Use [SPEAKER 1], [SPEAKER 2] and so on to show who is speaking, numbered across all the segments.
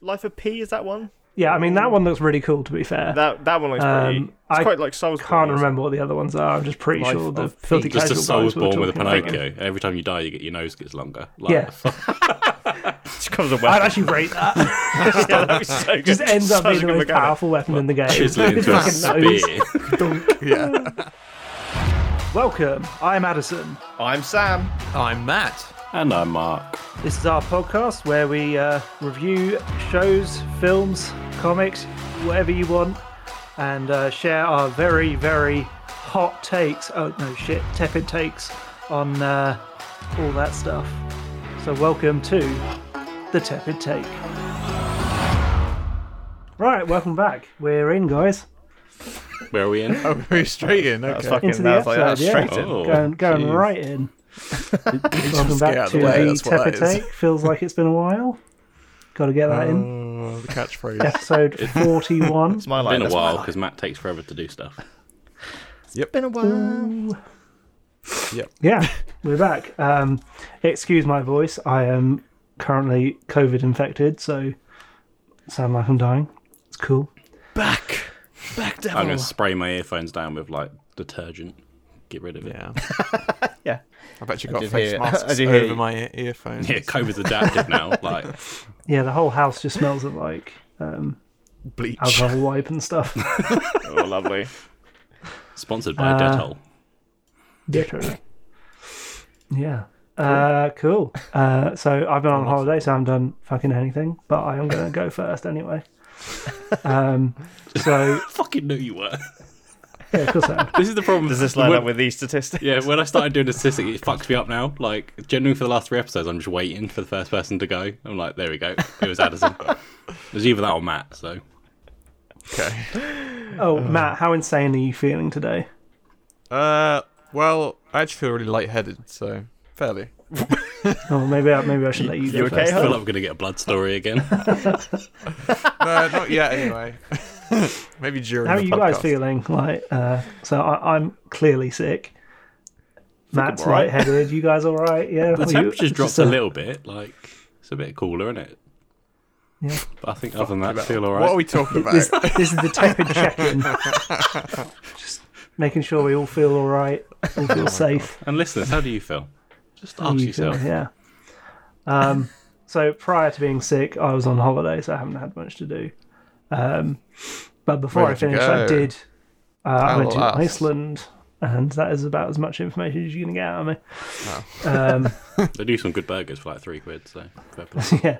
[SPEAKER 1] Life of P is that one?
[SPEAKER 2] Yeah, I mean
[SPEAKER 3] Oh.
[SPEAKER 2] that one looks really cool. To be fair,
[SPEAKER 1] That that one looks pretty.
[SPEAKER 2] Um,
[SPEAKER 1] It's
[SPEAKER 2] I
[SPEAKER 1] quite like Souls.
[SPEAKER 2] can't remember what the other ones are. I'm just pretty
[SPEAKER 1] Life
[SPEAKER 2] sure the
[SPEAKER 1] of P.
[SPEAKER 2] filthy
[SPEAKER 3] Just a
[SPEAKER 2] casual guys were
[SPEAKER 3] Soulsborne with a
[SPEAKER 2] talking about it.
[SPEAKER 3] Pinocchio. Every time you die, you get your nose gets longer. Like,
[SPEAKER 2] Yeah,
[SPEAKER 1] It comes away.
[SPEAKER 2] I'd actually rate that.
[SPEAKER 1] yeah, that was so good.
[SPEAKER 2] It ends up
[SPEAKER 1] Such
[SPEAKER 2] being
[SPEAKER 1] a
[SPEAKER 2] the
[SPEAKER 1] good
[SPEAKER 2] most
[SPEAKER 1] mechanic.
[SPEAKER 2] powerful weapon in the game.
[SPEAKER 3] chiseling
[SPEAKER 2] It's
[SPEAKER 3] into a
[SPEAKER 2] fucking nose.
[SPEAKER 3] spear.
[SPEAKER 4] Yeah.
[SPEAKER 2] Welcome. I'm Addison.
[SPEAKER 1] I'm Sam.
[SPEAKER 4] I'm Matt.
[SPEAKER 3] and I'm Mark.
[SPEAKER 2] This is our podcast where we uh, review shows, films, comics, whatever you want, and uh, share our very, very hot takes. Oh no, shit, tepid takes on uh, all that stuff. So welcome to the tepid take. Right, welcome back. We're in, guys.
[SPEAKER 3] Where are we in?
[SPEAKER 4] Oh, very straight in. Okay.
[SPEAKER 1] That's fucking.
[SPEAKER 2] Into the
[SPEAKER 1] that's like that's
[SPEAKER 2] episode, yeah.
[SPEAKER 1] straight in.
[SPEAKER 3] Oh,
[SPEAKER 2] Going, going
[SPEAKER 4] jeez.
[SPEAKER 2] right in. Welcome
[SPEAKER 4] Just get out
[SPEAKER 2] back
[SPEAKER 4] of
[SPEAKER 2] to
[SPEAKER 4] the way,
[SPEAKER 2] the
[SPEAKER 4] that's what
[SPEAKER 2] tepid
[SPEAKER 4] that is.
[SPEAKER 2] take. Feels like it's been a while. Got to get that in.
[SPEAKER 4] Oh, the catchphrase.
[SPEAKER 2] episode 41.
[SPEAKER 1] My life.
[SPEAKER 3] been a while because Matt takes forever to do stuff.
[SPEAKER 1] Been a while.
[SPEAKER 2] yeah, we're back. Um, excuse my voice. I am currently COVID infected, so sound like I'm dying. It's cool.
[SPEAKER 1] Back. Back
[SPEAKER 3] I'm
[SPEAKER 1] down.
[SPEAKER 3] going to spray my earphones down with like detergent. Get rid of it.
[SPEAKER 4] Yeah.
[SPEAKER 1] Yeah.
[SPEAKER 4] I've actually got
[SPEAKER 1] did
[SPEAKER 4] face
[SPEAKER 1] hear- I
[SPEAKER 4] masks
[SPEAKER 1] did hear
[SPEAKER 4] over
[SPEAKER 1] you.
[SPEAKER 4] my ear- earphones.
[SPEAKER 3] Yeah, COVID's adapted now. Like,
[SPEAKER 2] Yeah, the whole house just smells of like um,
[SPEAKER 4] Bleach.
[SPEAKER 2] alcohol wipe and stuff.
[SPEAKER 1] Oh, lovely.
[SPEAKER 3] sponsored by
[SPEAKER 2] Uh,
[SPEAKER 3] Dettol.
[SPEAKER 2] Literally. Yeah. Uh, cool. Uh, so I've been on holiday, so I haven't done fucking anything, but I am going to go first anyway. Um, so,
[SPEAKER 3] I fucking knew you were.
[SPEAKER 2] yeah, of course I am.
[SPEAKER 3] This is the problem.
[SPEAKER 1] Does this line
[SPEAKER 3] when,
[SPEAKER 1] up with these statistics?
[SPEAKER 3] Yeah, when I started doing the statistic, it fucks me up now. Like, generally for the last three episodes, I'm just waiting for the first person to go. I'm like, there we go. It was Addison. it was either that or Matt. So
[SPEAKER 4] Okay.
[SPEAKER 2] Oh, Matt, how insane are you feeling today?
[SPEAKER 4] Uh, well, I actually feel really lightheaded, so fairly.
[SPEAKER 2] Oh, maybe I, maybe I should let you go
[SPEAKER 1] You okay,
[SPEAKER 2] first.
[SPEAKER 3] I feel
[SPEAKER 1] Huh?
[SPEAKER 3] like we're going to get a blood story again.
[SPEAKER 4] No, not yet. Anyway. Maybe during.
[SPEAKER 2] How are
[SPEAKER 4] the
[SPEAKER 2] you
[SPEAKER 4] podcast.
[SPEAKER 2] guys feeling? Like, uh, so I, I'm clearly sick. Matt's
[SPEAKER 1] I'm all right.
[SPEAKER 2] lightheaded. You guys all right? Yeah.
[SPEAKER 3] The
[SPEAKER 2] Well, you-
[SPEAKER 3] temperature's
[SPEAKER 2] it's
[SPEAKER 3] dropped
[SPEAKER 2] just
[SPEAKER 3] a little bit. Like, it's a bit cooler, isn't it?
[SPEAKER 2] Yeah.
[SPEAKER 3] But I think other than that, I feel all
[SPEAKER 4] What
[SPEAKER 3] right.
[SPEAKER 4] are we talking about?
[SPEAKER 2] This, this is the tepid check-in. just making sure we all feel all right, all feel safe.
[SPEAKER 3] and listeners, how do you feel? Just Oh ask
[SPEAKER 2] You
[SPEAKER 3] yourself.
[SPEAKER 2] feel- yeah. Um, so prior to being sick, I was on holiday, so I haven't had much to do. Um, but before
[SPEAKER 4] Where
[SPEAKER 2] I
[SPEAKER 4] did you
[SPEAKER 2] finished, I
[SPEAKER 4] go?
[SPEAKER 2] did. Uh, I
[SPEAKER 4] Tell
[SPEAKER 2] went to
[SPEAKER 4] us.
[SPEAKER 2] Iceland, and that is about as much information as you're going to get out of me. Um,
[SPEAKER 3] They do some good burgers for like three quid, so fair play.
[SPEAKER 2] yeah.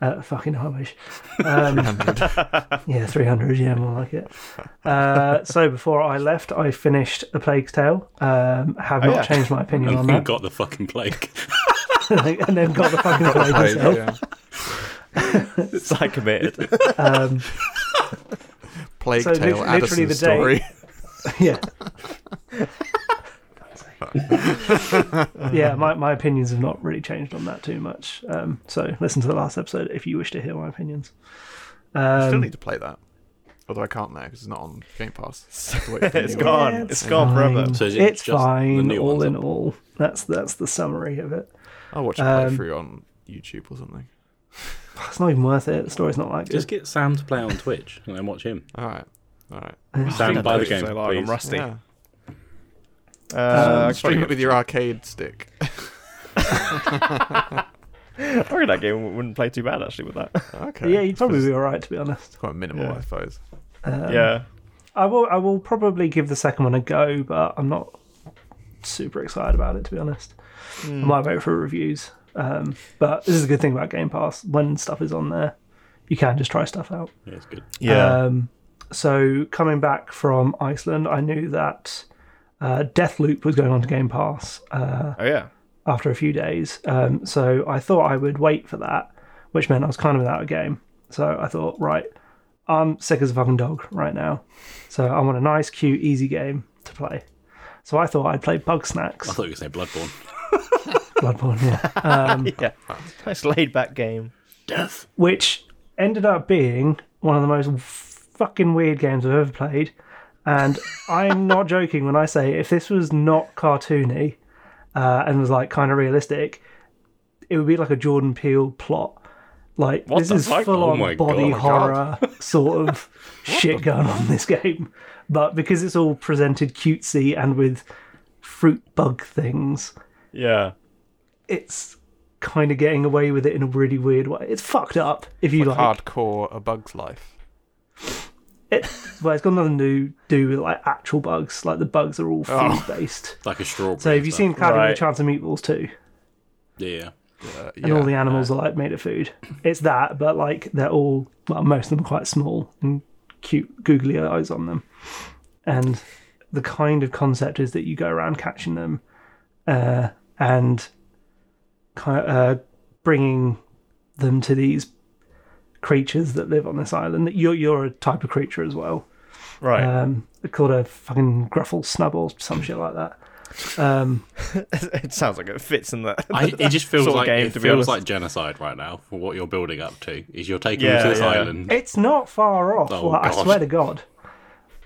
[SPEAKER 2] Uh, fucking Amish. Um, yeah, 300, yeah, more like it. Uh, so before I left, I finished A Plague's Tale. Um, have not
[SPEAKER 1] yeah.
[SPEAKER 2] changed my opinion on
[SPEAKER 3] and
[SPEAKER 2] that.
[SPEAKER 3] got the fucking plague.
[SPEAKER 2] and then got the fucking plague
[SPEAKER 4] Right,
[SPEAKER 2] myself.
[SPEAKER 4] yeah.
[SPEAKER 1] It's like committed.
[SPEAKER 2] Um,
[SPEAKER 4] Plague
[SPEAKER 2] So
[SPEAKER 4] Tale
[SPEAKER 2] literally- literally
[SPEAKER 4] Addison
[SPEAKER 2] the day-
[SPEAKER 4] story.
[SPEAKER 2] yeah. yeah, my, my opinions have not really changed on that too much. Um, so listen to the last episode if you wish to hear my opinions.
[SPEAKER 4] Still
[SPEAKER 2] Um,
[SPEAKER 4] need to play that. Although I can't now because it's not on Game Pass.
[SPEAKER 1] It's gone.
[SPEAKER 2] Yeah,
[SPEAKER 1] it's gone forever.
[SPEAKER 2] fine.
[SPEAKER 3] So is it
[SPEAKER 2] it's
[SPEAKER 3] just the
[SPEAKER 2] fine.
[SPEAKER 3] new
[SPEAKER 2] all
[SPEAKER 3] ones
[SPEAKER 2] in
[SPEAKER 3] up?
[SPEAKER 2] all, that's that's the summary of it.
[SPEAKER 4] I'll watch a
[SPEAKER 2] Um,
[SPEAKER 4] playthrough on YouTube or something.
[SPEAKER 2] It's not even worth it. The story's not like
[SPEAKER 3] Just
[SPEAKER 2] good.
[SPEAKER 3] get Sam to play on Twitch and then watch him.
[SPEAKER 4] All right. All right.
[SPEAKER 3] Sam, buy the game,
[SPEAKER 1] So like, I'm
[SPEAKER 3] please.
[SPEAKER 1] rusty.
[SPEAKER 4] Yeah.
[SPEAKER 1] Uh,
[SPEAKER 2] Um,
[SPEAKER 1] I
[SPEAKER 4] Stream it
[SPEAKER 1] probably-
[SPEAKER 4] with your arcade stick.
[SPEAKER 1] I reckon that game wouldn't play too bad actually with that.
[SPEAKER 4] Okay.
[SPEAKER 2] Yeah, you'd probably be all right to be honest.
[SPEAKER 4] Quite minimal,
[SPEAKER 1] Yeah.
[SPEAKER 4] I suppose.
[SPEAKER 2] Um,
[SPEAKER 1] yeah.
[SPEAKER 2] I will. I will probably give the second one a go, but I'm not super excited about it to be honest. I might wait for reviews. Um, but this is a good thing about Game Pass. When stuff is on there, you can just try stuff out.
[SPEAKER 3] Yeah, it's good.
[SPEAKER 1] Yeah.
[SPEAKER 2] Um, so coming back from Iceland, I knew that uh, Deathloop was going on to Game Pass. Uh,
[SPEAKER 1] oh yeah.
[SPEAKER 2] after a few days. Um, so I thought I would wait for that, which meant I was kind of without a game. So I thought, right, I'm sick as a fucking dog right now. So I want a nice, cute, easy game to play. So I thought I'd play Bug Snacks.
[SPEAKER 3] I thought you were going to say Bloodborne.
[SPEAKER 2] Bloodborne, yeah. Um,
[SPEAKER 1] Yeah. Nice laid back game.
[SPEAKER 3] Death.
[SPEAKER 2] which ended up being one of the most fucking weird games I've ever played. And I'm not joking when I say if this was not cartoony uh, and was like kind of realistic, it would be like a Jordan Peele plot. Like
[SPEAKER 1] What
[SPEAKER 2] this
[SPEAKER 1] the
[SPEAKER 2] is
[SPEAKER 1] fuck?
[SPEAKER 2] full
[SPEAKER 3] Oh
[SPEAKER 2] on
[SPEAKER 3] my
[SPEAKER 2] body
[SPEAKER 3] God.
[SPEAKER 2] horror sort of shit going on in this game. But because it's all presented cutesy and with fruit bug things,
[SPEAKER 1] Yeah.
[SPEAKER 2] it's kind of getting away with it in a really weird way. It's fucked up if you like.
[SPEAKER 4] Hardcore A Bug's Life.
[SPEAKER 2] It, well, it's got nothing to do with like actual bugs. Like the bugs are all food based.
[SPEAKER 3] It's like a strawberry.
[SPEAKER 2] So have you
[SPEAKER 3] and
[SPEAKER 2] seen Cloudy with
[SPEAKER 1] Right.
[SPEAKER 2] a Chance of Meatballs too?
[SPEAKER 3] stuff. Yeah.
[SPEAKER 4] Uh,
[SPEAKER 2] and all the animals are like made of food. It's that, but like they're all well, most of them are quite small and cute googly eyes on them. And the kind of concept is that you go around catching them uh, and kind of, uh, bringing them to these creatures that live on this island. You're you're a type of creature as well
[SPEAKER 1] Right.
[SPEAKER 2] um, called a fucking gruffle snub or some shit like that. Um,
[SPEAKER 1] it sounds like it fits in that.
[SPEAKER 3] I, it just feels
[SPEAKER 1] sort of
[SPEAKER 3] like
[SPEAKER 1] game,
[SPEAKER 3] it
[SPEAKER 1] to be
[SPEAKER 3] feels
[SPEAKER 1] honest.
[SPEAKER 3] like genocide right now for what you're building up to. Is you're taking
[SPEAKER 1] Yeah,
[SPEAKER 3] them to this
[SPEAKER 1] yeah.
[SPEAKER 3] island.
[SPEAKER 2] it's not far off.
[SPEAKER 3] Oh,
[SPEAKER 2] like, I
[SPEAKER 3] God.
[SPEAKER 2] swear to God.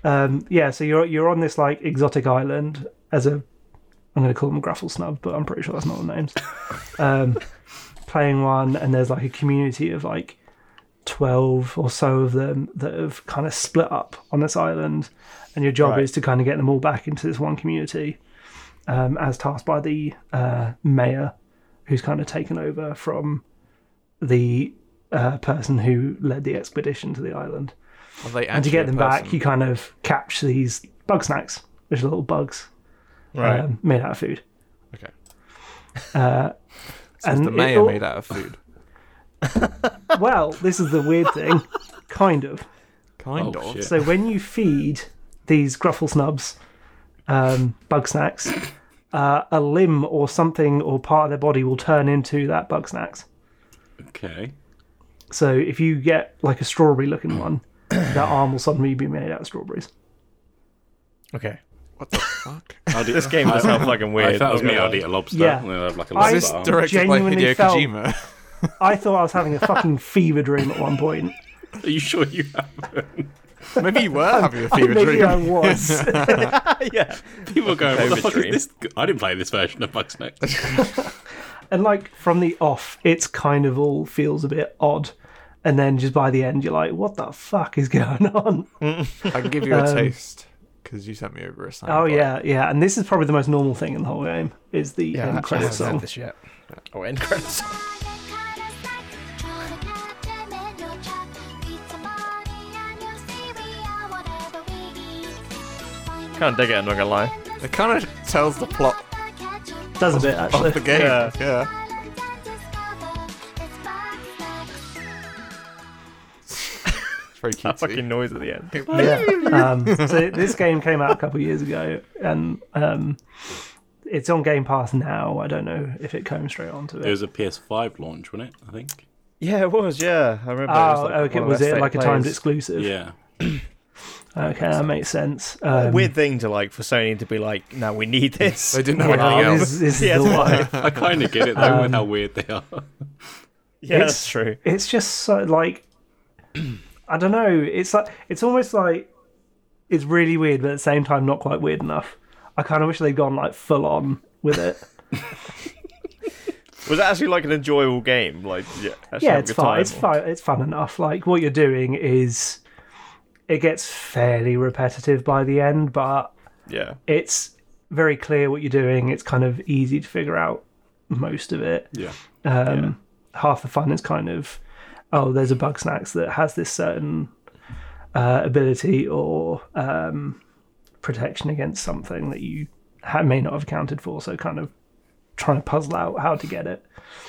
[SPEAKER 2] Um, yeah, so you're you're on this like exotic island as a, I'm going to call them gruffle snub, but I'm pretty sure that's not the names. um, playing one, and there's like a community of like twelve or so of them that have kind of split up on this island, and your job
[SPEAKER 1] Right.
[SPEAKER 2] is to kind of get them all back into this one community, um, as tasked by the uh, mayor, who's kind of taken over from the uh, person who led the expedition to the island.
[SPEAKER 4] Are they
[SPEAKER 2] And to get them back, you
[SPEAKER 4] you...
[SPEAKER 2] kind of catch these bug snacks, which are little bugs
[SPEAKER 1] right.
[SPEAKER 2] um, made out of food.
[SPEAKER 4] Okay.
[SPEAKER 2] Uh,
[SPEAKER 4] Is
[SPEAKER 2] and
[SPEAKER 4] the
[SPEAKER 2] it
[SPEAKER 4] mayor
[SPEAKER 2] all-
[SPEAKER 4] made out of food?
[SPEAKER 2] well, this is the weird thing, kind of.
[SPEAKER 4] Kind
[SPEAKER 3] Oh,
[SPEAKER 4] of.
[SPEAKER 3] shit.
[SPEAKER 2] So when you feed these gruffle snubs, um, bug snacks, uh, a limb or something or part of their body will turn into that bug snacks.
[SPEAKER 3] Okay.
[SPEAKER 2] So if you get like a strawberry looking one, that arm will suddenly be made out of strawberries.
[SPEAKER 1] okay.
[SPEAKER 4] What the fuck?
[SPEAKER 3] I'd eat-
[SPEAKER 1] This game does sound fucking weird.
[SPEAKER 3] If that was me,
[SPEAKER 1] Okay.
[SPEAKER 3] I'd eat a lobster.
[SPEAKER 2] Yeah.
[SPEAKER 3] And then I'd have like a
[SPEAKER 2] I-
[SPEAKER 4] Is this
[SPEAKER 3] lobster. arm.
[SPEAKER 4] directed by
[SPEAKER 2] genuinely
[SPEAKER 4] Hideo
[SPEAKER 2] felt-
[SPEAKER 4] Kojima?
[SPEAKER 2] I thought I was having a fucking fever dream at one point.
[SPEAKER 3] Are you sure you have?
[SPEAKER 4] Maybe you were having a fever
[SPEAKER 2] Maybe
[SPEAKER 4] dream.
[SPEAKER 2] I was.
[SPEAKER 1] yeah.
[SPEAKER 3] People are going, what the
[SPEAKER 1] COVID
[SPEAKER 3] fuck
[SPEAKER 1] dream.
[SPEAKER 3] is this? I didn't play this version of Bugsnax.
[SPEAKER 2] and like from the off, it's kind of all feels a bit odd. And then just by the end, you're like, what the fuck is going on?
[SPEAKER 1] Oh,
[SPEAKER 4] I can give you a taste because you sent me over a sound.
[SPEAKER 2] Um, Oh,
[SPEAKER 4] bite.
[SPEAKER 2] yeah, yeah. And this is probably the most normal thing in the whole game is the
[SPEAKER 1] Yeah.
[SPEAKER 2] end
[SPEAKER 1] actually, I
[SPEAKER 2] credit
[SPEAKER 1] haven't had
[SPEAKER 2] song.
[SPEAKER 1] this yet. Oh, end credits. Can't dig it. I'm not gonna lie.
[SPEAKER 4] It kind of tells the plot
[SPEAKER 2] Does a bit,
[SPEAKER 4] of the
[SPEAKER 2] actually.
[SPEAKER 4] game.
[SPEAKER 1] Yeah.
[SPEAKER 4] Yeah. It's very
[SPEAKER 1] That
[SPEAKER 4] cute.
[SPEAKER 1] fucking noise at the end.
[SPEAKER 2] um, so this game came out a couple of years ago, and um, it's on Game Pass now. I don't know if it came straight onto
[SPEAKER 3] It
[SPEAKER 2] it.
[SPEAKER 3] was a PS5 launch, wasn't it? I think.
[SPEAKER 1] Yeah, it was. Yeah, I remember.
[SPEAKER 2] Oh, okay.
[SPEAKER 1] one of
[SPEAKER 2] Was
[SPEAKER 1] their
[SPEAKER 2] it
[SPEAKER 1] state
[SPEAKER 2] like a timed
[SPEAKER 1] players.
[SPEAKER 2] exclusive?
[SPEAKER 3] Yeah.
[SPEAKER 2] Okay, that makes sense.
[SPEAKER 1] A
[SPEAKER 2] Um,
[SPEAKER 1] weird thing to like for Sony to be like, no, we need this.
[SPEAKER 4] They didn't know
[SPEAKER 2] well,
[SPEAKER 4] anything else.
[SPEAKER 2] this is
[SPEAKER 1] Yeah,
[SPEAKER 2] the
[SPEAKER 1] that's
[SPEAKER 2] one.
[SPEAKER 1] why.
[SPEAKER 3] I kind of get it though with how weird they are.
[SPEAKER 1] Yeah,
[SPEAKER 2] It's-
[SPEAKER 1] that's true.
[SPEAKER 2] it's just so like I don't know. It's like it's almost like it's really weird, but at the same time not quite weird enough. I kind of wish they'd gone like full on with it.
[SPEAKER 1] Was it actually like an enjoyable game? Like, yeah, actually
[SPEAKER 2] yeah,
[SPEAKER 1] have a
[SPEAKER 2] it's
[SPEAKER 1] good
[SPEAKER 2] fun.
[SPEAKER 1] time,
[SPEAKER 2] it's
[SPEAKER 1] or-
[SPEAKER 2] fun. It's fun enough. Like what you're doing is it gets fairly repetitive by the end, but
[SPEAKER 1] Yeah,
[SPEAKER 2] it's very clear what you're doing. It's kind of easy to figure out most of it.
[SPEAKER 3] Yeah.
[SPEAKER 2] um, half the fun is kind of oh there's a bug snacks that has this certain uh, ability or um, protection against something that you ha- may not have accounted for so kind of trying to puzzle out how to get it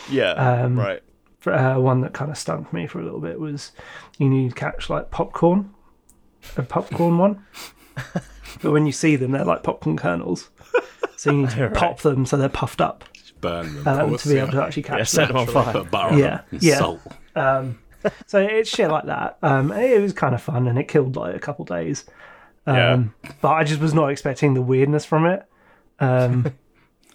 [SPEAKER 1] yeah,
[SPEAKER 2] Um,
[SPEAKER 1] right.
[SPEAKER 2] For, uh, one that kind of stung me for a little bit was you need to catch like popcorn a popcorn one but when you see them they're like popcorn kernels so you need to pop them so they're puffed up
[SPEAKER 3] Just burn them.
[SPEAKER 2] um,
[SPEAKER 4] course,
[SPEAKER 2] to be
[SPEAKER 4] yeah.
[SPEAKER 2] able to actually catch
[SPEAKER 1] Yeah,
[SPEAKER 2] them
[SPEAKER 1] set them on fire.
[SPEAKER 3] Put butter on
[SPEAKER 2] Yeah,
[SPEAKER 3] them and
[SPEAKER 2] yeah.
[SPEAKER 3] salt.
[SPEAKER 2] So it's shit like that. Um, and it was kind of fun, and it killed like a couple days.
[SPEAKER 1] yeah,
[SPEAKER 2] Um, But I just was not expecting the weirdness from it. Um,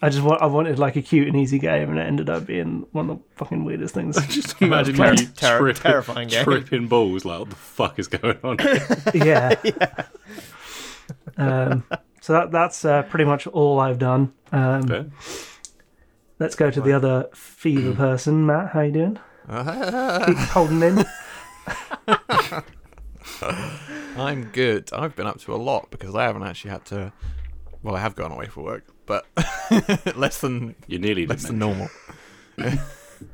[SPEAKER 2] I just wa- I wanted like a cute and easy game, and it ended up being one of the fucking weirdest things.
[SPEAKER 3] Just imagine
[SPEAKER 1] Terri-
[SPEAKER 3] you
[SPEAKER 1] terri-
[SPEAKER 3] tripping,
[SPEAKER 1] terrifying game.
[SPEAKER 3] tripping balls. Like, what the fuck is going on?
[SPEAKER 2] yeah. Um, so that that's uh, pretty much all I've done. Um,
[SPEAKER 3] But
[SPEAKER 2] let's go to the other fever person, Matt. How you doing?
[SPEAKER 5] Keep holding in.
[SPEAKER 4] I'm good. I've been up to a lot because I haven't actually had to. Well, I have gone away for work, but less than
[SPEAKER 3] You nearly did.
[SPEAKER 4] less than
[SPEAKER 3] mention.
[SPEAKER 4] normal.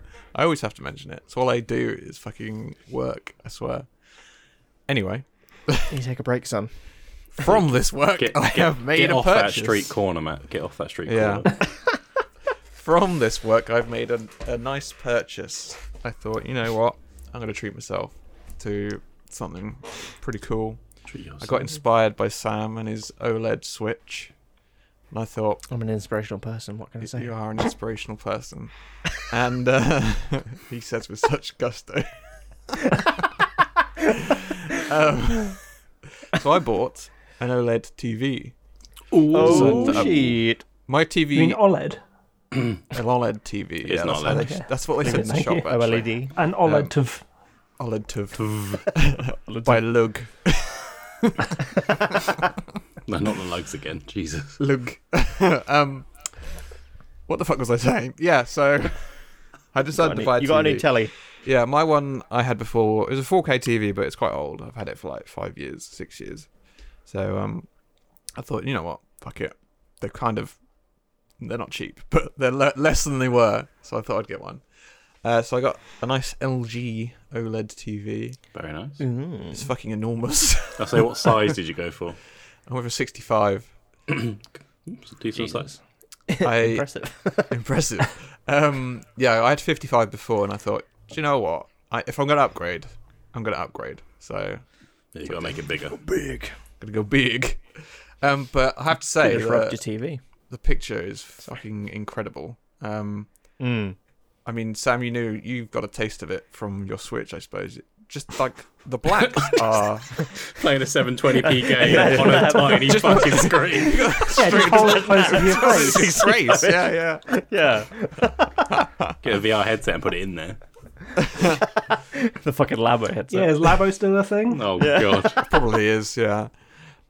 [SPEAKER 4] I always have to mention it. So all I do is fucking work. I swear. Anyway,
[SPEAKER 6] You take a break, son.
[SPEAKER 4] from this work,
[SPEAKER 3] Get,
[SPEAKER 4] I
[SPEAKER 3] get-
[SPEAKER 4] have made
[SPEAKER 3] get
[SPEAKER 4] a
[SPEAKER 3] off
[SPEAKER 4] purchase.
[SPEAKER 3] that street corner, Matt. Get off that street
[SPEAKER 4] Yeah.
[SPEAKER 3] corner.
[SPEAKER 4] From this work, I've made a, a nice purchase. I thought, you know what? I'm going to treat myself to something pretty cool.
[SPEAKER 3] Treat
[SPEAKER 4] I
[SPEAKER 3] yourself.
[SPEAKER 4] got inspired by Sam and his OLED Switch, and I thought,
[SPEAKER 6] I'm an inspirational person. What can I say?
[SPEAKER 4] you are an inspirational person. And uh, he says with such gusto. um, so I bought an E OLED TV.
[SPEAKER 1] Oh,
[SPEAKER 4] So, um,
[SPEAKER 1] shit.
[SPEAKER 4] My
[SPEAKER 5] You mean
[SPEAKER 4] TV,
[SPEAKER 5] OLED?
[SPEAKER 4] an E OLED TV.
[SPEAKER 3] It's not
[SPEAKER 4] that's how they-
[SPEAKER 3] OLED.
[SPEAKER 4] that's what they said in the
[SPEAKER 6] Thank you.
[SPEAKER 1] Oh,
[SPEAKER 4] shop.
[SPEAKER 5] E
[SPEAKER 4] Actually. E
[SPEAKER 6] OLED.
[SPEAKER 5] An
[SPEAKER 4] Um,
[SPEAKER 5] OLED of
[SPEAKER 4] OLED TV. By Lug.
[SPEAKER 3] No, not the lugs again. Jesus.
[SPEAKER 4] Lug. um, what the fuck was I saying? Yeah, so I decided to buy a
[SPEAKER 1] You got a
[SPEAKER 4] TV.
[SPEAKER 1] new telly.
[SPEAKER 4] Yeah, my one I had before it was a 4K TV, but it's quite old. I've had it for like five years, six years. So um, I thought, you know what, fuck it. They're kind of they're not cheap, but they're le- less than they were. So I thought I'd get one. Uh, so I got a nice LG OLED TV.
[SPEAKER 3] Very nice.
[SPEAKER 1] Mm-hmm.
[SPEAKER 6] Mm.
[SPEAKER 4] It's fucking enormous.
[SPEAKER 3] I say, what size did you go for?
[SPEAKER 4] I'm with a 65.
[SPEAKER 3] It's a decent size.
[SPEAKER 4] I
[SPEAKER 6] Impressive.
[SPEAKER 4] impressive. Um, yeah, I had 55 before, and I thought, do you know what? I, if I'm gonna upgrade, I'm gonna upgrade. So
[SPEAKER 3] Yeah, you got to make it bigger.
[SPEAKER 4] big. Gonna go big. Um, but I have to
[SPEAKER 6] You
[SPEAKER 4] say,
[SPEAKER 6] just
[SPEAKER 1] uh,
[SPEAKER 6] rubbed
[SPEAKER 4] the,
[SPEAKER 6] your TV.
[SPEAKER 4] the picture is fucking incredible. Um, I mean, Sam, you knew you've got a taste of it from your Switch, I suppose. Just like the blacks are
[SPEAKER 3] Playing a 720p game on a tiny fucking screen.
[SPEAKER 5] yeah, just hold it close to your face.
[SPEAKER 4] It's race. Yeah, yeah.
[SPEAKER 1] Yeah.
[SPEAKER 3] Get a VR headset and put it in there.
[SPEAKER 1] The fucking Labo headset.
[SPEAKER 5] Yeah, is Labo still a thing?
[SPEAKER 3] Oh god.
[SPEAKER 4] Probably is, yeah.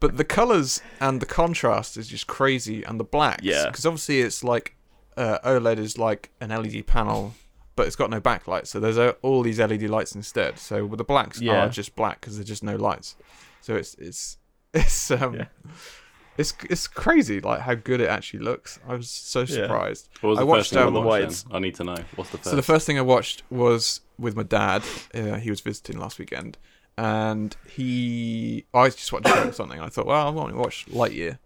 [SPEAKER 4] But the colors and the contrast is just crazy, and the blacks.
[SPEAKER 1] Yeah.
[SPEAKER 4] Because obviously it's like uh, OLED is like an LED panel, but it's got no backlight, so there's uh, all these LED lights instead. So the blacks
[SPEAKER 1] Yeah.
[SPEAKER 4] are just black because there's just no lights. So it's it's it's um.
[SPEAKER 1] Yeah.
[SPEAKER 4] It's, it's crazy like how good it actually looks. I was so surprised.
[SPEAKER 3] What was
[SPEAKER 4] I
[SPEAKER 3] the
[SPEAKER 4] watched
[SPEAKER 3] first thing
[SPEAKER 4] um,
[SPEAKER 3] you
[SPEAKER 1] the
[SPEAKER 3] watched? then? I need to know. What's the first?
[SPEAKER 4] so the first thing I watched was with my dad. Uh, he was visiting last weekend, and he I just watched it or something. And I thought, well, I want to watch Lightyear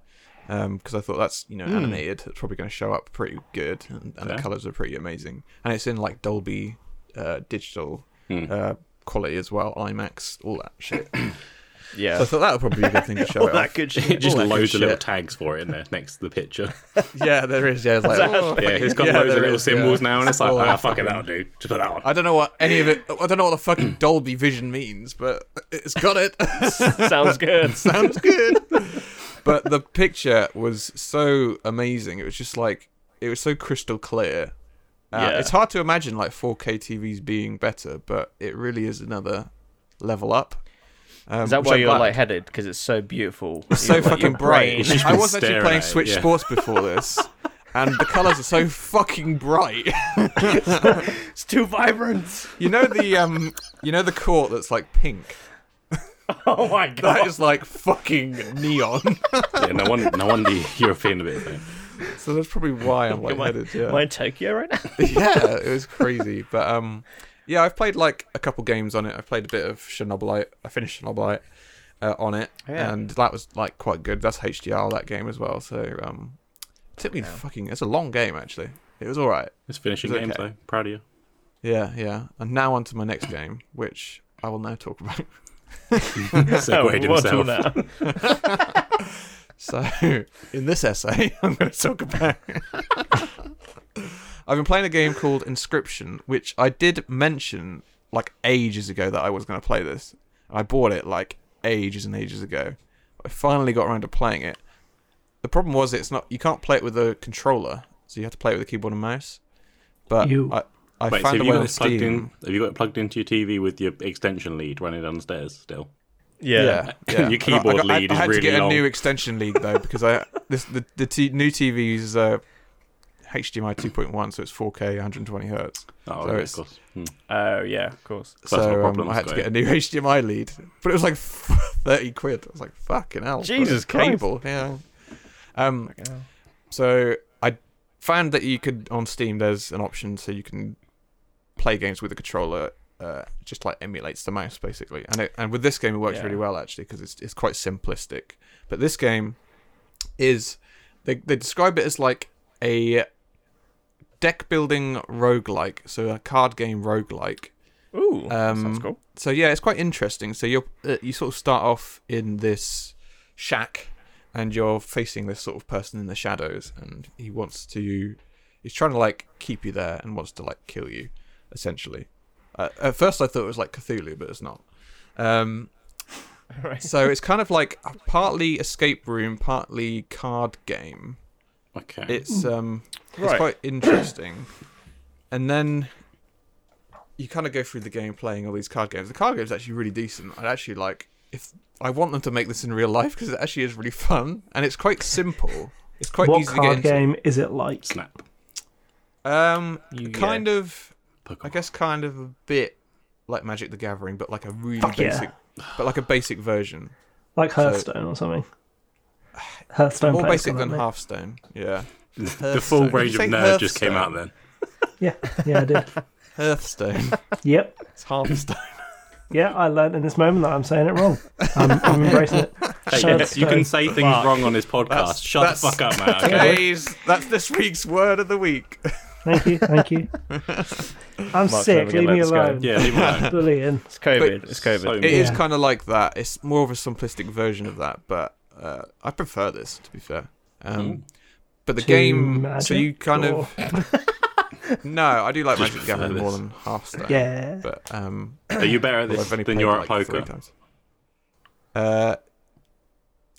[SPEAKER 4] because I thought that's you know
[SPEAKER 3] Hmm.
[SPEAKER 4] animated. It's probably going to show up pretty good, and, and the
[SPEAKER 3] Okay.
[SPEAKER 4] colors are pretty amazing. And it's in like Dolby uh, digital
[SPEAKER 3] Hmm.
[SPEAKER 4] uh, quality as well, IMAX, all that shit.
[SPEAKER 1] Yeah.
[SPEAKER 4] so I thought that would probably be a good thing to show
[SPEAKER 1] All
[SPEAKER 4] it
[SPEAKER 1] that
[SPEAKER 4] off.
[SPEAKER 1] good
[SPEAKER 3] It
[SPEAKER 1] shit.
[SPEAKER 3] just
[SPEAKER 4] all that good
[SPEAKER 3] loads of little
[SPEAKER 4] shit.
[SPEAKER 3] tags for it in there next to the picture.
[SPEAKER 4] Yeah, there is. Yeah, it's like, oh,
[SPEAKER 3] Yeah, it's got
[SPEAKER 4] Yeah,
[SPEAKER 3] loads
[SPEAKER 4] there
[SPEAKER 3] of little
[SPEAKER 4] is, yeah.
[SPEAKER 3] symbols now, and it's like,
[SPEAKER 4] Oh,
[SPEAKER 3] ah,
[SPEAKER 4] that
[SPEAKER 3] fuck it, that'll do. Just put that on.
[SPEAKER 4] I don't know what any of it. I don't know what the fucking Dolby Vision means, but it's got it.
[SPEAKER 1] Sounds good.
[SPEAKER 4] sounds good. but the picture was so amazing. It was just like it was so crystal clear. Uh,
[SPEAKER 1] Yeah.
[SPEAKER 4] It's hard to imagine like 4K TVs being better, but it really is another level up. Um,
[SPEAKER 6] Is that
[SPEAKER 4] which
[SPEAKER 6] why
[SPEAKER 4] I'm
[SPEAKER 6] you're
[SPEAKER 4] glad.
[SPEAKER 6] lightheaded? Because it's so beautiful.
[SPEAKER 4] so fucking bright?
[SPEAKER 3] just
[SPEAKER 4] I
[SPEAKER 3] been
[SPEAKER 4] was actually
[SPEAKER 3] staring
[SPEAKER 4] playing
[SPEAKER 3] at it,
[SPEAKER 4] Switch
[SPEAKER 3] yeah.
[SPEAKER 4] Sports before this, and the colours are so fucking bright.
[SPEAKER 1] It's too vibrant.
[SPEAKER 4] You know the um, you know the court that's like pink.
[SPEAKER 1] Oh my
[SPEAKER 4] That
[SPEAKER 1] god.
[SPEAKER 4] is like fucking neon.
[SPEAKER 3] Yeah, no wonder, no wonder you're a fan of it. Though.
[SPEAKER 4] so that's probably why I'm
[SPEAKER 1] Am I,
[SPEAKER 4] lightheaded. Yeah.
[SPEAKER 1] am I in Tokyo right now?
[SPEAKER 4] yeah, it was crazy. But um, yeah, I've played like a couple games on it. I played a bit of Chernobylite. I finished Chernobylite uh, on it,
[SPEAKER 6] Yeah.
[SPEAKER 4] and that was like quite good. That's HDR that game as well. So um, it took me fucking. It's a long game actually. It was all right.
[SPEAKER 3] It's finishing
[SPEAKER 4] It's
[SPEAKER 3] games
[SPEAKER 4] okay.
[SPEAKER 3] though. Proud of you.
[SPEAKER 4] Yeah, yeah. And now on to my next game, which I will now talk about.
[SPEAKER 3] Segued
[SPEAKER 1] what's all
[SPEAKER 3] himself.
[SPEAKER 1] that?
[SPEAKER 4] So in this essay, I'm going to talk about. I've been playing a game called Inscription, which I did mention like ages ago that I was going to play this. I bought it like ages and ages ago. I finally got around to playing it. The problem was it's not you can't play it with a controller, so you have to play it with a keyboard and mouse. But
[SPEAKER 5] You-
[SPEAKER 4] I, I
[SPEAKER 3] Wait, so
[SPEAKER 4] found
[SPEAKER 3] have
[SPEAKER 4] a
[SPEAKER 3] you
[SPEAKER 4] way
[SPEAKER 3] got
[SPEAKER 4] on
[SPEAKER 3] it plugged in?
[SPEAKER 4] Steam.
[SPEAKER 3] Have you got it plugged into your TV with your extension lead running downstairs still?
[SPEAKER 1] Yeah.
[SPEAKER 3] Your
[SPEAKER 4] I
[SPEAKER 3] keyboard
[SPEAKER 4] I I-
[SPEAKER 3] lead
[SPEAKER 4] I,
[SPEAKER 3] is
[SPEAKER 4] had
[SPEAKER 3] really
[SPEAKER 4] to get
[SPEAKER 3] long.
[SPEAKER 4] a new extension lead though because I this the the t- new TVs uh, HDMI 2.1, so it's 4K, 120 hertz.
[SPEAKER 3] Oh,
[SPEAKER 4] So
[SPEAKER 3] yeah,
[SPEAKER 4] it's-
[SPEAKER 3] of course. Hmm.
[SPEAKER 1] Oh yeah, of course.
[SPEAKER 3] So
[SPEAKER 4] so
[SPEAKER 3] that's what
[SPEAKER 4] um, I
[SPEAKER 3] problems
[SPEAKER 4] had to
[SPEAKER 3] go
[SPEAKER 4] get a new HDMI lead, but it was like 30 quid. I was like, fucking hell. for
[SPEAKER 1] Jesus Christ.
[SPEAKER 4] cable. Yeah. Um,
[SPEAKER 6] Fucking hell.
[SPEAKER 4] So I found that you could on Steam. There's an option so you can play games with the controller. Uh, just like emulates the mouse basically, and it, and with this game it works
[SPEAKER 1] Yeah.
[SPEAKER 4] really well actually because it's it's quite simplistic. But this game is they they describe it as like a deck building roguelike, so a card game roguelike.
[SPEAKER 1] Ooh,
[SPEAKER 4] Um,
[SPEAKER 1] sounds cool.
[SPEAKER 4] So yeah, it's quite interesting. So you're uh, you sort of start off in this shack, and you're facing this sort of person in the shadows, and he wants to, he's trying to like keep you there and wants to like kill you, essentially. Uh, at first, I thought it was like Cthulhu, but it's not. Um,
[SPEAKER 6] Right.
[SPEAKER 4] So it's kind of like a partly escape room, partly card game.
[SPEAKER 3] Okay.
[SPEAKER 4] It's
[SPEAKER 5] Hmm.
[SPEAKER 4] um, it's
[SPEAKER 1] Right.
[SPEAKER 4] quite interesting. And then you kind of go through the game playing all these card games. The card game's actually really decent. I'd actually like if I want them to make this in real life because it actually is really fun and it's quite simple. It's quite
[SPEAKER 5] what
[SPEAKER 4] easy
[SPEAKER 5] card
[SPEAKER 4] to get into.
[SPEAKER 5] game is it like?
[SPEAKER 3] Snap.
[SPEAKER 4] Um,
[SPEAKER 1] You-
[SPEAKER 4] kind of,
[SPEAKER 3] Pokemon.
[SPEAKER 4] I guess, kind of a bit like Magic the Gathering, but like a really
[SPEAKER 5] Fuck yeah.
[SPEAKER 4] basic, but like a basic version.
[SPEAKER 5] Like Hearthstone or something. Hearthstone.
[SPEAKER 4] More
[SPEAKER 5] players
[SPEAKER 4] basic
[SPEAKER 5] call
[SPEAKER 4] than
[SPEAKER 5] that,
[SPEAKER 4] Hearthstone. Yeah.
[SPEAKER 3] The full range of
[SPEAKER 4] Did you
[SPEAKER 3] nerd
[SPEAKER 4] say
[SPEAKER 3] just came out then.
[SPEAKER 5] mate. Yeah, yeah, I did.
[SPEAKER 4] Hearthstone.
[SPEAKER 5] yep.
[SPEAKER 4] It's Hearthstone.
[SPEAKER 5] Yeah, I learned in this moment that I'm saying it wrong. I'm, I'm embracing it.
[SPEAKER 3] Hey,
[SPEAKER 5] Hearthstone.
[SPEAKER 3] you can say things wrong on this podcast. Shut
[SPEAKER 4] that's-
[SPEAKER 3] the fuck up, man. Okay?
[SPEAKER 4] Today's that's this week's word of the week.
[SPEAKER 5] Thank you, thank you. I'm
[SPEAKER 6] Mark's never
[SPEAKER 5] sick.
[SPEAKER 6] gonna
[SPEAKER 5] Leave
[SPEAKER 6] let
[SPEAKER 5] me
[SPEAKER 6] this go.
[SPEAKER 5] alone.
[SPEAKER 3] yeah, leave it alone.
[SPEAKER 5] Bullying.
[SPEAKER 6] It's COVID. It's COVID.
[SPEAKER 3] So
[SPEAKER 4] It is
[SPEAKER 5] Yeah.
[SPEAKER 4] kind of like that. It's more of a simplistic version of that, but uh, I prefer this to be fair. Um, But the
[SPEAKER 5] To
[SPEAKER 4] game, so
[SPEAKER 5] magic,
[SPEAKER 4] you kind
[SPEAKER 5] or-
[SPEAKER 4] of no, I do like
[SPEAKER 3] Just
[SPEAKER 4] Magic the Gathering
[SPEAKER 3] prefer
[SPEAKER 4] more
[SPEAKER 3] this.
[SPEAKER 4] than Hearthstone.
[SPEAKER 5] Yeah.
[SPEAKER 4] but um,
[SPEAKER 3] Are you better at
[SPEAKER 4] well,
[SPEAKER 3] this
[SPEAKER 4] I've only
[SPEAKER 3] than
[SPEAKER 4] played
[SPEAKER 3] you are
[SPEAKER 4] it,
[SPEAKER 3] at
[SPEAKER 4] like, three
[SPEAKER 3] poker?
[SPEAKER 4] times. Uh,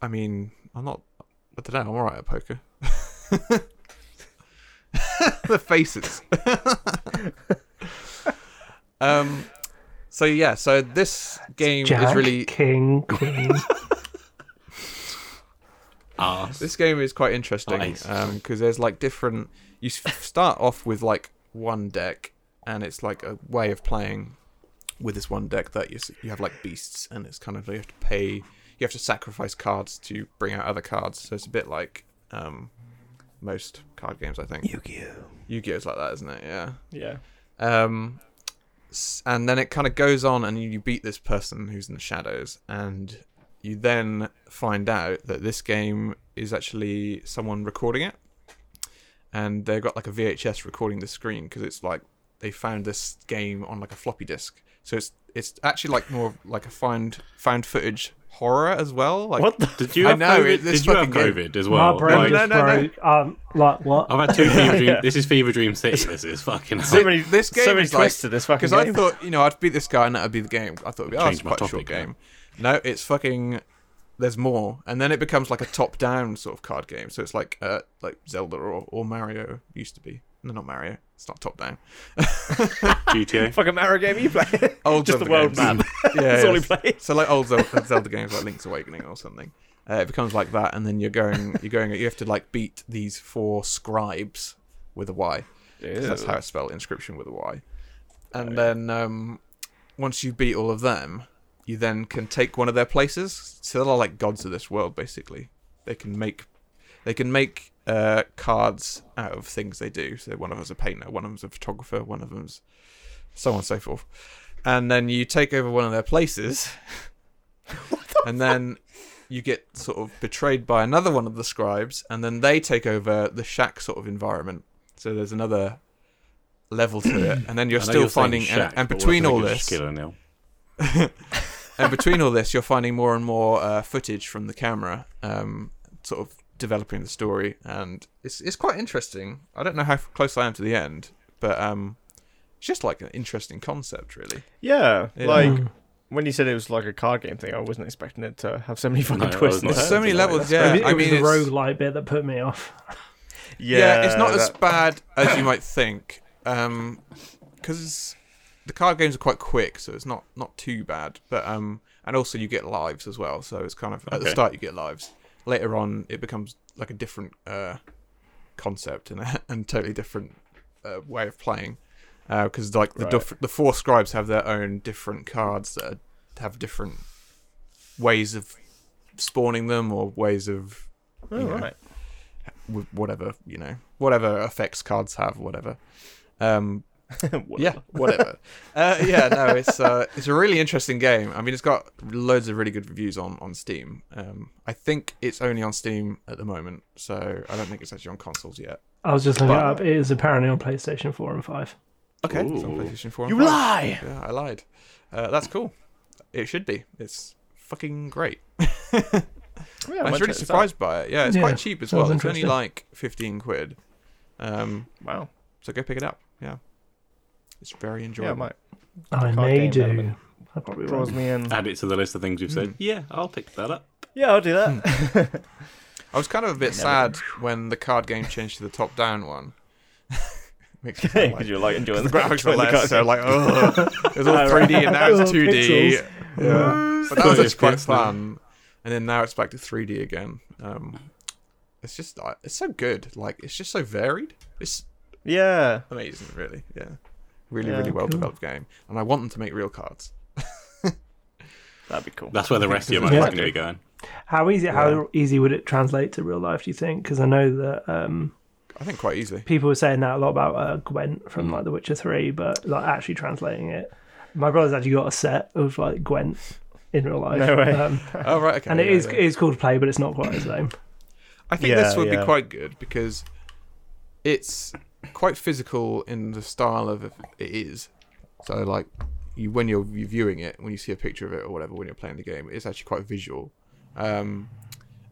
[SPEAKER 4] I mean, I'm not. I don't know. I'm alright at poker. the faces. um. So yeah. So this game is
[SPEAKER 5] Jack,
[SPEAKER 4] really.
[SPEAKER 5] king, queen.
[SPEAKER 3] Ass.
[SPEAKER 4] This game is quite interesting
[SPEAKER 3] Nice.
[SPEAKER 4] because there's like different. You s- start off with like one deck, and it's like a way of playing with this one deck that you s- you have like beasts, and it's kind of you have to pay, you have to sacrifice cards to bring out other cards. So it's a bit like um, most card games, I think.
[SPEAKER 6] Yu-Gi-Oh.
[SPEAKER 4] Yu-Gi-Oh's like that, isn't it? Yeah.
[SPEAKER 1] Yeah.
[SPEAKER 4] Um, s- and then it kind of goes on, and you beat this person who's in the shadows, and you then find out that this game is actually someone recording it, and they've got like a VHS recording the screen because it's like they found this game on like a floppy disk, so it's it's actually like more of like a find found footage horror as well. Like
[SPEAKER 1] What the?
[SPEAKER 3] Did you
[SPEAKER 4] I
[SPEAKER 3] have
[SPEAKER 4] know,
[SPEAKER 3] COVID?
[SPEAKER 4] it- this
[SPEAKER 3] Did you have
[SPEAKER 4] fucking game-
[SPEAKER 3] COVID as
[SPEAKER 5] My
[SPEAKER 3] well?
[SPEAKER 5] brain
[SPEAKER 3] Like,
[SPEAKER 4] no,
[SPEAKER 5] just
[SPEAKER 4] no, no.
[SPEAKER 5] broke. Um, like what?
[SPEAKER 3] I've had two fever dreams. This is fever dream city. This is fucking. hell.
[SPEAKER 1] many-
[SPEAKER 4] this
[SPEAKER 1] so
[SPEAKER 4] game
[SPEAKER 1] many
[SPEAKER 4] is like-
[SPEAKER 1] twists to this fucking
[SPEAKER 4] Because I
[SPEAKER 1] game.
[SPEAKER 4] thought, you know, I'd beat this guy and that'd be the game. I thought it'd be oh, it's
[SPEAKER 3] Change my
[SPEAKER 4] quite a short
[SPEAKER 3] topic,
[SPEAKER 4] game. No, it's fucking. There's more, and then it becomes like a top-down sort of card game. So it's like uh, like Zelda or, or Mario used to be. No, not Mario. It's not top-down.
[SPEAKER 3] GTA.
[SPEAKER 1] Fucking Mario game you play.
[SPEAKER 4] Old
[SPEAKER 1] Just the
[SPEAKER 4] Zelda
[SPEAKER 1] world
[SPEAKER 4] games.
[SPEAKER 1] map.
[SPEAKER 4] yeah,
[SPEAKER 1] That's all he
[SPEAKER 4] yes.
[SPEAKER 1] plays.
[SPEAKER 4] So like old Zelda, Zelda games like Link's Awakening or something. Uh, it becomes like that, and then you're going, you're going, you have to like beat these four scribes with a Y. 'cause that's how it's spelled inscription with a y and then um, once you beat all of them you then can take one of their places so they're like gods of this world basically they can make they can make uh, cards out of things they do so one of them's a painter one of them's a photographer one of them's so on and so forth and then you take over one of their places and then you get sort of betrayed by another one of the scribes and then they take over the shack sort of environment so there's another level to it and then you're
[SPEAKER 3] I know
[SPEAKER 4] still
[SPEAKER 3] you're saying
[SPEAKER 4] finding
[SPEAKER 3] Shaq,
[SPEAKER 4] and, and
[SPEAKER 3] but
[SPEAKER 4] between
[SPEAKER 3] we're
[SPEAKER 4] all
[SPEAKER 3] thinking
[SPEAKER 4] this
[SPEAKER 3] Shaquille O'Neal.
[SPEAKER 4] and between all this, you're finding more and more uh, footage from the camera, um, sort of developing the story, and it's it's quite interesting. I don't know how f- close I am to the end, but um, it's just like an interesting concept, really.
[SPEAKER 1] Yeah,
[SPEAKER 4] Yeah.
[SPEAKER 1] like
[SPEAKER 5] Mm.
[SPEAKER 1] when you said it was like a card game thing, I wasn't expecting it to have so many fucking
[SPEAKER 3] No, I was
[SPEAKER 1] twists. and
[SPEAKER 3] not.
[SPEAKER 1] turns
[SPEAKER 4] so many
[SPEAKER 1] in it.
[SPEAKER 4] levels,
[SPEAKER 1] That's-
[SPEAKER 5] It
[SPEAKER 4] yeah.
[SPEAKER 5] was- it
[SPEAKER 4] I
[SPEAKER 5] was
[SPEAKER 4] mean,
[SPEAKER 5] the
[SPEAKER 4] it's,
[SPEAKER 5] roguelite bit that put me off.
[SPEAKER 1] Yeah,
[SPEAKER 4] yeah, it's not as
[SPEAKER 1] that-
[SPEAKER 4] bad as you might think, um, because the card games are quite quick, so it's not not too bad. But um, and also you get lives as well, so it's kind of at the
[SPEAKER 3] Okay.
[SPEAKER 4] start you get lives. Later on, it becomes like a different uh concept and and totally different uh, way of playing. Because like the
[SPEAKER 1] Right.
[SPEAKER 4] diff- the four scribes have their own different cards that are, have different ways of spawning them or ways of
[SPEAKER 1] Oh,
[SPEAKER 4] you know,
[SPEAKER 1] right.
[SPEAKER 4] w- whatever you know whatever effects cards have whatever. Um,
[SPEAKER 1] Well,
[SPEAKER 4] yeah, whatever. uh, yeah, no, it's uh, it's a really interesting game. I mean, it's got loads of really good reviews on on Steam. Um, I think it's only on Steam at the moment, so I don't think it's actually on consoles yet.
[SPEAKER 2] I was just looking
[SPEAKER 4] But-
[SPEAKER 2] it up. It is apparently on PlayStation 4 and 5.
[SPEAKER 4] Okay, it's on
[SPEAKER 3] Ooh.
[SPEAKER 4] PlayStation 4. and
[SPEAKER 1] You
[SPEAKER 4] 5.
[SPEAKER 1] lie!
[SPEAKER 4] Yeah, I lied. Uh, that's cool. It should be. It's fucking great.
[SPEAKER 1] Yeah,
[SPEAKER 4] I
[SPEAKER 1] might
[SPEAKER 4] was really
[SPEAKER 1] check this
[SPEAKER 4] surprised by it. Yeah, it's
[SPEAKER 2] Yeah,
[SPEAKER 4] quite cheap as
[SPEAKER 2] sounds
[SPEAKER 4] well. It's only
[SPEAKER 2] interesting.
[SPEAKER 4] like fifteen quid. Um,
[SPEAKER 1] out. Wow.
[SPEAKER 4] so go pick it up. Yeah, it's very
[SPEAKER 1] Yeah, I
[SPEAKER 4] enjoyable.
[SPEAKER 1] might.
[SPEAKER 2] I
[SPEAKER 1] card
[SPEAKER 2] may
[SPEAKER 1] game
[SPEAKER 2] do.
[SPEAKER 1] element
[SPEAKER 2] I probably
[SPEAKER 1] Draws
[SPEAKER 2] will.
[SPEAKER 1] me in.
[SPEAKER 3] Add it to the list of things you've said. Yeah, I'll pick that up.
[SPEAKER 1] Yeah, I'll do that.
[SPEAKER 4] I was kind of a bit sad when the card game changed to the top-down one. Makes me feel
[SPEAKER 1] Because
[SPEAKER 4] like-
[SPEAKER 1] you're like enjoying the
[SPEAKER 4] graphics were
[SPEAKER 1] enjoying the
[SPEAKER 4] less,
[SPEAKER 1] card
[SPEAKER 4] so
[SPEAKER 1] game.
[SPEAKER 4] like, oh, it was all 3D and now it's 2D. Yeah. But that was
[SPEAKER 3] Yeah.
[SPEAKER 4] actually quite
[SPEAKER 3] Yes, no.
[SPEAKER 4] fun. And then now it's back to 3D again. Um, it's just, uh, it's so good. Like, it's just so varied. It's
[SPEAKER 1] Yeah.
[SPEAKER 4] amazing, really. Yeah. Really,
[SPEAKER 1] Yeah.
[SPEAKER 4] really well developed game. And I want them to make real cards.
[SPEAKER 1] That'd be cool.
[SPEAKER 3] That's where the rest of your
[SPEAKER 4] Yeah.
[SPEAKER 3] money's going to be going.
[SPEAKER 2] How easy how easy would it translate to real life, do you think? Because I know that um,
[SPEAKER 4] I think quite easily.
[SPEAKER 2] people were saying that a lot about uh, Gwent from like The Witcher 3, but like actually translating it. My brother's actually got a set of like Gwent in real life.
[SPEAKER 1] No way.
[SPEAKER 2] Um,
[SPEAKER 4] Oh, right. Okay.
[SPEAKER 2] and it
[SPEAKER 4] yeah,
[SPEAKER 2] is
[SPEAKER 4] yeah.
[SPEAKER 2] it's called play, but it's not quite the same.
[SPEAKER 4] I think
[SPEAKER 1] Yeah,
[SPEAKER 4] this would
[SPEAKER 1] yeah.
[SPEAKER 4] be quite good because it's quite physical in the style of it is. So like you when you're you're viewing it, when you see a picture of it or whatever when you're playing the game, it's actually quite visual. Um,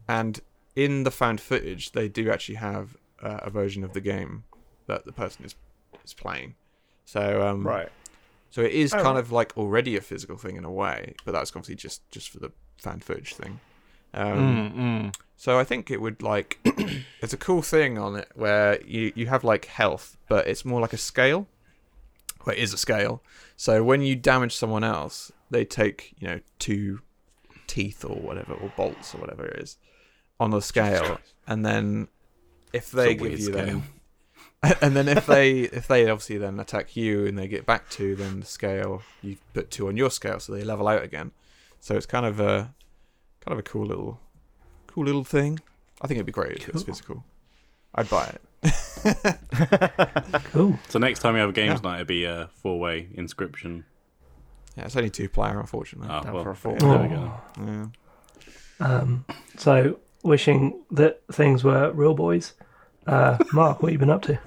[SPEAKER 4] and in the found footage, they do actually have uh, a version of the game that the person is is playing. So um,
[SPEAKER 1] right.
[SPEAKER 4] so it is
[SPEAKER 1] Oh.
[SPEAKER 4] kind of like already a physical thing in a way, but that's obviously just just for the found footage thing. Um,
[SPEAKER 1] Mm,
[SPEAKER 4] so I think it would like it's a cool thing on it where you you have like health, but it's more like a scale. Well, it is a scale. So when you damage someone else, they take you know two teeth or whatever or bolts or whatever it is on the scale, and then if they
[SPEAKER 3] It's a
[SPEAKER 4] give
[SPEAKER 3] weird
[SPEAKER 4] you
[SPEAKER 3] scale.
[SPEAKER 4] them, and then if they if they obviously then attack you and they get back to then the scale you put two on your scale, so they level out again. So it's kind of a kind of a cool little cool little thing. I think it'd be great if it's physical. I'd buy it.
[SPEAKER 2] Cool.
[SPEAKER 3] So next time we have a games
[SPEAKER 4] Yeah.
[SPEAKER 3] night, it'd be a four-way inscription.
[SPEAKER 4] Yeah, it's only two player, unfortunately.
[SPEAKER 3] Ah,
[SPEAKER 1] Down
[SPEAKER 3] well,
[SPEAKER 1] for a four.
[SPEAKER 3] there we go.
[SPEAKER 4] Yeah.
[SPEAKER 2] Um, Oh. so wishing that things were real boys. Uh, Mark, what have you been up to?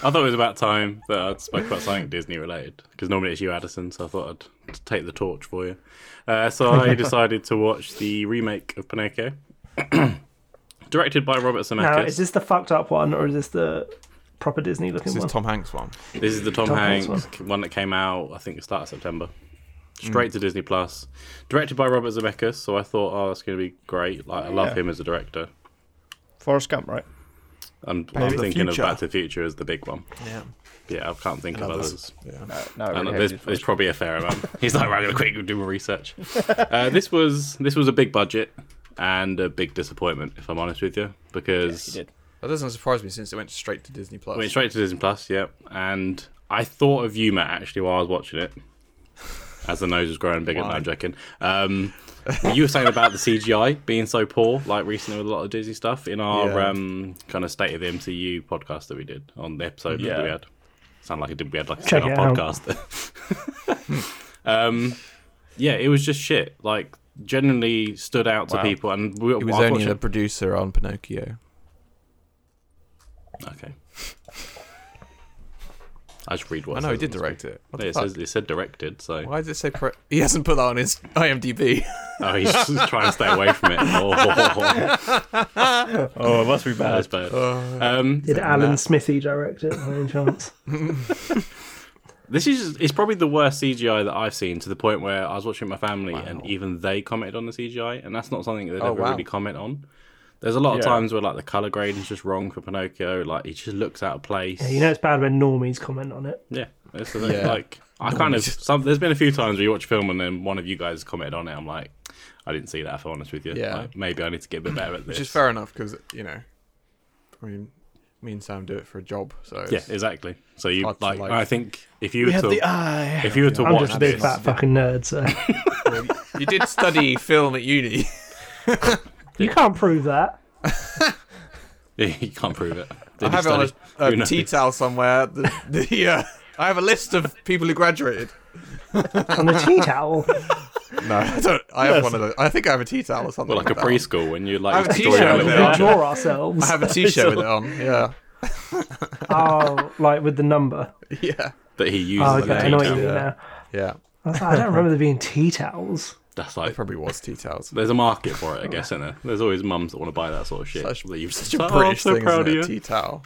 [SPEAKER 3] I thought it was about time that I'd spoke about something Disney related because normally it's you, Addison. So I thought I'd t- take the torch for you. Uh, so I decided to watch the remake of Pinocchio, directed by Robert Zemeckis.
[SPEAKER 2] Now, is this the fucked up one or is this the proper Disney looking
[SPEAKER 4] This is
[SPEAKER 2] one?
[SPEAKER 4] Tom Hanks one.
[SPEAKER 3] This is the Tom,
[SPEAKER 2] Tom Hanks
[SPEAKER 3] Hanks one. that came out, I think, the start of September. Straight to Disney Plus, directed by Robert Zemeckis. So I thought, oh, that's going to be great. Like I love
[SPEAKER 1] Yeah.
[SPEAKER 3] him as a director.
[SPEAKER 1] Forrest Gump, right?
[SPEAKER 3] I'm,
[SPEAKER 4] Back
[SPEAKER 3] I'm
[SPEAKER 4] to the
[SPEAKER 3] thinking of
[SPEAKER 4] Future.
[SPEAKER 3] Back to the Future as the big one.
[SPEAKER 4] Yeah.
[SPEAKER 3] Yeah, I can't think of
[SPEAKER 4] Another-
[SPEAKER 3] others.
[SPEAKER 1] No, no. I
[SPEAKER 3] And
[SPEAKER 1] really
[SPEAKER 3] there's,
[SPEAKER 1] hated
[SPEAKER 3] there's
[SPEAKER 1] Forrest
[SPEAKER 3] probably a fair amount. He's like, right, I'm gonna quick do my research. Uh, this was this was a big budget and a big disappointment, if I'm honest with you, because
[SPEAKER 1] did.
[SPEAKER 4] That doesn't surprise me since it went straight to Disney Plus.
[SPEAKER 3] I went straight to Disney Plus. Yep, and I thought of you, Matt, actually, while I was watching it, as the nose was growing bigger. No,
[SPEAKER 4] Why?
[SPEAKER 3] I'm joking. Um, you were saying about the CGI being so poor, like recently with a lot of Disney stuff in our
[SPEAKER 4] Yeah.
[SPEAKER 3] um, kind of state of the MCU podcast that we did on the episode that we
[SPEAKER 1] Yeah.
[SPEAKER 3] had. Sound like it did. We had like a
[SPEAKER 2] Check
[SPEAKER 3] spin-off
[SPEAKER 2] it out.
[SPEAKER 3] podcast. um, yeah, it was just shit. Like genuinely stood out to
[SPEAKER 1] Wow.
[SPEAKER 3] people, and we,
[SPEAKER 4] It was
[SPEAKER 3] I
[SPEAKER 4] only
[SPEAKER 3] watched
[SPEAKER 4] the producer on Pinocchio.
[SPEAKER 3] it- okay. I just read what
[SPEAKER 4] I
[SPEAKER 3] it
[SPEAKER 4] know he
[SPEAKER 3] says
[SPEAKER 4] did
[SPEAKER 3] on the
[SPEAKER 4] direct it. What
[SPEAKER 3] Yeah,
[SPEAKER 4] the
[SPEAKER 3] it
[SPEAKER 4] fuck?
[SPEAKER 3] says, it said directed, so
[SPEAKER 4] Why does it say pro- he hasn't put that on his IMDb?
[SPEAKER 3] oh, he's just trying to stay away from it. Oh,
[SPEAKER 1] Oh, it must be bad.
[SPEAKER 3] that's bad.
[SPEAKER 4] Oh.
[SPEAKER 3] Um,
[SPEAKER 2] Did Alan Smithy direct it by any chance?
[SPEAKER 3] this is it's probably the worst CGI that I've seen to the point where I was watching with my family and even they commented on the CGI, and that's not something that they'd
[SPEAKER 4] Oh,
[SPEAKER 3] ever
[SPEAKER 4] wow.
[SPEAKER 3] really comment on. There's a lot of
[SPEAKER 1] Yeah.
[SPEAKER 3] times where like the color grading's just wrong for Pinocchio, like he just looks out of place.
[SPEAKER 2] Yeah, you know it's bad when normies comment on it.
[SPEAKER 3] Yeah, that's the thing.
[SPEAKER 4] Yeah.
[SPEAKER 3] Like I kind of some, there's been a few times where you watch a film and then one of you guys commented on it. I'm like, I didn't see that. If I'm honest with you,
[SPEAKER 4] Yeah.
[SPEAKER 3] Like, maybe I need to get a bit better at this.
[SPEAKER 4] Which is fair enough because you know I mean, me and Sam do it for a job, so
[SPEAKER 3] Yeah,
[SPEAKER 4] it's-
[SPEAKER 3] exactly. So you
[SPEAKER 4] hard
[SPEAKER 3] like,
[SPEAKER 4] to, like-
[SPEAKER 3] I think if you
[SPEAKER 6] We
[SPEAKER 3] were
[SPEAKER 6] have
[SPEAKER 3] to
[SPEAKER 6] the eye.
[SPEAKER 3] if you were to
[SPEAKER 4] I'm
[SPEAKER 2] I'm
[SPEAKER 3] watch
[SPEAKER 2] just a big
[SPEAKER 3] this,
[SPEAKER 2] fat fucking nerd, so
[SPEAKER 4] you did study film at uni.
[SPEAKER 2] you can't prove that.
[SPEAKER 3] you can't prove it.
[SPEAKER 4] I have it on
[SPEAKER 3] Who
[SPEAKER 4] a, a
[SPEAKER 3] knows?
[SPEAKER 4] tea towel somewhere. The, the, uh, I have a list of people who graduated.
[SPEAKER 2] On the tea towel.
[SPEAKER 4] No, I don't. I have one of those. I think I have a tea towel or something.
[SPEAKER 3] Well, like a
[SPEAKER 4] that.
[SPEAKER 3] preschool when you like
[SPEAKER 4] I have a
[SPEAKER 3] used to
[SPEAKER 4] t-shirt
[SPEAKER 3] draw your
[SPEAKER 4] with it
[SPEAKER 3] little
[SPEAKER 4] on.
[SPEAKER 2] We
[SPEAKER 3] picture.
[SPEAKER 2] draw ourselves.
[SPEAKER 4] I have a T-shirt with it on. Yeah,
[SPEAKER 2] Oh, like with the number.
[SPEAKER 4] yeah,
[SPEAKER 3] that he uses.
[SPEAKER 2] Oh,
[SPEAKER 3] as
[SPEAKER 2] okay.
[SPEAKER 3] a
[SPEAKER 2] I know what you
[SPEAKER 3] detail.
[SPEAKER 2] mean
[SPEAKER 4] Yeah.
[SPEAKER 2] now.
[SPEAKER 4] yeah.
[SPEAKER 2] I, was like, I don't remember there being tea towels.
[SPEAKER 3] That's like
[SPEAKER 4] Probably was tea towels.
[SPEAKER 3] there's a market for it, I guess. Isn't there? There's always mums that want to buy that sort of shit.
[SPEAKER 4] Such,
[SPEAKER 3] that you've
[SPEAKER 4] such a
[SPEAKER 3] Oh, I'm
[SPEAKER 4] British
[SPEAKER 3] so
[SPEAKER 4] thing,
[SPEAKER 3] proud
[SPEAKER 4] isn't it?
[SPEAKER 3] of you.
[SPEAKER 4] Tea towel.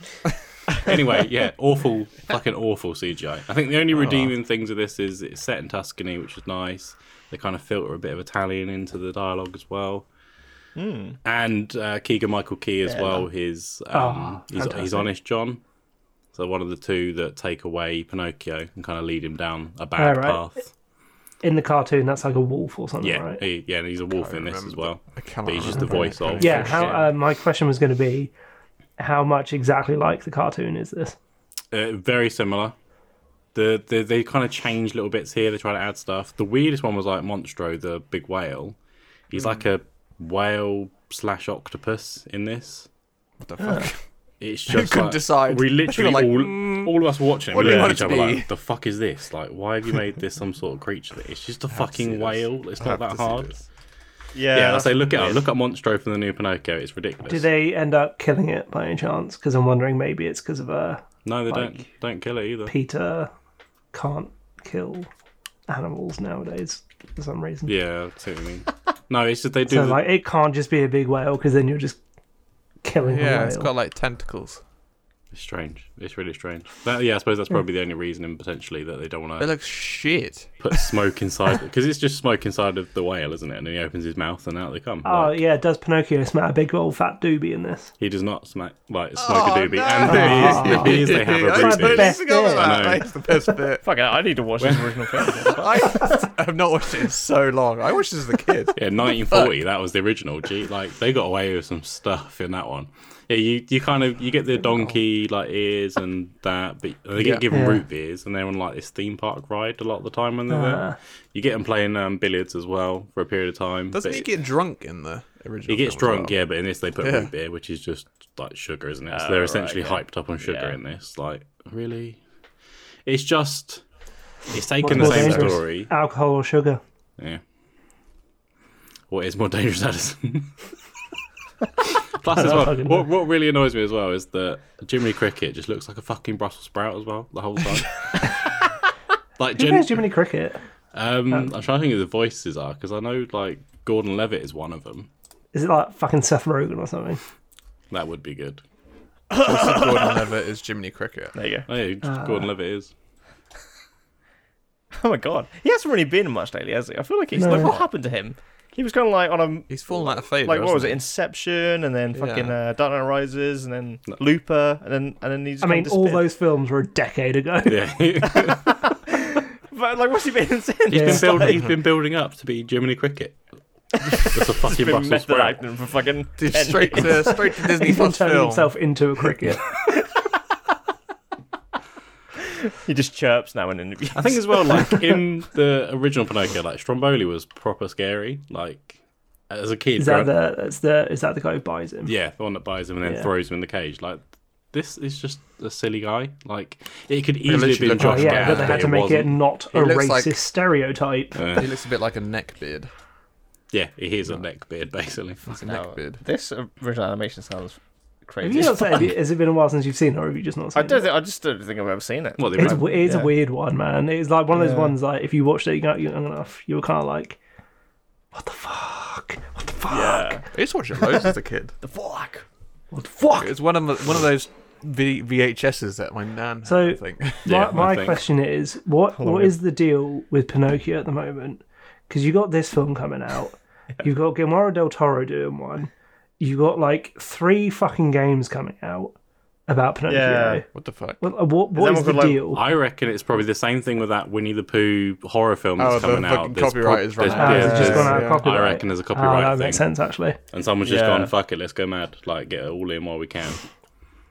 [SPEAKER 3] anyway, yeah, awful, fucking awful CGI. I think the only redeeming things of this is it's set in Tuscany, which is nice. They kind of filter a bit of Italian into the dialogue as well. And uh, Keegan Michael Key as well. His um,
[SPEAKER 2] Oh,
[SPEAKER 3] he's, he's
[SPEAKER 2] fantastic.
[SPEAKER 3] honest John. So one of the two that take away Pinocchio and kind of lead him down a
[SPEAKER 2] All
[SPEAKER 3] bad
[SPEAKER 2] Oh, right.
[SPEAKER 3] path.
[SPEAKER 2] In the cartoon, that's like a wolf or something,
[SPEAKER 3] Yeah,
[SPEAKER 2] right?
[SPEAKER 3] he, yeah, and he's a wolf in this as
[SPEAKER 4] remember
[SPEAKER 3] well.
[SPEAKER 4] I cannot.
[SPEAKER 3] But he's just the
[SPEAKER 4] remember.
[SPEAKER 3] voice of
[SPEAKER 2] Yeah. How, uh, my question was going to be, how much exactly like the cartoon is this?
[SPEAKER 3] Uh, very similar. The, the they kind of change little bits here. They try to add stuff. The weirdest one was like Monstro, the big whale. He's
[SPEAKER 4] Hmm.
[SPEAKER 3] like a whale slash octopus in this.
[SPEAKER 4] What the fuck?
[SPEAKER 3] It's just
[SPEAKER 4] couldn't
[SPEAKER 3] like-
[SPEAKER 4] decide.
[SPEAKER 3] We
[SPEAKER 4] They were
[SPEAKER 3] literally
[SPEAKER 4] like, "Hmm,
[SPEAKER 3] all, all of us watching
[SPEAKER 4] what
[SPEAKER 3] it,
[SPEAKER 4] do
[SPEAKER 3] we
[SPEAKER 4] you
[SPEAKER 3] looked at
[SPEAKER 4] want
[SPEAKER 3] each
[SPEAKER 4] it
[SPEAKER 3] other
[SPEAKER 4] to be?
[SPEAKER 3] like, the fuck is this? Like, why have you made this some sort of creature? that- It's just a
[SPEAKER 4] see
[SPEAKER 3] fucking
[SPEAKER 4] this.
[SPEAKER 3] whale. It's not
[SPEAKER 4] have
[SPEAKER 3] that
[SPEAKER 4] to see
[SPEAKER 3] hard.
[SPEAKER 4] this.
[SPEAKER 1] Yeah,
[SPEAKER 3] Yeah, I
[SPEAKER 1] that's
[SPEAKER 3] say look at look at Monstro from the new Pinocchio. It's ridiculous.
[SPEAKER 2] Do they end up killing it by any chance? Because I'm wondering maybe it's because of uh,
[SPEAKER 3] no, they don't
[SPEAKER 2] like-
[SPEAKER 3] don't kill it either.
[SPEAKER 2] Peter can't kill animals nowadays for some reason.
[SPEAKER 3] yeah, I see what you mean. No, it's just they do.
[SPEAKER 2] So
[SPEAKER 3] the-
[SPEAKER 2] like it can't just be a big whale because then you're just killing the
[SPEAKER 4] Yeah,
[SPEAKER 2] whale.
[SPEAKER 4] it's got like tentacles.
[SPEAKER 3] It's strange. It's really strange. That, yeah, I suppose that's probably the only reasoning potentially that they don't want
[SPEAKER 4] It
[SPEAKER 3] to
[SPEAKER 4] looks shit.
[SPEAKER 3] put smoke inside because it's just smoke inside of the whale, isn't it? And he opens his mouth and out they come.
[SPEAKER 2] Oh
[SPEAKER 3] Like,
[SPEAKER 2] yeah, does Pinocchio smell a big old fat doobie in this?
[SPEAKER 3] He does not smack like smoke a doobie.
[SPEAKER 4] Oh, no.
[SPEAKER 3] And the bees, the bees they have
[SPEAKER 4] I
[SPEAKER 3] are
[SPEAKER 4] just- I
[SPEAKER 3] really big.
[SPEAKER 4] just forgot
[SPEAKER 2] bit.
[SPEAKER 4] about
[SPEAKER 3] I know.
[SPEAKER 4] that. That's the best bit.
[SPEAKER 1] fucking. I need to watch this original film.
[SPEAKER 4] I have not watched it in so long. I watched this as a kid.
[SPEAKER 3] Yeah, 1940. That was the original. Gee, like they got away with some stuff in that one. Yeah, you, you kind of you get the donkey like ears and that, but they get
[SPEAKER 4] Yeah.
[SPEAKER 3] given
[SPEAKER 2] Yeah.
[SPEAKER 3] root beers and they're on like this theme park ride a lot of the time when they're
[SPEAKER 2] Ah.
[SPEAKER 3] there. You get them playing um, billiards as well for a period of time.
[SPEAKER 4] Doesn't
[SPEAKER 3] but
[SPEAKER 4] he
[SPEAKER 3] it-
[SPEAKER 4] get drunk in the original?
[SPEAKER 3] He
[SPEAKER 4] film as
[SPEAKER 3] gets drunk,
[SPEAKER 4] well?
[SPEAKER 3] yeah, but in this they put
[SPEAKER 4] Yeah.
[SPEAKER 3] root beer, which is just like sugar, isn't it? So
[SPEAKER 6] Oh,
[SPEAKER 3] they're
[SPEAKER 6] right,
[SPEAKER 3] essentially
[SPEAKER 6] yeah.
[SPEAKER 3] hyped up on sugar
[SPEAKER 6] Yeah.
[SPEAKER 3] in this. Like, really? It's just it's taken
[SPEAKER 2] more
[SPEAKER 3] the same
[SPEAKER 2] dangerous?
[SPEAKER 3] story.
[SPEAKER 2] Alcohol or sugar?
[SPEAKER 3] Yeah. What is more dangerous, Addison? Plus, as well,
[SPEAKER 2] fucking
[SPEAKER 3] what, what really annoys me as well is that Jiminy Cricket just looks like a fucking Brussels sprout as well the whole time. like,
[SPEAKER 2] Who
[SPEAKER 3] gen-
[SPEAKER 2] plays Jiminy Cricket?
[SPEAKER 3] um, I'm trying to think who the voices are because I know like Gordon Levitt is one of them.
[SPEAKER 2] Is it like fucking Seth Rogen or something?
[SPEAKER 3] That would be good.
[SPEAKER 4] Gordon Levitt is Jiminy Cricket.
[SPEAKER 1] There you go.
[SPEAKER 3] Oh, yeah,
[SPEAKER 2] Uh,
[SPEAKER 3] Gordon Levitt is.
[SPEAKER 1] Oh my god, he hasn't really been much lately, has he? I feel like he's
[SPEAKER 2] No.
[SPEAKER 1] like what happened to him? He was kind of like on a
[SPEAKER 4] He's fallen out of favour.
[SPEAKER 1] like what was it,
[SPEAKER 4] hasn't
[SPEAKER 1] Inception, and then fucking
[SPEAKER 4] Yeah.
[SPEAKER 1] uh, Dark Knight Rises, and then Looper, and then and then he's.
[SPEAKER 2] I mean, all those films were a decade ago.
[SPEAKER 3] Yeah.
[SPEAKER 1] But like, what's he been since?
[SPEAKER 3] He's
[SPEAKER 2] Yeah.
[SPEAKER 3] been building. he's been building up to be Jiminy Cricket. That's a fucking
[SPEAKER 1] been
[SPEAKER 3] Brussels
[SPEAKER 1] method
[SPEAKER 3] sprout.
[SPEAKER 1] acting for fucking.
[SPEAKER 4] he? Dude,
[SPEAKER 1] 10
[SPEAKER 4] straight to straight to Disney
[SPEAKER 2] He's been
[SPEAKER 4] Plus
[SPEAKER 2] turning
[SPEAKER 4] film.
[SPEAKER 2] himself into a cricket.
[SPEAKER 1] He just chirps now in interviews.
[SPEAKER 3] I think as well, like in the original Pinocchio, like Stromboli was proper scary. Like as a kid,
[SPEAKER 2] Is that
[SPEAKER 3] growing-
[SPEAKER 2] the that's the is that the guy who buys him?
[SPEAKER 3] yeah, the one that buys him and then
[SPEAKER 2] Yeah.
[SPEAKER 3] throws him in the cage. Like this is just a silly guy. Like it could
[SPEAKER 4] literally
[SPEAKER 3] easily have been
[SPEAKER 4] looked like-
[SPEAKER 3] Josh
[SPEAKER 2] Oh, yeah, but
[SPEAKER 3] Gad,
[SPEAKER 2] they had to
[SPEAKER 3] it
[SPEAKER 2] make it
[SPEAKER 3] wasn't.
[SPEAKER 2] not
[SPEAKER 4] He
[SPEAKER 2] a
[SPEAKER 4] looks
[SPEAKER 2] racist
[SPEAKER 4] like-
[SPEAKER 2] stereotype.
[SPEAKER 4] He looks a bit like a neckbeard.
[SPEAKER 3] Yeah, he is a neck beard basically.
[SPEAKER 4] It's a
[SPEAKER 1] Oh.
[SPEAKER 4] neckbeard.
[SPEAKER 1] this original animation sounds
[SPEAKER 2] have
[SPEAKER 1] crazy.
[SPEAKER 2] you not said? Has it been a while since you've seen, it, or have you just not seen?
[SPEAKER 1] I don't
[SPEAKER 2] it?
[SPEAKER 1] think. I just don't think I've ever seen it.
[SPEAKER 3] Well, they
[SPEAKER 2] It's
[SPEAKER 3] were-
[SPEAKER 2] w- it's
[SPEAKER 1] yeah.
[SPEAKER 2] a weird one, man. It's like one of those
[SPEAKER 1] Yeah.
[SPEAKER 2] ones like if you watched it young, young enough, you were kind of like, what the fuck? What the fuck?
[SPEAKER 4] I used to watch it loads as a kid.
[SPEAKER 1] The fuck.
[SPEAKER 2] What the fuck?
[SPEAKER 4] It was one of the- one of those v- VHSs that my nan. Had,
[SPEAKER 2] So-
[SPEAKER 4] I think.
[SPEAKER 3] Yeah, I
[SPEAKER 2] my my
[SPEAKER 3] think.
[SPEAKER 2] question is what what is the deal with Pinocchio at the moment? Because you got this film coming out, you've got Guillermo del Toro doing one, you've got like three fucking games coming out about Pinocchio.
[SPEAKER 1] Yeah.
[SPEAKER 4] What the fuck?
[SPEAKER 2] Well, uh, what what
[SPEAKER 1] that one
[SPEAKER 2] is, the
[SPEAKER 1] called, like,
[SPEAKER 2] deal?
[SPEAKER 3] I reckon it's probably the same thing with that Winnie the Pooh horror film that's
[SPEAKER 4] Oh, the
[SPEAKER 3] coming
[SPEAKER 4] fucking
[SPEAKER 3] out. There's
[SPEAKER 4] copyright is running
[SPEAKER 3] there's-
[SPEAKER 2] Ah,
[SPEAKER 4] out.
[SPEAKER 3] yeah,
[SPEAKER 2] it's just
[SPEAKER 3] there's-
[SPEAKER 2] gone out of
[SPEAKER 4] yeah. I
[SPEAKER 2] copyright.
[SPEAKER 3] I reckon there's a
[SPEAKER 2] Ah,
[SPEAKER 3] copyright
[SPEAKER 2] that
[SPEAKER 3] thing.
[SPEAKER 2] makes sense actually.
[SPEAKER 3] And someone's just
[SPEAKER 1] Yeah.
[SPEAKER 3] gone, fuck it, let's go mad. Like, get it all in while we can.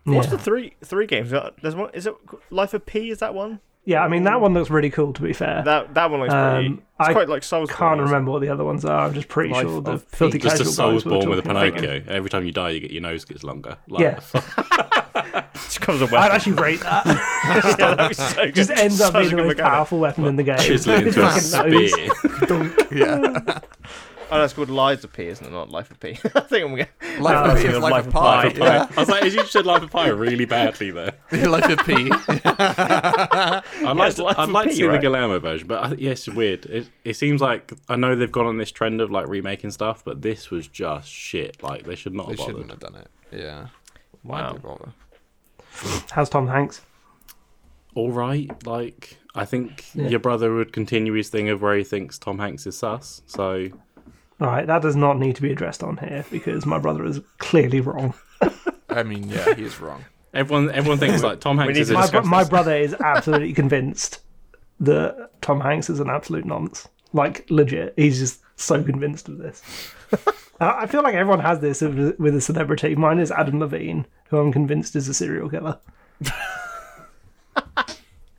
[SPEAKER 1] What's
[SPEAKER 2] Yeah.
[SPEAKER 1] the three three games? Uh, There's one. Is it Life of P? Is that one?
[SPEAKER 2] Yeah, I mean that one looks really cool. To be fair,
[SPEAKER 1] That that one looks pretty.
[SPEAKER 2] Um,
[SPEAKER 1] It's
[SPEAKER 2] I
[SPEAKER 1] quite like Souls.
[SPEAKER 2] can't remember what the other ones are. I'm just pretty
[SPEAKER 1] Life
[SPEAKER 2] sure the
[SPEAKER 1] of P.
[SPEAKER 2] filthy
[SPEAKER 3] Just a
[SPEAKER 2] casual guys
[SPEAKER 3] Souls
[SPEAKER 2] were
[SPEAKER 3] born with a
[SPEAKER 2] talking about it.
[SPEAKER 3] Pinocchio. Every time you die, you get your nose gets longer. Like,
[SPEAKER 2] Yeah,
[SPEAKER 1] It comes with
[SPEAKER 2] I'd
[SPEAKER 1] weapons.
[SPEAKER 2] actually rate that.
[SPEAKER 1] yeah, that'd be so good.
[SPEAKER 2] Just ends up
[SPEAKER 1] Such a
[SPEAKER 2] being the
[SPEAKER 1] good
[SPEAKER 2] most
[SPEAKER 1] mechanic.
[SPEAKER 2] powerful weapon in the game.
[SPEAKER 3] Chisel it into a
[SPEAKER 2] Fucking nose.
[SPEAKER 3] spear.
[SPEAKER 4] Yeah.
[SPEAKER 1] Oh, that's called Lies of P, isn't it? Not Life of P. I think I'm gonna.
[SPEAKER 4] Life of P is
[SPEAKER 1] of
[SPEAKER 4] life
[SPEAKER 1] Life
[SPEAKER 4] of
[SPEAKER 1] of Pi.
[SPEAKER 4] pie. Yeah.
[SPEAKER 3] I was like, is you said life of pie really badly there.
[SPEAKER 4] life of P.
[SPEAKER 3] I'd like,
[SPEAKER 1] it's
[SPEAKER 3] to,
[SPEAKER 1] Life
[SPEAKER 3] I'd
[SPEAKER 1] of
[SPEAKER 3] like to
[SPEAKER 1] P,
[SPEAKER 3] see
[SPEAKER 1] right?
[SPEAKER 3] the Guillermo version, but I, yeah, it's weird. It, it seems like I know they've gone on this trend of like remaking stuff, but this was just shit. Like they should not
[SPEAKER 4] They
[SPEAKER 3] have bothered.
[SPEAKER 4] shouldn't have done it. Yeah.
[SPEAKER 1] Wow.
[SPEAKER 4] bother?
[SPEAKER 2] How's Tom Hanks?
[SPEAKER 3] All right, like I think your brother would continue his thing of where he thinks Tom Hanks is sus. So
[SPEAKER 2] All right, that does not need to be addressed on here because my brother is clearly wrong.
[SPEAKER 4] I mean, yeah, he is wrong.
[SPEAKER 3] everyone, everyone thinks like Tom Hanks
[SPEAKER 1] need
[SPEAKER 3] is a
[SPEAKER 1] to
[SPEAKER 2] My, bro-
[SPEAKER 1] discuss
[SPEAKER 2] my
[SPEAKER 1] this.
[SPEAKER 2] brother is absolutely convinced that Tom Hanks is an absolute nonce. Like legit, he's just so convinced of this. I I feel like everyone has this with with a celebrity. Mine is Adam Levine, who I'm convinced is a serial killer.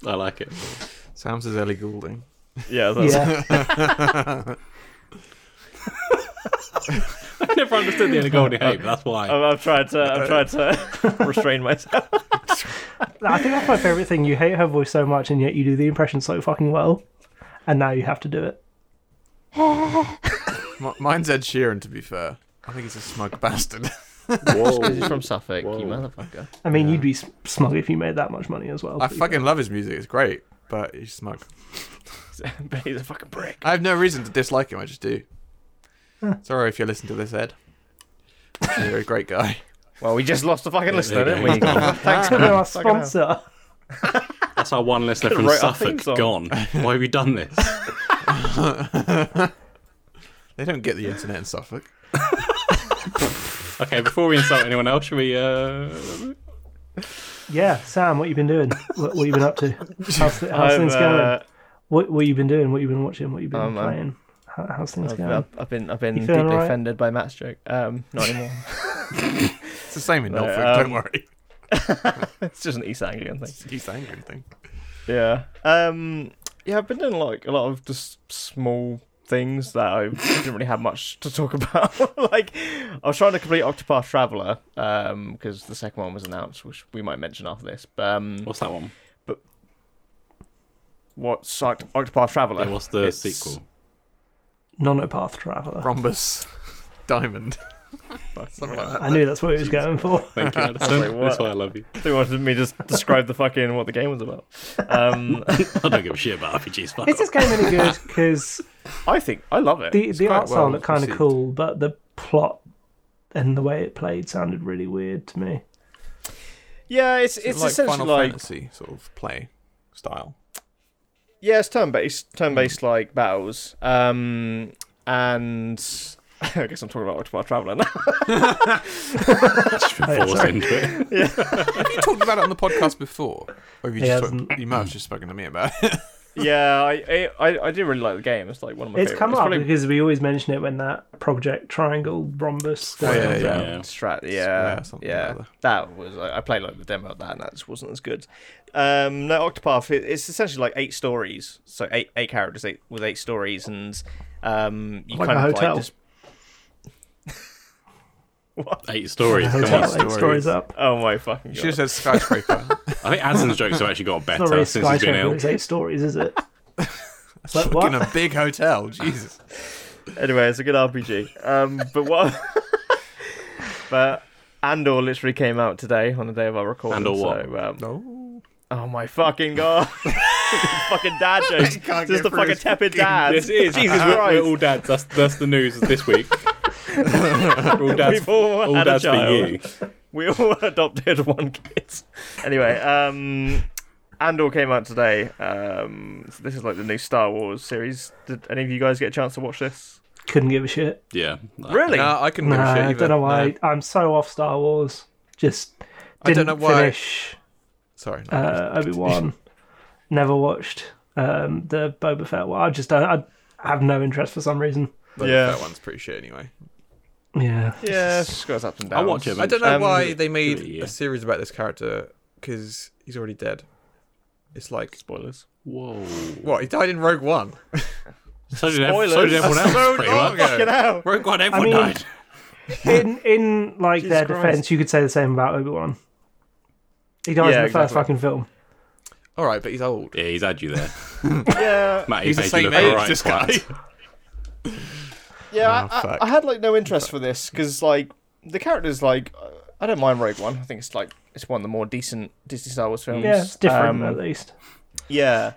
[SPEAKER 3] I like it.
[SPEAKER 4] Sounds as Ellie Goulding.
[SPEAKER 1] Yeah, that's
[SPEAKER 2] Yeah,
[SPEAKER 3] I never understood the Golden Ape. That's why.
[SPEAKER 1] I'm, I'm trying to. I'm trying to restrain myself.
[SPEAKER 2] I think that's my favorite thing. You hate her voice so much, and yet you do the impression so fucking well, and now you have to do it.
[SPEAKER 4] M- mine's Ed Sheeran, to be fair. I think he's a smug bastard.
[SPEAKER 1] He's
[SPEAKER 3] Whoa.
[SPEAKER 1] from Suffolk,
[SPEAKER 3] Whoa.
[SPEAKER 1] you motherfucker.
[SPEAKER 2] I mean, you'd be s- smug if you made that much money as well.
[SPEAKER 4] I
[SPEAKER 2] but-
[SPEAKER 4] fucking love his music. It's great, but he's smug.
[SPEAKER 1] but he's a fucking prick.
[SPEAKER 4] I have no reason to dislike him. I just do. Sorry if you listen to this, Ed. You're a great guy.
[SPEAKER 1] Well, we just lost a fucking listener,
[SPEAKER 3] there
[SPEAKER 1] didn't
[SPEAKER 3] you
[SPEAKER 1] we? Thanks for
[SPEAKER 2] They're our
[SPEAKER 1] Fucking hell.
[SPEAKER 2] sponsor.
[SPEAKER 3] That's our one listener
[SPEAKER 1] Could've
[SPEAKER 3] from
[SPEAKER 1] wrote our theme
[SPEAKER 3] Suffolk
[SPEAKER 1] song.
[SPEAKER 3] gone. Why have you done this?
[SPEAKER 4] They don't get the internet in Suffolk.
[SPEAKER 3] Okay, before we insult anyone else, should we? Uh...
[SPEAKER 2] Yeah, Sam, what you been doing? what, what you been up to? How's, th- how's
[SPEAKER 1] I've,
[SPEAKER 2] things going?
[SPEAKER 1] uh,
[SPEAKER 2] What what you been doing? What you been watching? What you been
[SPEAKER 4] uh,
[SPEAKER 1] Um, um,
[SPEAKER 2] playing? How, how's things
[SPEAKER 1] I've,
[SPEAKER 2] going?
[SPEAKER 1] I've, I've been I've been
[SPEAKER 2] You
[SPEAKER 1] deeply
[SPEAKER 2] feeling alright?
[SPEAKER 1] offended by Matt's joke. Um, not anymore.
[SPEAKER 4] It's the same in
[SPEAKER 1] No,
[SPEAKER 4] Norfolk.
[SPEAKER 1] um,
[SPEAKER 4] don't worry.
[SPEAKER 1] it's just an East Anglian thing.
[SPEAKER 4] It's the East Anglian thing.
[SPEAKER 1] Yeah. Um. Yeah, I've been doing like a lot of just small things that I didn't really have much to talk about. like, I was trying to complete Octopath Traveler, um, because the second one was announced, which we might mention after this. But um,
[SPEAKER 3] What's that one?
[SPEAKER 1] what sucked Octopath Traveler?
[SPEAKER 3] Yeah, what's the
[SPEAKER 1] It's-
[SPEAKER 3] sequel?
[SPEAKER 2] Nonopath Traveler.
[SPEAKER 4] Rhombus, diamond, something like that.
[SPEAKER 2] I knew that's what he was going for.
[SPEAKER 3] Thank you, Addison.
[SPEAKER 1] like,
[SPEAKER 3] That's
[SPEAKER 1] what?
[SPEAKER 3] why I love you.
[SPEAKER 1] They wanted me to s- describe the fucking what the game was about. Um,
[SPEAKER 3] I don't give a shit about RPGs. Fuck
[SPEAKER 2] Is this
[SPEAKER 3] off.
[SPEAKER 2] game any good? Because
[SPEAKER 1] I think I love it.
[SPEAKER 2] the the
[SPEAKER 4] quite
[SPEAKER 2] art style
[SPEAKER 4] well
[SPEAKER 2] looked kind of
[SPEAKER 4] conceived.
[SPEAKER 2] cool, but the plot and the way it played sounded really weird to me.
[SPEAKER 1] yeah, it's it's,
[SPEAKER 4] like
[SPEAKER 1] essentially
[SPEAKER 4] Final
[SPEAKER 1] like
[SPEAKER 4] Fantasy sort of play style.
[SPEAKER 1] Yeah, it's turn based, turn based like battles. Um, and I guess I'm talking about Octopath Traveler now.
[SPEAKER 3] Just been forced into it.
[SPEAKER 4] Have you talked about it on the podcast before? Or have you,
[SPEAKER 2] He
[SPEAKER 4] just
[SPEAKER 2] hasn't.
[SPEAKER 4] talked- you might have just spoken to me about it.
[SPEAKER 1] yeah, I, I I do really like the game. It's like one of my.
[SPEAKER 2] It's
[SPEAKER 1] favorite.
[SPEAKER 2] come up
[SPEAKER 1] probably
[SPEAKER 2] because we always mention it when that Project Triangle Rhombus.
[SPEAKER 4] Oh, yeah,
[SPEAKER 2] comes
[SPEAKER 4] yeah.
[SPEAKER 2] out.
[SPEAKER 3] Yeah.
[SPEAKER 1] Strat, yeah,
[SPEAKER 4] something or
[SPEAKER 1] yeah.
[SPEAKER 4] other.
[SPEAKER 1] That was I, I played like the demo of that, and that just wasn't as good. Um, no, Octopath. It, it's essentially like eight stories, so eight eight characters eight, with eight stories, and um, you
[SPEAKER 2] Like
[SPEAKER 1] kind
[SPEAKER 2] a
[SPEAKER 1] of
[SPEAKER 2] hotel.
[SPEAKER 1] like just. what?
[SPEAKER 3] Eight stories. Come
[SPEAKER 2] Hotel
[SPEAKER 3] on.
[SPEAKER 2] eight stories up.
[SPEAKER 1] Oh my fucking
[SPEAKER 4] You should have
[SPEAKER 1] god!
[SPEAKER 4] said skyscraper.
[SPEAKER 3] I think Addison's jokes have actually got
[SPEAKER 2] It's not really
[SPEAKER 3] better since he's been
[SPEAKER 2] skyscraper.
[SPEAKER 3] ill.
[SPEAKER 2] It's eight stories, is it?
[SPEAKER 4] That's
[SPEAKER 2] Like
[SPEAKER 4] fucking
[SPEAKER 2] what?
[SPEAKER 4] a big hotel. Jesus.
[SPEAKER 1] Anyway, it's a good RPG. Um, but what? but Andor literally came out today on the day of our recording.
[SPEAKER 3] Andor what?
[SPEAKER 1] So, um,
[SPEAKER 4] No.
[SPEAKER 1] oh my fucking god! fucking dad jokes.
[SPEAKER 4] can't
[SPEAKER 1] This is the
[SPEAKER 4] get through
[SPEAKER 1] fucking
[SPEAKER 4] his
[SPEAKER 1] tepid
[SPEAKER 4] fucking-
[SPEAKER 1] dad.
[SPEAKER 3] This is
[SPEAKER 1] Jesus
[SPEAKER 3] we're, we're
[SPEAKER 1] Christ.
[SPEAKER 3] all dads. That's that's the news this week. we're all dads.
[SPEAKER 1] We've all
[SPEAKER 3] all
[SPEAKER 1] had
[SPEAKER 3] dads
[SPEAKER 1] a
[SPEAKER 3] for
[SPEAKER 1] child.
[SPEAKER 3] you.
[SPEAKER 1] We all adopted one kid. Anyway, um, Andor came out today. Um, so this is like the new Star Wars series. Did any of you guys get a chance to watch this?
[SPEAKER 2] Couldn't give a shit.
[SPEAKER 3] Yeah. Like,
[SPEAKER 1] Really?
[SPEAKER 4] No, I couldn't give
[SPEAKER 2] Nah,
[SPEAKER 4] a shit
[SPEAKER 2] I
[SPEAKER 4] either.
[SPEAKER 2] don't know why.
[SPEAKER 4] No.
[SPEAKER 2] I'm so off Star Wars. Just didn't
[SPEAKER 4] I don't know why-
[SPEAKER 2] finish
[SPEAKER 4] Sorry. No,
[SPEAKER 2] uh, Obi Wan. Never watched um, the Boba Fett. Well, I just don't. I have no interest for some reason.
[SPEAKER 4] but
[SPEAKER 1] yeah.
[SPEAKER 4] That one's pretty shit anyway.
[SPEAKER 2] Yeah.
[SPEAKER 1] Yeah, it's just got its ups and
[SPEAKER 3] I'll
[SPEAKER 1] downs.
[SPEAKER 3] watch it,
[SPEAKER 4] I
[SPEAKER 3] man.
[SPEAKER 4] don't know
[SPEAKER 1] Um,
[SPEAKER 4] why they made
[SPEAKER 3] really, yeah.
[SPEAKER 4] a series about this character because he's already dead. It's like
[SPEAKER 1] Spoilers.
[SPEAKER 3] Whoa.
[SPEAKER 4] what he died in Rogue One.
[SPEAKER 3] So did, ev- so did everyone else.
[SPEAKER 4] so
[SPEAKER 3] pretty
[SPEAKER 4] long
[SPEAKER 3] much.
[SPEAKER 4] ago.
[SPEAKER 1] Get out.
[SPEAKER 3] Rogue One, everyone
[SPEAKER 2] mean-
[SPEAKER 3] died.
[SPEAKER 2] In in like their
[SPEAKER 1] Jesus Christ.
[SPEAKER 2] defense, you could say the same about Obi Wan. He dies
[SPEAKER 1] Yeah,
[SPEAKER 2] in the first
[SPEAKER 1] exactly.
[SPEAKER 2] fucking film.
[SPEAKER 4] All right, but he's old.
[SPEAKER 3] Yeah, he's had you there.
[SPEAKER 1] Yeah,
[SPEAKER 3] Matt,
[SPEAKER 4] He's
[SPEAKER 3] he's
[SPEAKER 4] the
[SPEAKER 3] made
[SPEAKER 4] same
[SPEAKER 3] you look
[SPEAKER 4] age,
[SPEAKER 3] alright,
[SPEAKER 4] this
[SPEAKER 3] twat.
[SPEAKER 1] yeah. I-
[SPEAKER 4] Ah,
[SPEAKER 3] Oh,
[SPEAKER 1] I,
[SPEAKER 4] fuck.
[SPEAKER 1] I had like no interest for this because like the characters like uh, I don't mind Rogue One. I think it's like it's one of the more decent Disney Star Wars films.
[SPEAKER 2] Yeah, it's
[SPEAKER 1] Um,
[SPEAKER 2] different at least.
[SPEAKER 1] Yeah.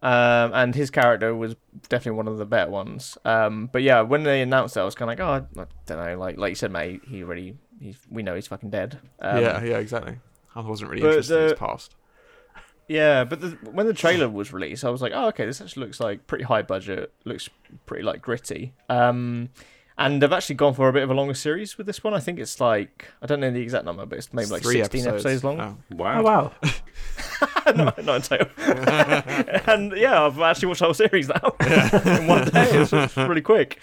[SPEAKER 1] Um, and his character was definitely one of the better ones. Um, but yeah, when they announced that, I was kind of like, oh, I, I don't know. Like, like you said, mate, he already, he's, we know he's fucking dead. Um,
[SPEAKER 4] yeah, yeah, exactly. I wasn't really
[SPEAKER 1] but
[SPEAKER 4] interested in his
[SPEAKER 1] the-
[SPEAKER 4] past.
[SPEAKER 1] yeah. But the, when the trailer was released, I was like, oh, okay, this actually looks like pretty high budget. Looks pretty like gritty. Um, and they've actually gone for a bit of a longer series with this one. I think it's like I don't know the exact number, but it's maybe like sixteen episodes, long.
[SPEAKER 4] Oh.
[SPEAKER 3] Wow.
[SPEAKER 2] Oh wow.
[SPEAKER 1] not, not entail. and yeah, I've actually watched the whole series now in one day. It's, it's really quick.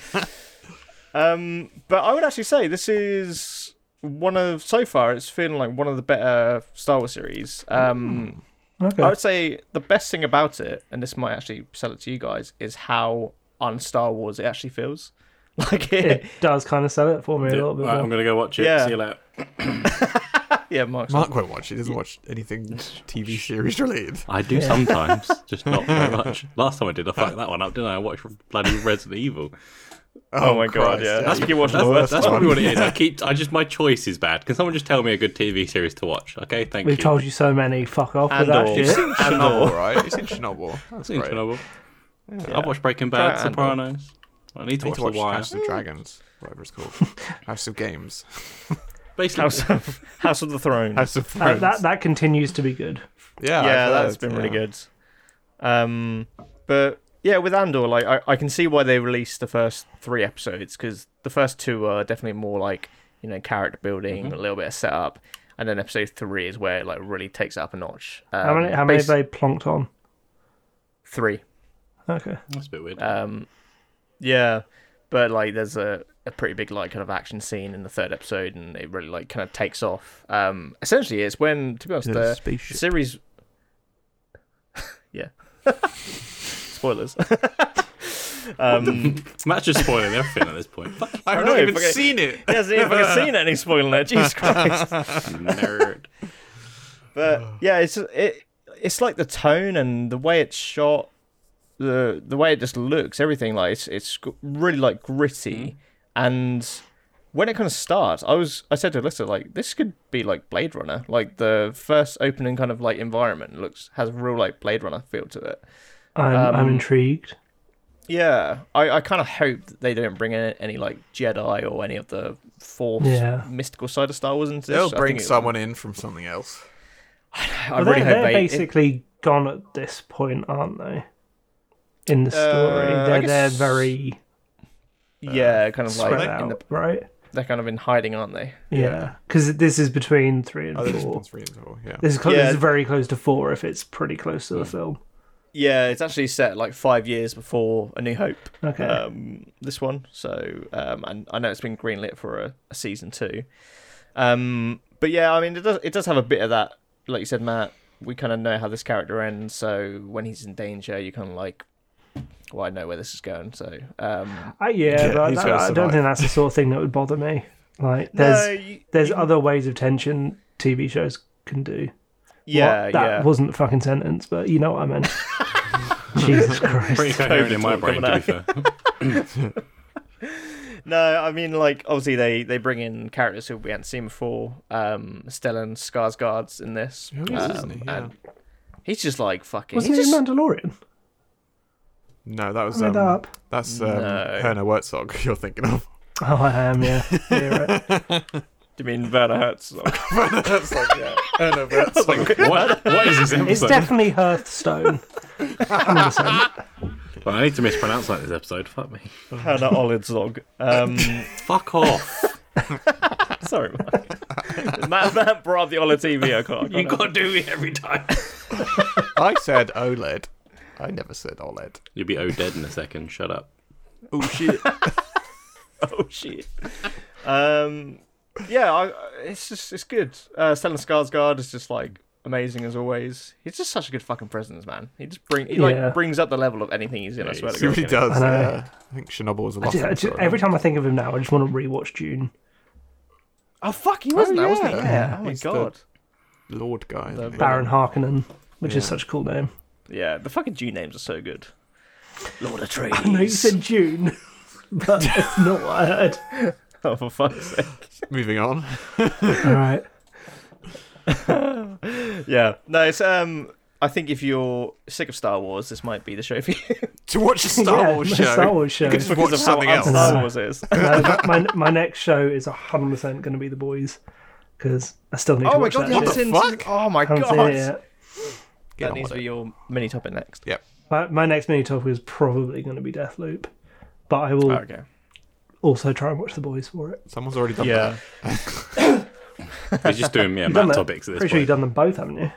[SPEAKER 1] Um, but I would actually say this is one of so far. It's feeling like one of the better Star Wars series.
[SPEAKER 4] Hmm.
[SPEAKER 1] Um, I
[SPEAKER 2] Okay.
[SPEAKER 1] would say the best thing about it, and this might actually sell it to you guys, is how on Star Wars it actually feels. Like it,
[SPEAKER 2] It does kind of sell it for me a
[SPEAKER 3] Yeah,
[SPEAKER 2] little bit.
[SPEAKER 3] right, I'm
[SPEAKER 2] more.
[SPEAKER 3] gonna go watch it.
[SPEAKER 1] Yeah.
[SPEAKER 3] See you later.
[SPEAKER 1] yeah, Mark's
[SPEAKER 4] Mark won't watch. He doesn't watch anything TV series related.
[SPEAKER 3] I do sometimes, just not very much. Last time I did, I fucked that one up, didn't I? I watched bloody Resident Evil.
[SPEAKER 1] Oh, my god,
[SPEAKER 4] Christ,
[SPEAKER 1] yeah. That's
[SPEAKER 4] you-
[SPEAKER 1] you watching the
[SPEAKER 3] That's,
[SPEAKER 1] worst.
[SPEAKER 3] that's
[SPEAKER 1] one.
[SPEAKER 3] probably what it is. I keep, I just my choice is bad. Can someone just tell me a good TV series to watch? Okay, thank
[SPEAKER 2] We've
[SPEAKER 3] you.
[SPEAKER 2] told you so many. Fuck off with that
[SPEAKER 1] Andor.
[SPEAKER 2] shit.
[SPEAKER 4] Chernobyl, right? He's in Chernobyl. That's
[SPEAKER 3] Seems
[SPEAKER 4] great. I
[SPEAKER 3] novel. I've watched Breaking Bad,
[SPEAKER 1] Try and-
[SPEAKER 3] Sopranos. I need to
[SPEAKER 4] need
[SPEAKER 3] watch,
[SPEAKER 4] to watch
[SPEAKER 3] The Wire.
[SPEAKER 4] House of Dragons, whatever it's called. House of Games.
[SPEAKER 3] Basically,
[SPEAKER 1] House of, House of the Throne.
[SPEAKER 4] House of
[SPEAKER 2] That, that that continues to be good.
[SPEAKER 4] yeah,
[SPEAKER 1] yeah,
[SPEAKER 4] I've
[SPEAKER 1] that's
[SPEAKER 4] heard,
[SPEAKER 1] been really
[SPEAKER 4] yeah.
[SPEAKER 1] good. Um, but yeah, with Andor, like I, I can see why they released the first three episodes because the first two are definitely more like you know character building, a little bit of setup, and then episode three is where it like really takes it up a notch. Um,
[SPEAKER 2] How many? How many
[SPEAKER 1] bas-
[SPEAKER 2] have they plonked on?
[SPEAKER 1] Three.
[SPEAKER 2] Okay.
[SPEAKER 3] that's a bit weird.
[SPEAKER 1] Um, yeah, but like there's a, a pretty big like kind of action scene in the third episode, and it really like kind of takes off. Um, essentially, it's when to be honest,
[SPEAKER 4] In a
[SPEAKER 1] the
[SPEAKER 4] spaceship.
[SPEAKER 1] series. yeah. Spoilers. um,
[SPEAKER 3] Matt's just spoiling everything at this point. Fuck you,
[SPEAKER 4] I've
[SPEAKER 1] I
[SPEAKER 4] not
[SPEAKER 1] know,
[SPEAKER 4] even
[SPEAKER 1] fucking-
[SPEAKER 4] seen it.
[SPEAKER 1] he hasn't even fucking seen any spoiling there. Jesus Christ.
[SPEAKER 3] nerd.
[SPEAKER 1] But yeah, it's it it's like the tone and the way it's shot, the the way it just looks, everything like it's it's g- really like gritty. And when it kind of starts, I was I said to Alyssa like this could be like Blade Runner. Like the first opening kind of like environment looks has a real like Blade Runner feel to it.
[SPEAKER 2] I'm
[SPEAKER 1] Um,
[SPEAKER 2] I'm intrigued.
[SPEAKER 1] Yeah, I, I kind of hope that they don't bring in any like Jedi or any of the Force
[SPEAKER 2] Yeah.
[SPEAKER 1] mystical side of Star Wars into this.
[SPEAKER 4] They'll
[SPEAKER 1] I
[SPEAKER 4] bring
[SPEAKER 1] think it-
[SPEAKER 4] someone in from something else.
[SPEAKER 1] I
[SPEAKER 2] Well,
[SPEAKER 1] really
[SPEAKER 2] they're
[SPEAKER 1] hope
[SPEAKER 2] they're
[SPEAKER 1] they.
[SPEAKER 2] basically gone at this point, aren't they? In the story,
[SPEAKER 1] Uh, I
[SPEAKER 2] they're
[SPEAKER 1] guess-
[SPEAKER 2] they're very
[SPEAKER 1] yeah, kind of
[SPEAKER 2] spread
[SPEAKER 1] like
[SPEAKER 2] out,
[SPEAKER 1] in the
[SPEAKER 2] right?
[SPEAKER 1] they're kind of in hiding, aren't they?
[SPEAKER 2] Yeah, because this is between three and
[SPEAKER 4] Oh, there's
[SPEAKER 2] four.
[SPEAKER 4] been three as well. Yeah.
[SPEAKER 2] This is, clo-
[SPEAKER 1] Yeah. Mm.
[SPEAKER 2] this is very close to four if it's pretty close to the film.
[SPEAKER 1] Yeah, it's actually set like five years before A New Hope.
[SPEAKER 2] Okay.
[SPEAKER 1] Um, this one, so um, and I know it's been greenlit for a, a season two. Um, but yeah, I mean, it does it does have a bit of that, like you said, Matt. We kind of know how this character ends, so when he's in danger, you kind of like, well, I know where this is going. So um,
[SPEAKER 2] Uh, yeah,
[SPEAKER 4] Yeah,
[SPEAKER 2] but
[SPEAKER 4] he's
[SPEAKER 2] that-
[SPEAKER 4] gotta
[SPEAKER 2] I don't
[SPEAKER 4] survive.
[SPEAKER 2] think that's the sort of thing that would bother me. Like, there's
[SPEAKER 1] you-
[SPEAKER 2] there's
[SPEAKER 1] you-
[SPEAKER 2] other ways of tension TV shows can do.
[SPEAKER 1] yeah,
[SPEAKER 2] What? that
[SPEAKER 1] yeah.
[SPEAKER 2] wasn't a fucking sentence, but you know what I meant. Jesus Christ!
[SPEAKER 3] Pretty coherent in my
[SPEAKER 1] talk
[SPEAKER 3] brain, to be
[SPEAKER 1] coming
[SPEAKER 3] fair.
[SPEAKER 1] No, I mean like obviously they they bring in characters who we hadn't seen before. Um, Stellan Skarsgård's in this.
[SPEAKER 4] Who is, isn't he?
[SPEAKER 1] um,
[SPEAKER 4] Yeah.
[SPEAKER 1] and he's just like fucking.
[SPEAKER 2] Wasn't
[SPEAKER 1] he's
[SPEAKER 2] he
[SPEAKER 1] just-
[SPEAKER 2] Mandalorian?
[SPEAKER 4] No, that was
[SPEAKER 2] I made
[SPEAKER 4] um,
[SPEAKER 2] that up.
[SPEAKER 4] that's um,
[SPEAKER 1] No.
[SPEAKER 4] Herna Wertzog you're thinking of.
[SPEAKER 2] Oh, I am. Yeah, yeah right.
[SPEAKER 1] Do you mean Werner Herzog?
[SPEAKER 4] Herzog, yeah. Herna Wertzog.
[SPEAKER 3] What? What is this
[SPEAKER 2] it's
[SPEAKER 3] episode?
[SPEAKER 2] definitely Hearthstone. 100%.
[SPEAKER 3] Well, I need to mispronounce like this episode. Fuck me.
[SPEAKER 1] Werner Olidzog. Um,
[SPEAKER 3] Fuck off.
[SPEAKER 1] sorry, Mark. Matt, Matt brought up the Ola TV. I can't.
[SPEAKER 3] you gotta do it every time.
[SPEAKER 4] I said OLED. I never said OLED.
[SPEAKER 3] You'll be O dead in a second. Shut up.
[SPEAKER 4] Oh shit.
[SPEAKER 1] Oh shit. Um, yeah, I, it's just it's good. Uh, Stellan Skarsgård is just like amazing as always. He's just such a good fucking presence, man. He just bring he
[SPEAKER 2] Yeah.
[SPEAKER 1] like brings up the level of anything he's in. I swear to
[SPEAKER 4] He
[SPEAKER 1] God.
[SPEAKER 4] really does.
[SPEAKER 2] I know.
[SPEAKER 4] yeah. I think Chernobyl was a
[SPEAKER 2] I
[SPEAKER 4] lot.
[SPEAKER 2] ju- I ju- every time I think of him now, I just want to rewatch June.
[SPEAKER 1] Oh fuck, he wasn't
[SPEAKER 4] Oh,
[SPEAKER 1] there, wasn't he?
[SPEAKER 4] yeah.
[SPEAKER 1] Yeah. Oh my
[SPEAKER 4] He's the-
[SPEAKER 1] god.
[SPEAKER 4] Lord guy. isn't he?
[SPEAKER 2] Baron Harkonnen, which is
[SPEAKER 1] Yeah.
[SPEAKER 2] such a cool name.
[SPEAKER 1] Yeah, the fucking G names are so good. Lord Atreides.
[SPEAKER 2] I know you said June, but it's not what I heard.
[SPEAKER 1] oh, for fuck's sake.
[SPEAKER 4] Moving on.
[SPEAKER 2] All right.
[SPEAKER 1] Yeah. No, it's um. I think if you're sick of Star Wars, this might be the show for you.
[SPEAKER 4] to watch a Star
[SPEAKER 2] Yeah,
[SPEAKER 4] Wars
[SPEAKER 2] my
[SPEAKER 4] show.
[SPEAKER 2] Star Wars show.
[SPEAKER 4] You could just watch
[SPEAKER 1] because of how
[SPEAKER 4] something else.
[SPEAKER 1] Star Wars is.
[SPEAKER 2] Uh, my, my next show is 100% going to be The Boys because I still need to
[SPEAKER 1] Oh my
[SPEAKER 2] watch
[SPEAKER 1] god,
[SPEAKER 2] that
[SPEAKER 1] yeah,
[SPEAKER 2] shit.
[SPEAKER 1] it's in
[SPEAKER 4] fuck?
[SPEAKER 1] season- Oh my
[SPEAKER 2] I haven't seen
[SPEAKER 1] god.
[SPEAKER 2] it yet.
[SPEAKER 4] Get
[SPEAKER 1] That
[SPEAKER 4] on
[SPEAKER 1] needs
[SPEAKER 4] with
[SPEAKER 1] to
[SPEAKER 4] it.
[SPEAKER 1] be your mini topic next.
[SPEAKER 2] My, my next mini topic is probably going to be Deathloop, but I will
[SPEAKER 1] Ah, Okay.
[SPEAKER 2] also try and watch The Boys for it.
[SPEAKER 4] Someone's already done
[SPEAKER 1] Yeah.
[SPEAKER 3] You're just doing yeah,
[SPEAKER 2] You've done
[SPEAKER 3] mad
[SPEAKER 2] that-
[SPEAKER 3] topics at
[SPEAKER 2] Pretty
[SPEAKER 3] this
[SPEAKER 2] sure you've
[SPEAKER 3] point.
[SPEAKER 2] done them both, haven't you?
[SPEAKER 4] that.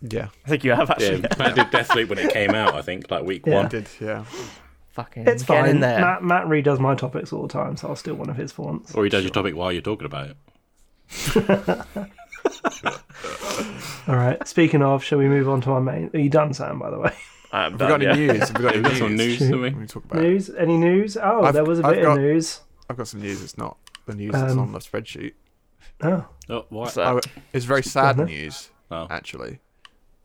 [SPEAKER 4] Yeah.
[SPEAKER 1] I think you have
[SPEAKER 3] Yeah,
[SPEAKER 1] actually.
[SPEAKER 3] Matt did Deathloop when it came out. I think like week
[SPEAKER 2] Yeah.
[SPEAKER 3] one.
[SPEAKER 4] I did, yeah.
[SPEAKER 1] Fucking
[SPEAKER 2] It's
[SPEAKER 1] get
[SPEAKER 2] fine.
[SPEAKER 1] in there.
[SPEAKER 2] Matt, Matt redoes my topics all the time, so I'll steal one of his for once.
[SPEAKER 3] Or he does your topic while you're talking about it.
[SPEAKER 2] All right. Speaking of, shall we move on to our main? Are you done, Sam? By the way,
[SPEAKER 1] I'm
[SPEAKER 4] Have we got
[SPEAKER 1] done,
[SPEAKER 4] any
[SPEAKER 1] yeah.
[SPEAKER 4] news? Have we got
[SPEAKER 3] We've
[SPEAKER 4] any
[SPEAKER 3] got some news,
[SPEAKER 2] Shit.
[SPEAKER 3] haven't we?
[SPEAKER 4] What are we talking about?
[SPEAKER 2] news? Any news? Oh,
[SPEAKER 4] I've-
[SPEAKER 2] there was a
[SPEAKER 4] I've
[SPEAKER 2] bit
[SPEAKER 4] got-
[SPEAKER 2] of news.
[SPEAKER 4] I've got some news. It's not the news that's
[SPEAKER 2] Um,
[SPEAKER 4] on the spreadsheet.
[SPEAKER 2] Oh,
[SPEAKER 3] Oh, what?
[SPEAKER 1] So-
[SPEAKER 4] Oh, it's very sad
[SPEAKER 2] there?
[SPEAKER 4] news,
[SPEAKER 3] Oh.
[SPEAKER 4] actually.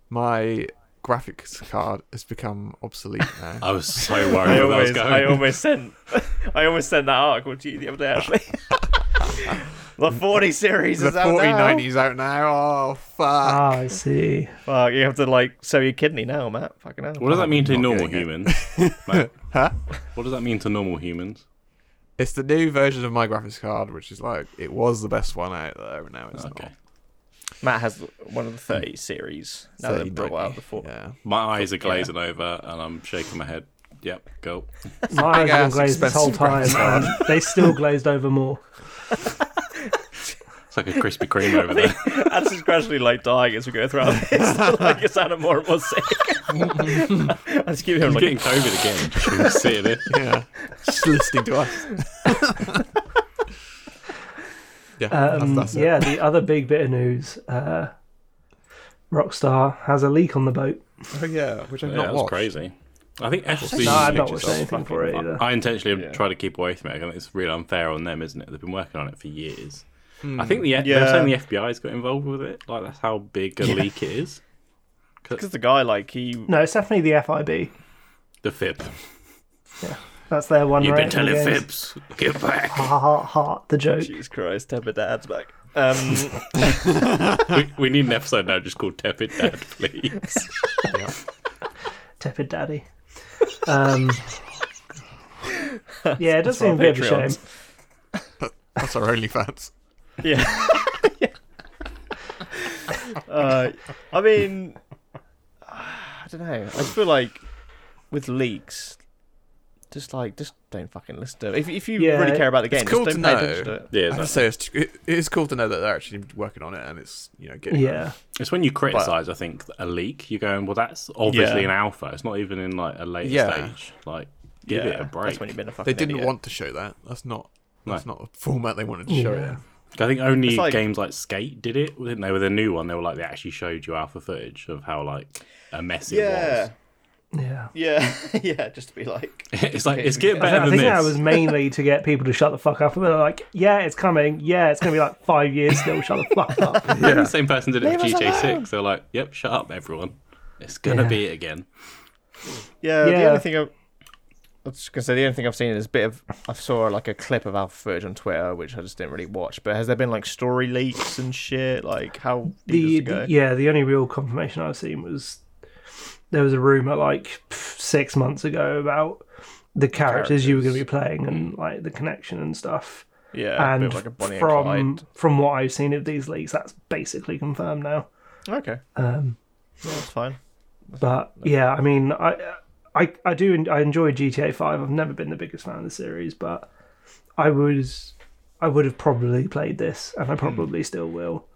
[SPEAKER 4] My graphics card has become obsolete now.
[SPEAKER 3] I was so
[SPEAKER 1] I
[SPEAKER 3] worried where that was
[SPEAKER 1] almost, I
[SPEAKER 3] going.
[SPEAKER 1] almost sent, I almost sent that article to you the other day. Actually, the forty series
[SPEAKER 4] the
[SPEAKER 1] is out
[SPEAKER 4] 4090 is out now. Oh, fuck.
[SPEAKER 2] ah, I see.
[SPEAKER 1] now. Fuck, you have to like sew your kidney now, Matt. Fucking hell.
[SPEAKER 3] What does that mean to
[SPEAKER 4] Not
[SPEAKER 3] normal
[SPEAKER 4] getting it.
[SPEAKER 3] humans? Matt?
[SPEAKER 2] Uh,
[SPEAKER 4] Huh?
[SPEAKER 3] What does that mean to normal humans?
[SPEAKER 4] It's the new version of my graphics card, which is like, it was the best one out there, and now it's
[SPEAKER 3] Okay.
[SPEAKER 4] not.
[SPEAKER 1] Matt has one of the thirty series. Now they've brought
[SPEAKER 4] 3090,
[SPEAKER 1] out the four.
[SPEAKER 4] Yeah.
[SPEAKER 3] My eyes are glazing over and I'm shaking my head. Yep, go.
[SPEAKER 2] My eyes have
[SPEAKER 4] ass
[SPEAKER 2] been glazed this whole
[SPEAKER 4] expensive
[SPEAKER 2] time, and they still glazed over more.
[SPEAKER 3] It's like a Krispy Kreme over there.
[SPEAKER 1] Addis is gradually like dying as we go throughout this. like you're sounding more and more sick. I just keep hearing
[SPEAKER 3] I'm getting
[SPEAKER 1] like,
[SPEAKER 3] COVID again. Just sitting there.
[SPEAKER 4] yeah. Just listening to us. yeah,
[SPEAKER 2] Um,
[SPEAKER 4] that's, that's it.
[SPEAKER 2] yeah, the other big bit of news: uh, Rockstar has a leak on the boat.
[SPEAKER 4] Oh, yeah, which I've
[SPEAKER 3] Yeah,
[SPEAKER 4] not
[SPEAKER 3] that was
[SPEAKER 4] watched.
[SPEAKER 3] crazy. I think FC.
[SPEAKER 4] These
[SPEAKER 2] No, I've not
[SPEAKER 4] pictures
[SPEAKER 2] watched
[SPEAKER 4] are
[SPEAKER 2] anything for it either.
[SPEAKER 3] I intentionally
[SPEAKER 1] Yeah.
[SPEAKER 3] try to keep away from it. I think it's really unfair on them, isn't it? They've been working on it for years. I think the
[SPEAKER 1] Yeah.
[SPEAKER 3] they're saying the FBI's got involved with it. Like that's how big a leak it is.
[SPEAKER 1] because the guy like he.
[SPEAKER 2] No, it's definitely the FIB.
[SPEAKER 3] The fib.
[SPEAKER 2] That's their one.
[SPEAKER 3] You've been
[SPEAKER 2] rating
[SPEAKER 3] telling
[SPEAKER 2] against-
[SPEAKER 3] fibs. Get back.
[SPEAKER 2] Ha ha ha! The joke.
[SPEAKER 1] Jesus Christ, Tepid Dad's back. Um,
[SPEAKER 3] we, we need an episode now just called Tepid Dad, please.
[SPEAKER 2] tepid daddy. Um, yeah, it does seem a
[SPEAKER 1] our
[SPEAKER 2] bit of a
[SPEAKER 1] Patreons.
[SPEAKER 2] shame.
[SPEAKER 4] That's our only fans.
[SPEAKER 1] Yeah. uh, I mean, I don't know. I just feel like with leaks, just like just don't fucking listen to it. If if you
[SPEAKER 2] Yeah,
[SPEAKER 1] really care about the game,
[SPEAKER 4] cool
[SPEAKER 1] just don't
[SPEAKER 4] to
[SPEAKER 1] pay
[SPEAKER 4] know.
[SPEAKER 1] attention to it.
[SPEAKER 3] Yeah,
[SPEAKER 4] I have to
[SPEAKER 3] that's,
[SPEAKER 4] say, it's, it is cool to know that they're actually working on it and it's, you know, getting.
[SPEAKER 2] Yeah,
[SPEAKER 3] it's when you criticize, I think, a leak. You're going, well, that's obviously
[SPEAKER 1] Yeah.
[SPEAKER 3] an alpha. It's not even in like a later
[SPEAKER 4] Yeah.
[SPEAKER 3] stage. Like, give it a break.
[SPEAKER 1] That's when you've been a fucking
[SPEAKER 4] They didn't
[SPEAKER 1] idiot.
[SPEAKER 4] want to show that. That's not. That's
[SPEAKER 3] No.
[SPEAKER 4] not a format they wanted to show
[SPEAKER 2] Yeah.
[SPEAKER 4] yeah.
[SPEAKER 3] I think only
[SPEAKER 1] It's like-
[SPEAKER 3] games like Skate did it, didn't they? With a new one, they were like they actually showed you alpha footage of how like a mess it
[SPEAKER 1] Yeah.
[SPEAKER 2] yeah.
[SPEAKER 1] Yeah, yeah, just to be like,
[SPEAKER 3] was. It's like
[SPEAKER 1] Okay,
[SPEAKER 3] it's
[SPEAKER 1] we
[SPEAKER 3] getting
[SPEAKER 1] get-
[SPEAKER 3] better
[SPEAKER 2] I
[SPEAKER 3] than
[SPEAKER 2] think
[SPEAKER 3] this.
[SPEAKER 2] that was mainly to get people to shut the fuck up. And they're like, yeah, it's coming. Yeah, it's going to be like five years still. Shut the fuck up.
[SPEAKER 3] The same person did it for GTA Six. They're like, yep, shut up, everyone. It's gonna
[SPEAKER 2] Yeah.
[SPEAKER 3] be it again.
[SPEAKER 1] yeah. The
[SPEAKER 2] Yeah.
[SPEAKER 1] only thing I've, I was gonna say, the only thing I've seen is a bit of I saw like a clip of alpha footage on Twitter, which I just didn't really watch. But has there been like story leaks and shit? Like how deep does
[SPEAKER 2] The,
[SPEAKER 1] it go?
[SPEAKER 2] the- yeah, the only real confirmation I've seen was there was a rumor like pff, six months ago about the characters, you were going to be playing and like the connection and stuff.
[SPEAKER 1] Yeah, a
[SPEAKER 2] and
[SPEAKER 1] bit like a Bonnie
[SPEAKER 2] from
[SPEAKER 1] and
[SPEAKER 2] from what I've seen of these leaks, that's basically confirmed now.
[SPEAKER 1] Clyde. Okay,
[SPEAKER 2] Um,
[SPEAKER 1] yeah, that's fine.
[SPEAKER 2] but yeah, I mean, I I I do en- I enjoy GTA Five. I've never been the biggest fan of the series, but I was I would have probably played this,
[SPEAKER 1] Hmm.
[SPEAKER 2] and I probably still will.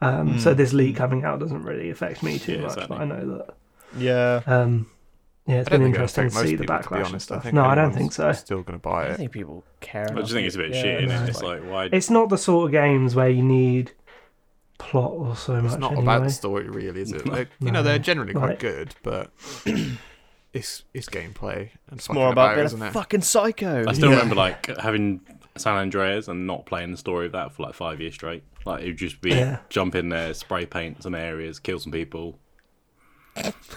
[SPEAKER 2] Um, So this leak coming out doesn't really affect me too
[SPEAKER 3] Yeah,
[SPEAKER 2] much.
[SPEAKER 3] exactly.
[SPEAKER 2] But I know that
[SPEAKER 1] Yeah,
[SPEAKER 2] um, Yeah, it's
[SPEAKER 4] I don't
[SPEAKER 2] been
[SPEAKER 4] think it'll
[SPEAKER 2] interesting
[SPEAKER 4] affect
[SPEAKER 2] to
[SPEAKER 4] most
[SPEAKER 2] see the
[SPEAKER 4] people, to be
[SPEAKER 2] backlash and
[SPEAKER 4] honest. I
[SPEAKER 2] stuff.
[SPEAKER 4] think
[SPEAKER 2] No, I don't
[SPEAKER 4] anyone's
[SPEAKER 2] think so.
[SPEAKER 4] Still going to buy
[SPEAKER 1] I don't
[SPEAKER 4] it.
[SPEAKER 1] think people care.
[SPEAKER 3] I just think it's a bit
[SPEAKER 1] yeah,
[SPEAKER 3] shit,
[SPEAKER 1] no.
[SPEAKER 3] innit? It's like, why?
[SPEAKER 2] It's not the sort of games where you need plot or so much.
[SPEAKER 4] It's not
[SPEAKER 2] anyway.
[SPEAKER 4] about the story, really, is it? Like, you know, they're generally quite good, but it's it's gameplay and
[SPEAKER 1] It's more about being
[SPEAKER 4] isn't
[SPEAKER 1] a
[SPEAKER 4] it?
[SPEAKER 1] fucking psycho.
[SPEAKER 3] I still remember like having San Andreas and not playing the story of that for like five years straight. Like it would just be
[SPEAKER 2] Yeah.
[SPEAKER 3] jump in there, spray paint some areas, kill some people,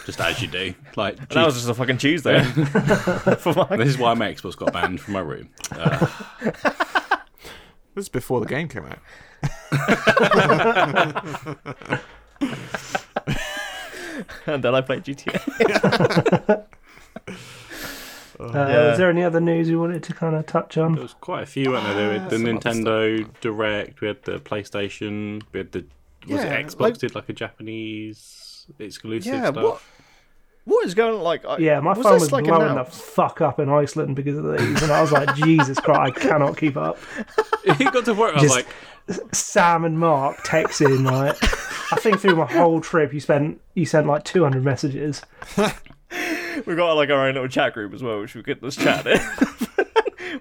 [SPEAKER 3] just as you do. Like
[SPEAKER 1] that was
[SPEAKER 3] Jesus,
[SPEAKER 1] just a fucking Tuesday. For my-
[SPEAKER 3] this is why my Xbox got banned from my room. Uh,
[SPEAKER 4] This is before the game came out.
[SPEAKER 1] and then I played GTA.
[SPEAKER 2] Uh,
[SPEAKER 1] Yeah.
[SPEAKER 2] Is there any other news you wanted to kind of touch on?
[SPEAKER 3] there was quite a few, weren't there? There were the
[SPEAKER 4] some other
[SPEAKER 3] Nintendo Direct. We had the PlayStation. We had the
[SPEAKER 1] Yeah,
[SPEAKER 3] was it Xbox
[SPEAKER 1] like-
[SPEAKER 3] did like a Japanese exclusive
[SPEAKER 1] Yeah,
[SPEAKER 3] stuff.
[SPEAKER 1] what? What is going on? Like, I,
[SPEAKER 2] Yeah, my
[SPEAKER 1] was
[SPEAKER 2] phone
[SPEAKER 1] this,
[SPEAKER 2] was
[SPEAKER 1] like
[SPEAKER 2] blowing the
[SPEAKER 1] announced?
[SPEAKER 2] fuck up in Iceland because of these, and I was like, Jesus Christ, I cannot keep up.
[SPEAKER 3] it got to work. I was
[SPEAKER 2] Just-
[SPEAKER 3] like,
[SPEAKER 2] Sam and Mark texting like, I think through my whole trip, you spent you sent like 200 messages.
[SPEAKER 1] We got like our own little chat group as well, which we could just chat in.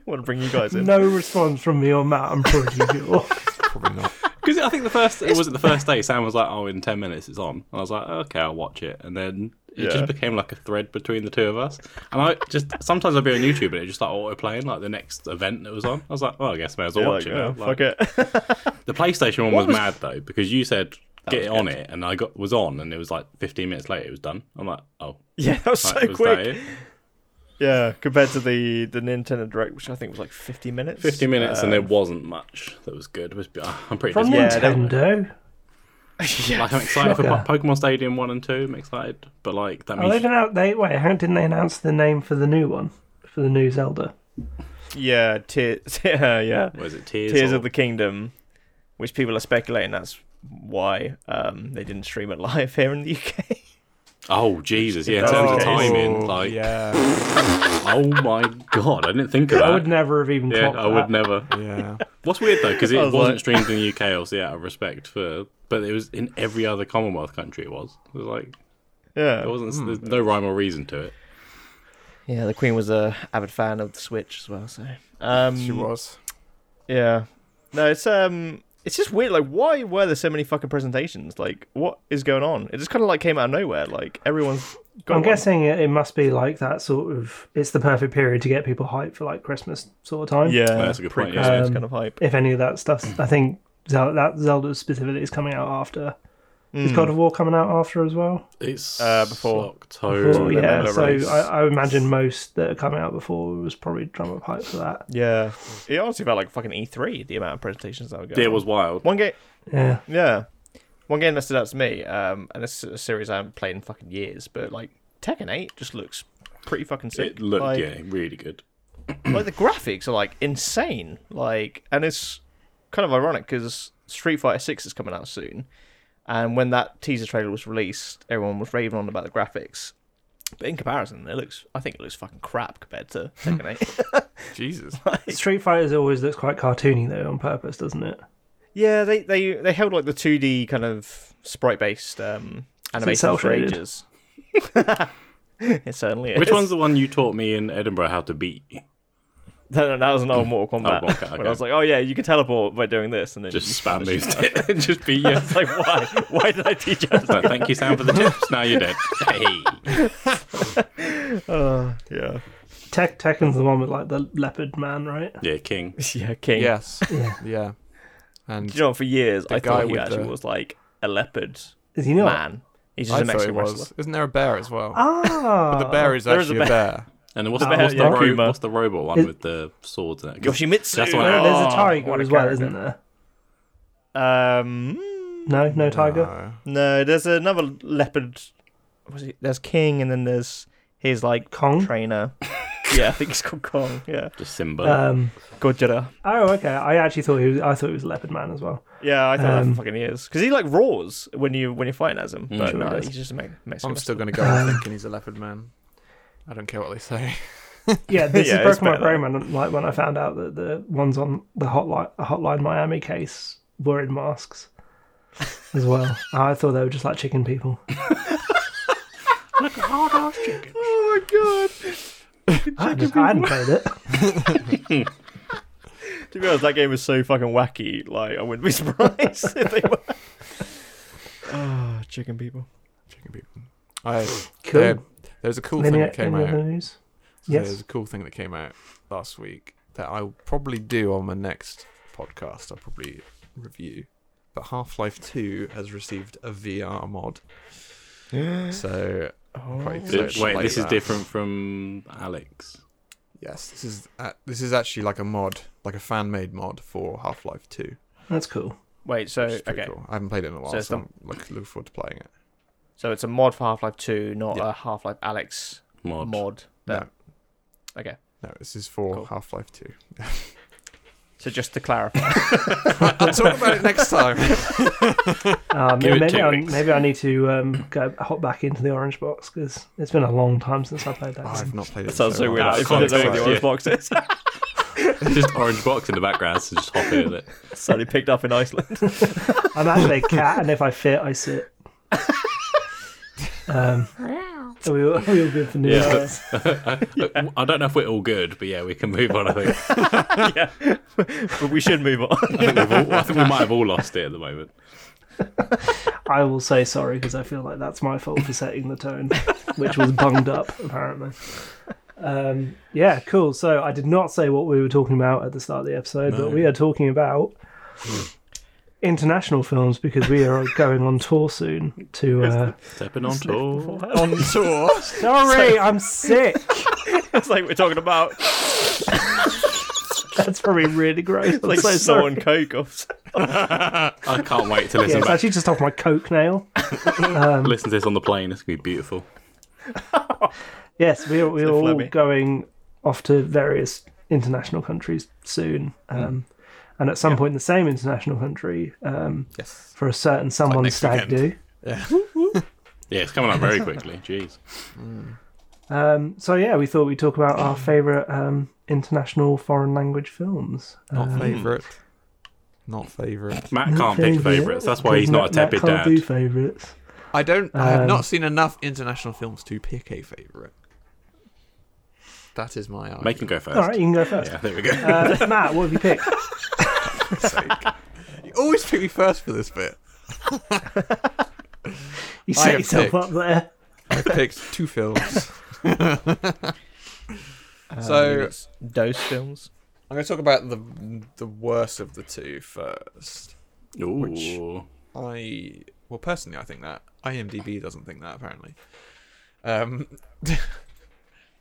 [SPEAKER 1] Want to bring you guys in?
[SPEAKER 2] No response from me on that. I'm pretty sure.
[SPEAKER 4] Probably not.
[SPEAKER 3] Because I think the first it wasn't the first day. Sam was like, "Oh, in ten minutes it's on," and I was like, "Okay, I'll watch it." And then it
[SPEAKER 1] Yeah.
[SPEAKER 3] just became like a thread between the two of us. And I just sometimes I'd be on YouTube and it just like auto playing like the next event that was on. I was like, "Oh, I guess I may as well
[SPEAKER 1] Yeah,
[SPEAKER 3] watch
[SPEAKER 1] like,
[SPEAKER 3] it."
[SPEAKER 1] yeah,
[SPEAKER 3] now." Like,
[SPEAKER 1] fuck it.
[SPEAKER 3] The PlayStation one was, mad though because you said get
[SPEAKER 1] was
[SPEAKER 3] it on it, and I got was on, and it was like fifteen minutes later it was done. I'm like, "Oh,
[SPEAKER 1] yeah, that was so
[SPEAKER 3] like, was
[SPEAKER 1] quick.
[SPEAKER 3] that it?"
[SPEAKER 1] Yeah, compared to the the Nintendo Direct, which I think was like fifty minutes.
[SPEAKER 3] Fifty minutes, and
[SPEAKER 1] Uh,
[SPEAKER 3] there wasn't much that was good. It was- uh, I'm pretty
[SPEAKER 2] From
[SPEAKER 3] disappointed.
[SPEAKER 1] Yeah, they-
[SPEAKER 2] Nintendo,
[SPEAKER 3] Like I'm excited for
[SPEAKER 2] Shocker.
[SPEAKER 3] Po- Pokemon Stadium one and two. I'm excited, but like that
[SPEAKER 2] oh,
[SPEAKER 3] means
[SPEAKER 2] they announced they wait. How didn't they announce the name for the new one for the new Zelda?
[SPEAKER 1] yeah, tears. Yeah, yeah.
[SPEAKER 3] what is it? Tears,
[SPEAKER 1] Tears
[SPEAKER 3] or-
[SPEAKER 1] of the Kingdom, which people are speculating that's why um, they didn't stream it live here in the UK.
[SPEAKER 3] Oh Jesus! Yeah, in terms of
[SPEAKER 1] Oh,
[SPEAKER 3] timing, like,
[SPEAKER 4] yeah,
[SPEAKER 3] oh my god, I didn't think of that.
[SPEAKER 2] I would never have even.
[SPEAKER 3] Uh, yeah,
[SPEAKER 2] clocked
[SPEAKER 3] I would
[SPEAKER 2] that.
[SPEAKER 3] never.
[SPEAKER 4] yeah.
[SPEAKER 3] What's weird though, because it
[SPEAKER 1] I was
[SPEAKER 3] wasn't
[SPEAKER 1] like-
[SPEAKER 3] streamed in the UK, obviously out of respect for, but it was in every other Commonwealth country. It was. It was like it
[SPEAKER 1] Yeah,
[SPEAKER 3] wasn't. There's
[SPEAKER 1] Hmm.
[SPEAKER 3] no rhyme or reason to it.
[SPEAKER 1] yeah. The Queen was a avid fan of the Switch as well, so um,
[SPEAKER 4] She was.
[SPEAKER 1] Yeah. No, it's um it's just weird, like why were there so many fucking presentations? Like what is going on? It just kinda like came out of nowhere, like everyone's got
[SPEAKER 2] I'm
[SPEAKER 1] one.
[SPEAKER 2] guessing it, it must be like that sort of. It's the perfect period to get people hyped for like Christmas sort of time.
[SPEAKER 1] Yeah,
[SPEAKER 3] that's a good point, yeah.
[SPEAKER 1] Christmas
[SPEAKER 2] Um,
[SPEAKER 1] kind of hype.
[SPEAKER 2] If any of that stuff's, I think Zelda, that Zelda specifically is coming out after. Is
[SPEAKER 3] Hmm.
[SPEAKER 2] God of War coming out after as well?
[SPEAKER 3] It's
[SPEAKER 1] Uh, before-
[SPEAKER 3] October.
[SPEAKER 2] Well, yeah,
[SPEAKER 1] Zelda
[SPEAKER 2] so
[SPEAKER 1] release.
[SPEAKER 2] I, I imagine most that are coming out before was probably drum up hype for that.
[SPEAKER 1] Yeah. It honestly felt like fucking E three, the amount of presentations that were going
[SPEAKER 3] Yeah, it
[SPEAKER 1] on.
[SPEAKER 3] was wild.
[SPEAKER 1] one game
[SPEAKER 2] Yeah.
[SPEAKER 1] yeah. One game that stood out to me, um, and this is a series I haven't played in fucking years, but like Tekken eight just looks pretty fucking sick.
[SPEAKER 3] It looked
[SPEAKER 1] like,
[SPEAKER 3] yeah, really good.
[SPEAKER 1] like the graphics are like insane like and it's kind of ironic because street fighter 6 is coming out soon and when that teaser trailer was released everyone was raving on about the graphics but in comparison it looks i think it looks fucking crap compared to Tekken 8
[SPEAKER 4] Jesus.
[SPEAKER 2] Street Fighters always looks quite cartoony though on purpose, doesn't it?
[SPEAKER 1] yeah they, they they held like the 2d kind of sprite based um animation for
[SPEAKER 2] cel-shaded?
[SPEAKER 1] ages it certainly is
[SPEAKER 3] Which one's the one you taught me in Edinburgh how to beat?
[SPEAKER 1] no, no, that was an old mortal kombat
[SPEAKER 3] Oh, okay,
[SPEAKER 1] when
[SPEAKER 3] okay.
[SPEAKER 1] i was like oh yeah you can teleport by doing this and then
[SPEAKER 3] Just
[SPEAKER 1] you-
[SPEAKER 3] spam moved it and just beat you.
[SPEAKER 1] it's like why why did i teach you how to
[SPEAKER 3] But thank you, Sam, for the tips. Now you're dead. Hey.
[SPEAKER 1] yeah
[SPEAKER 2] Tek- Tekken's the one with like the leopard man, right?
[SPEAKER 3] Yeah, King.
[SPEAKER 1] yeah king
[SPEAKER 4] Yes.
[SPEAKER 2] Yeah.
[SPEAKER 4] Yeah. And
[SPEAKER 1] Do you know, what, for years I
[SPEAKER 4] guy
[SPEAKER 1] thought he
[SPEAKER 4] with
[SPEAKER 1] actually
[SPEAKER 4] the-
[SPEAKER 1] was like a leopard
[SPEAKER 2] Is he not?
[SPEAKER 1] man. He's just
[SPEAKER 4] I
[SPEAKER 1] a
[SPEAKER 4] thought it
[SPEAKER 1] Mexican
[SPEAKER 4] was.
[SPEAKER 1] wrestler.
[SPEAKER 4] Isn't there a bear as well?
[SPEAKER 2] Ah,
[SPEAKER 4] the bear is
[SPEAKER 1] there is a
[SPEAKER 4] actually a bear.
[SPEAKER 3] And what's,
[SPEAKER 1] Oh,
[SPEAKER 3] the, Uh, what's,
[SPEAKER 1] yeah,
[SPEAKER 3] the ro-
[SPEAKER 1] Kuma.
[SPEAKER 3] what's the robot one
[SPEAKER 2] Is-
[SPEAKER 3] with the swords in it? 'Cause
[SPEAKER 1] Yoshimitsu.
[SPEAKER 3] That's the one I-
[SPEAKER 2] No, there's
[SPEAKER 1] Oh,
[SPEAKER 2] a tiger
[SPEAKER 1] what a
[SPEAKER 2] as well,
[SPEAKER 1] character.
[SPEAKER 2] isn't there?
[SPEAKER 1] Um,
[SPEAKER 2] No, no tiger.
[SPEAKER 4] No.
[SPEAKER 1] no, there's another leopard. Was he? There's King, and then there's his like
[SPEAKER 2] Kong.
[SPEAKER 1] trainer. yeah, I think he's called Kong. Yeah,
[SPEAKER 3] just Simba.
[SPEAKER 2] Um,
[SPEAKER 1] Gojira.
[SPEAKER 2] oh, okay. I actually thought he was. I thought he was a leopard man as well.
[SPEAKER 1] Yeah, I thought that
[SPEAKER 2] Um,
[SPEAKER 1] for fucking years because he like roars when you when you're fighting as him. But
[SPEAKER 2] Sure
[SPEAKER 1] no,
[SPEAKER 2] does.
[SPEAKER 1] he's just a Me- Mexican.
[SPEAKER 4] I'm
[SPEAKER 1] wrestler.
[SPEAKER 4] still going to
[SPEAKER 2] Um,
[SPEAKER 4] go with thinking he's a leopard man. I don't care what they say.
[SPEAKER 2] Yeah, this
[SPEAKER 1] Yeah, it's
[SPEAKER 2] has broken my
[SPEAKER 1] better.
[SPEAKER 2] brain. When, like when I found out that the ones on the hotline, the hotline Miami case were in masks as well. I thought they were just like chicken people.
[SPEAKER 3] Look at hard ass chicken.
[SPEAKER 1] Oh my god.
[SPEAKER 2] I, hadn't- I hadn't played it.
[SPEAKER 1] To be honest, that game is so fucking wacky. Like, I wouldn't be surprised if they were. Ah, chicken people.
[SPEAKER 4] Chicken people. I,
[SPEAKER 2] Cool.
[SPEAKER 4] there- there's a cool
[SPEAKER 2] Any,
[SPEAKER 4] thing that
[SPEAKER 2] any
[SPEAKER 4] came
[SPEAKER 2] other
[SPEAKER 4] out.
[SPEAKER 2] news?
[SPEAKER 4] There's
[SPEAKER 2] Yes.
[SPEAKER 4] a cool thing that came out last week that I'll probably do on my next podcast. I'll probably review. But Half Life 2 has received a VR mod. So, quite
[SPEAKER 1] oh,
[SPEAKER 4] excited to
[SPEAKER 3] Wait,
[SPEAKER 4] play
[SPEAKER 3] this is
[SPEAKER 4] that.
[SPEAKER 3] different from Alex.
[SPEAKER 4] Yes, this is uh, this is actually like a mod, like a fan made mod for Half Life Two.
[SPEAKER 2] That's cool.
[SPEAKER 1] Wait, so
[SPEAKER 4] Which is pretty
[SPEAKER 1] Oh, okay,
[SPEAKER 4] cool. I haven't played it in a while, so,
[SPEAKER 1] it's
[SPEAKER 4] I'm look, looking forward to playing it.
[SPEAKER 1] so it's a mod for Half Life Two, not
[SPEAKER 4] Yeah.
[SPEAKER 1] a Half Life Alex
[SPEAKER 3] Mod.
[SPEAKER 1] mod. That, Okay,
[SPEAKER 4] No, this is for
[SPEAKER 1] Cool.
[SPEAKER 4] Half Life Two.
[SPEAKER 1] so just to clarify,
[SPEAKER 4] I'll talk about it next time. Oh,
[SPEAKER 2] Um,
[SPEAKER 3] Give it
[SPEAKER 2] maybe,
[SPEAKER 3] two
[SPEAKER 2] I,
[SPEAKER 3] weeks.
[SPEAKER 2] maybe I need to um, go hop back into the orange box because it's been a long time since I played that.
[SPEAKER 4] Oh,
[SPEAKER 2] game.
[SPEAKER 4] I've not played it. in
[SPEAKER 1] that sounds so
[SPEAKER 4] long.
[SPEAKER 1] weird.
[SPEAKER 3] Nah,
[SPEAKER 1] if
[SPEAKER 3] can't
[SPEAKER 1] I don't know what
[SPEAKER 3] do
[SPEAKER 1] the
[SPEAKER 3] it.
[SPEAKER 1] orange box is,
[SPEAKER 3] just orange box in the background, so just hop in it.
[SPEAKER 1] suddenly picked up in Iceland.
[SPEAKER 2] I'm actually a cat, and if I fit, I sit. Um, are, we all, are we all good for news?
[SPEAKER 3] Yeah. I don't know if we're all good, but yeah, we can move on. I think,
[SPEAKER 1] yeah, but we should move on.
[SPEAKER 3] I think, we've all, I think we might have all lost it at the moment.
[SPEAKER 2] I will say sorry because I feel like that's my fault for setting the tone, which was bunged up apparently. Um, yeah, cool. So I did not say what we were talking about at the start of the episode, but we are talking about international films because we are going on tour soon. To uh...
[SPEAKER 3] Stepping on tour.
[SPEAKER 4] On tour,
[SPEAKER 2] sorry, I'm sick.
[SPEAKER 1] it's like we're talking about
[SPEAKER 2] That's probably really gross. I'm
[SPEAKER 1] like
[SPEAKER 2] so
[SPEAKER 1] so
[SPEAKER 2] sorry.
[SPEAKER 1] on coke off.
[SPEAKER 3] I can't wait to
[SPEAKER 2] Yeah,
[SPEAKER 3] listen
[SPEAKER 2] it's
[SPEAKER 3] back.
[SPEAKER 2] actually just off my coke nail. um,
[SPEAKER 3] Listen to this on the plane. It's gonna be beautiful.
[SPEAKER 2] Yes, we're, we're
[SPEAKER 1] So
[SPEAKER 2] all
[SPEAKER 1] flabby.
[SPEAKER 2] going off to various international countries soon. Um, And at some point, the same international country um,
[SPEAKER 4] yes.
[SPEAKER 2] for a certain someone
[SPEAKER 4] next
[SPEAKER 2] stag do.
[SPEAKER 4] weekend.
[SPEAKER 3] Yeah, it's coming up very quickly. Jeez.
[SPEAKER 2] Um, so, yeah, we thought we'd talk about our favourite um, international foreign language films.
[SPEAKER 4] Not
[SPEAKER 2] Um,
[SPEAKER 4] favorite. Not favorite.
[SPEAKER 3] Matt can't pick
[SPEAKER 2] favourite,
[SPEAKER 3] favourites. That's why he's not a
[SPEAKER 2] 'cause Matt-
[SPEAKER 3] tepid
[SPEAKER 2] Matt can't do
[SPEAKER 3] dad.
[SPEAKER 2] favourites.
[SPEAKER 4] I don't. I have
[SPEAKER 2] Um,
[SPEAKER 4] not seen enough international films to pick a favorite. That is my argument.
[SPEAKER 3] Make him go first.
[SPEAKER 2] All right, you can go first.
[SPEAKER 3] Yeah, there we go.
[SPEAKER 2] Uh, Matt, what have you picked?
[SPEAKER 4] You always pick me first for this bit.
[SPEAKER 2] You
[SPEAKER 4] I
[SPEAKER 2] set
[SPEAKER 4] have
[SPEAKER 2] yourself
[SPEAKER 4] picked-
[SPEAKER 2] up there.
[SPEAKER 4] I picked two films. so
[SPEAKER 1] Dose films.
[SPEAKER 4] I'm going to talk about the the worst of the two first.
[SPEAKER 3] Ooh.
[SPEAKER 4] I well personally I think that IMDb doesn't think that apparently. Um, the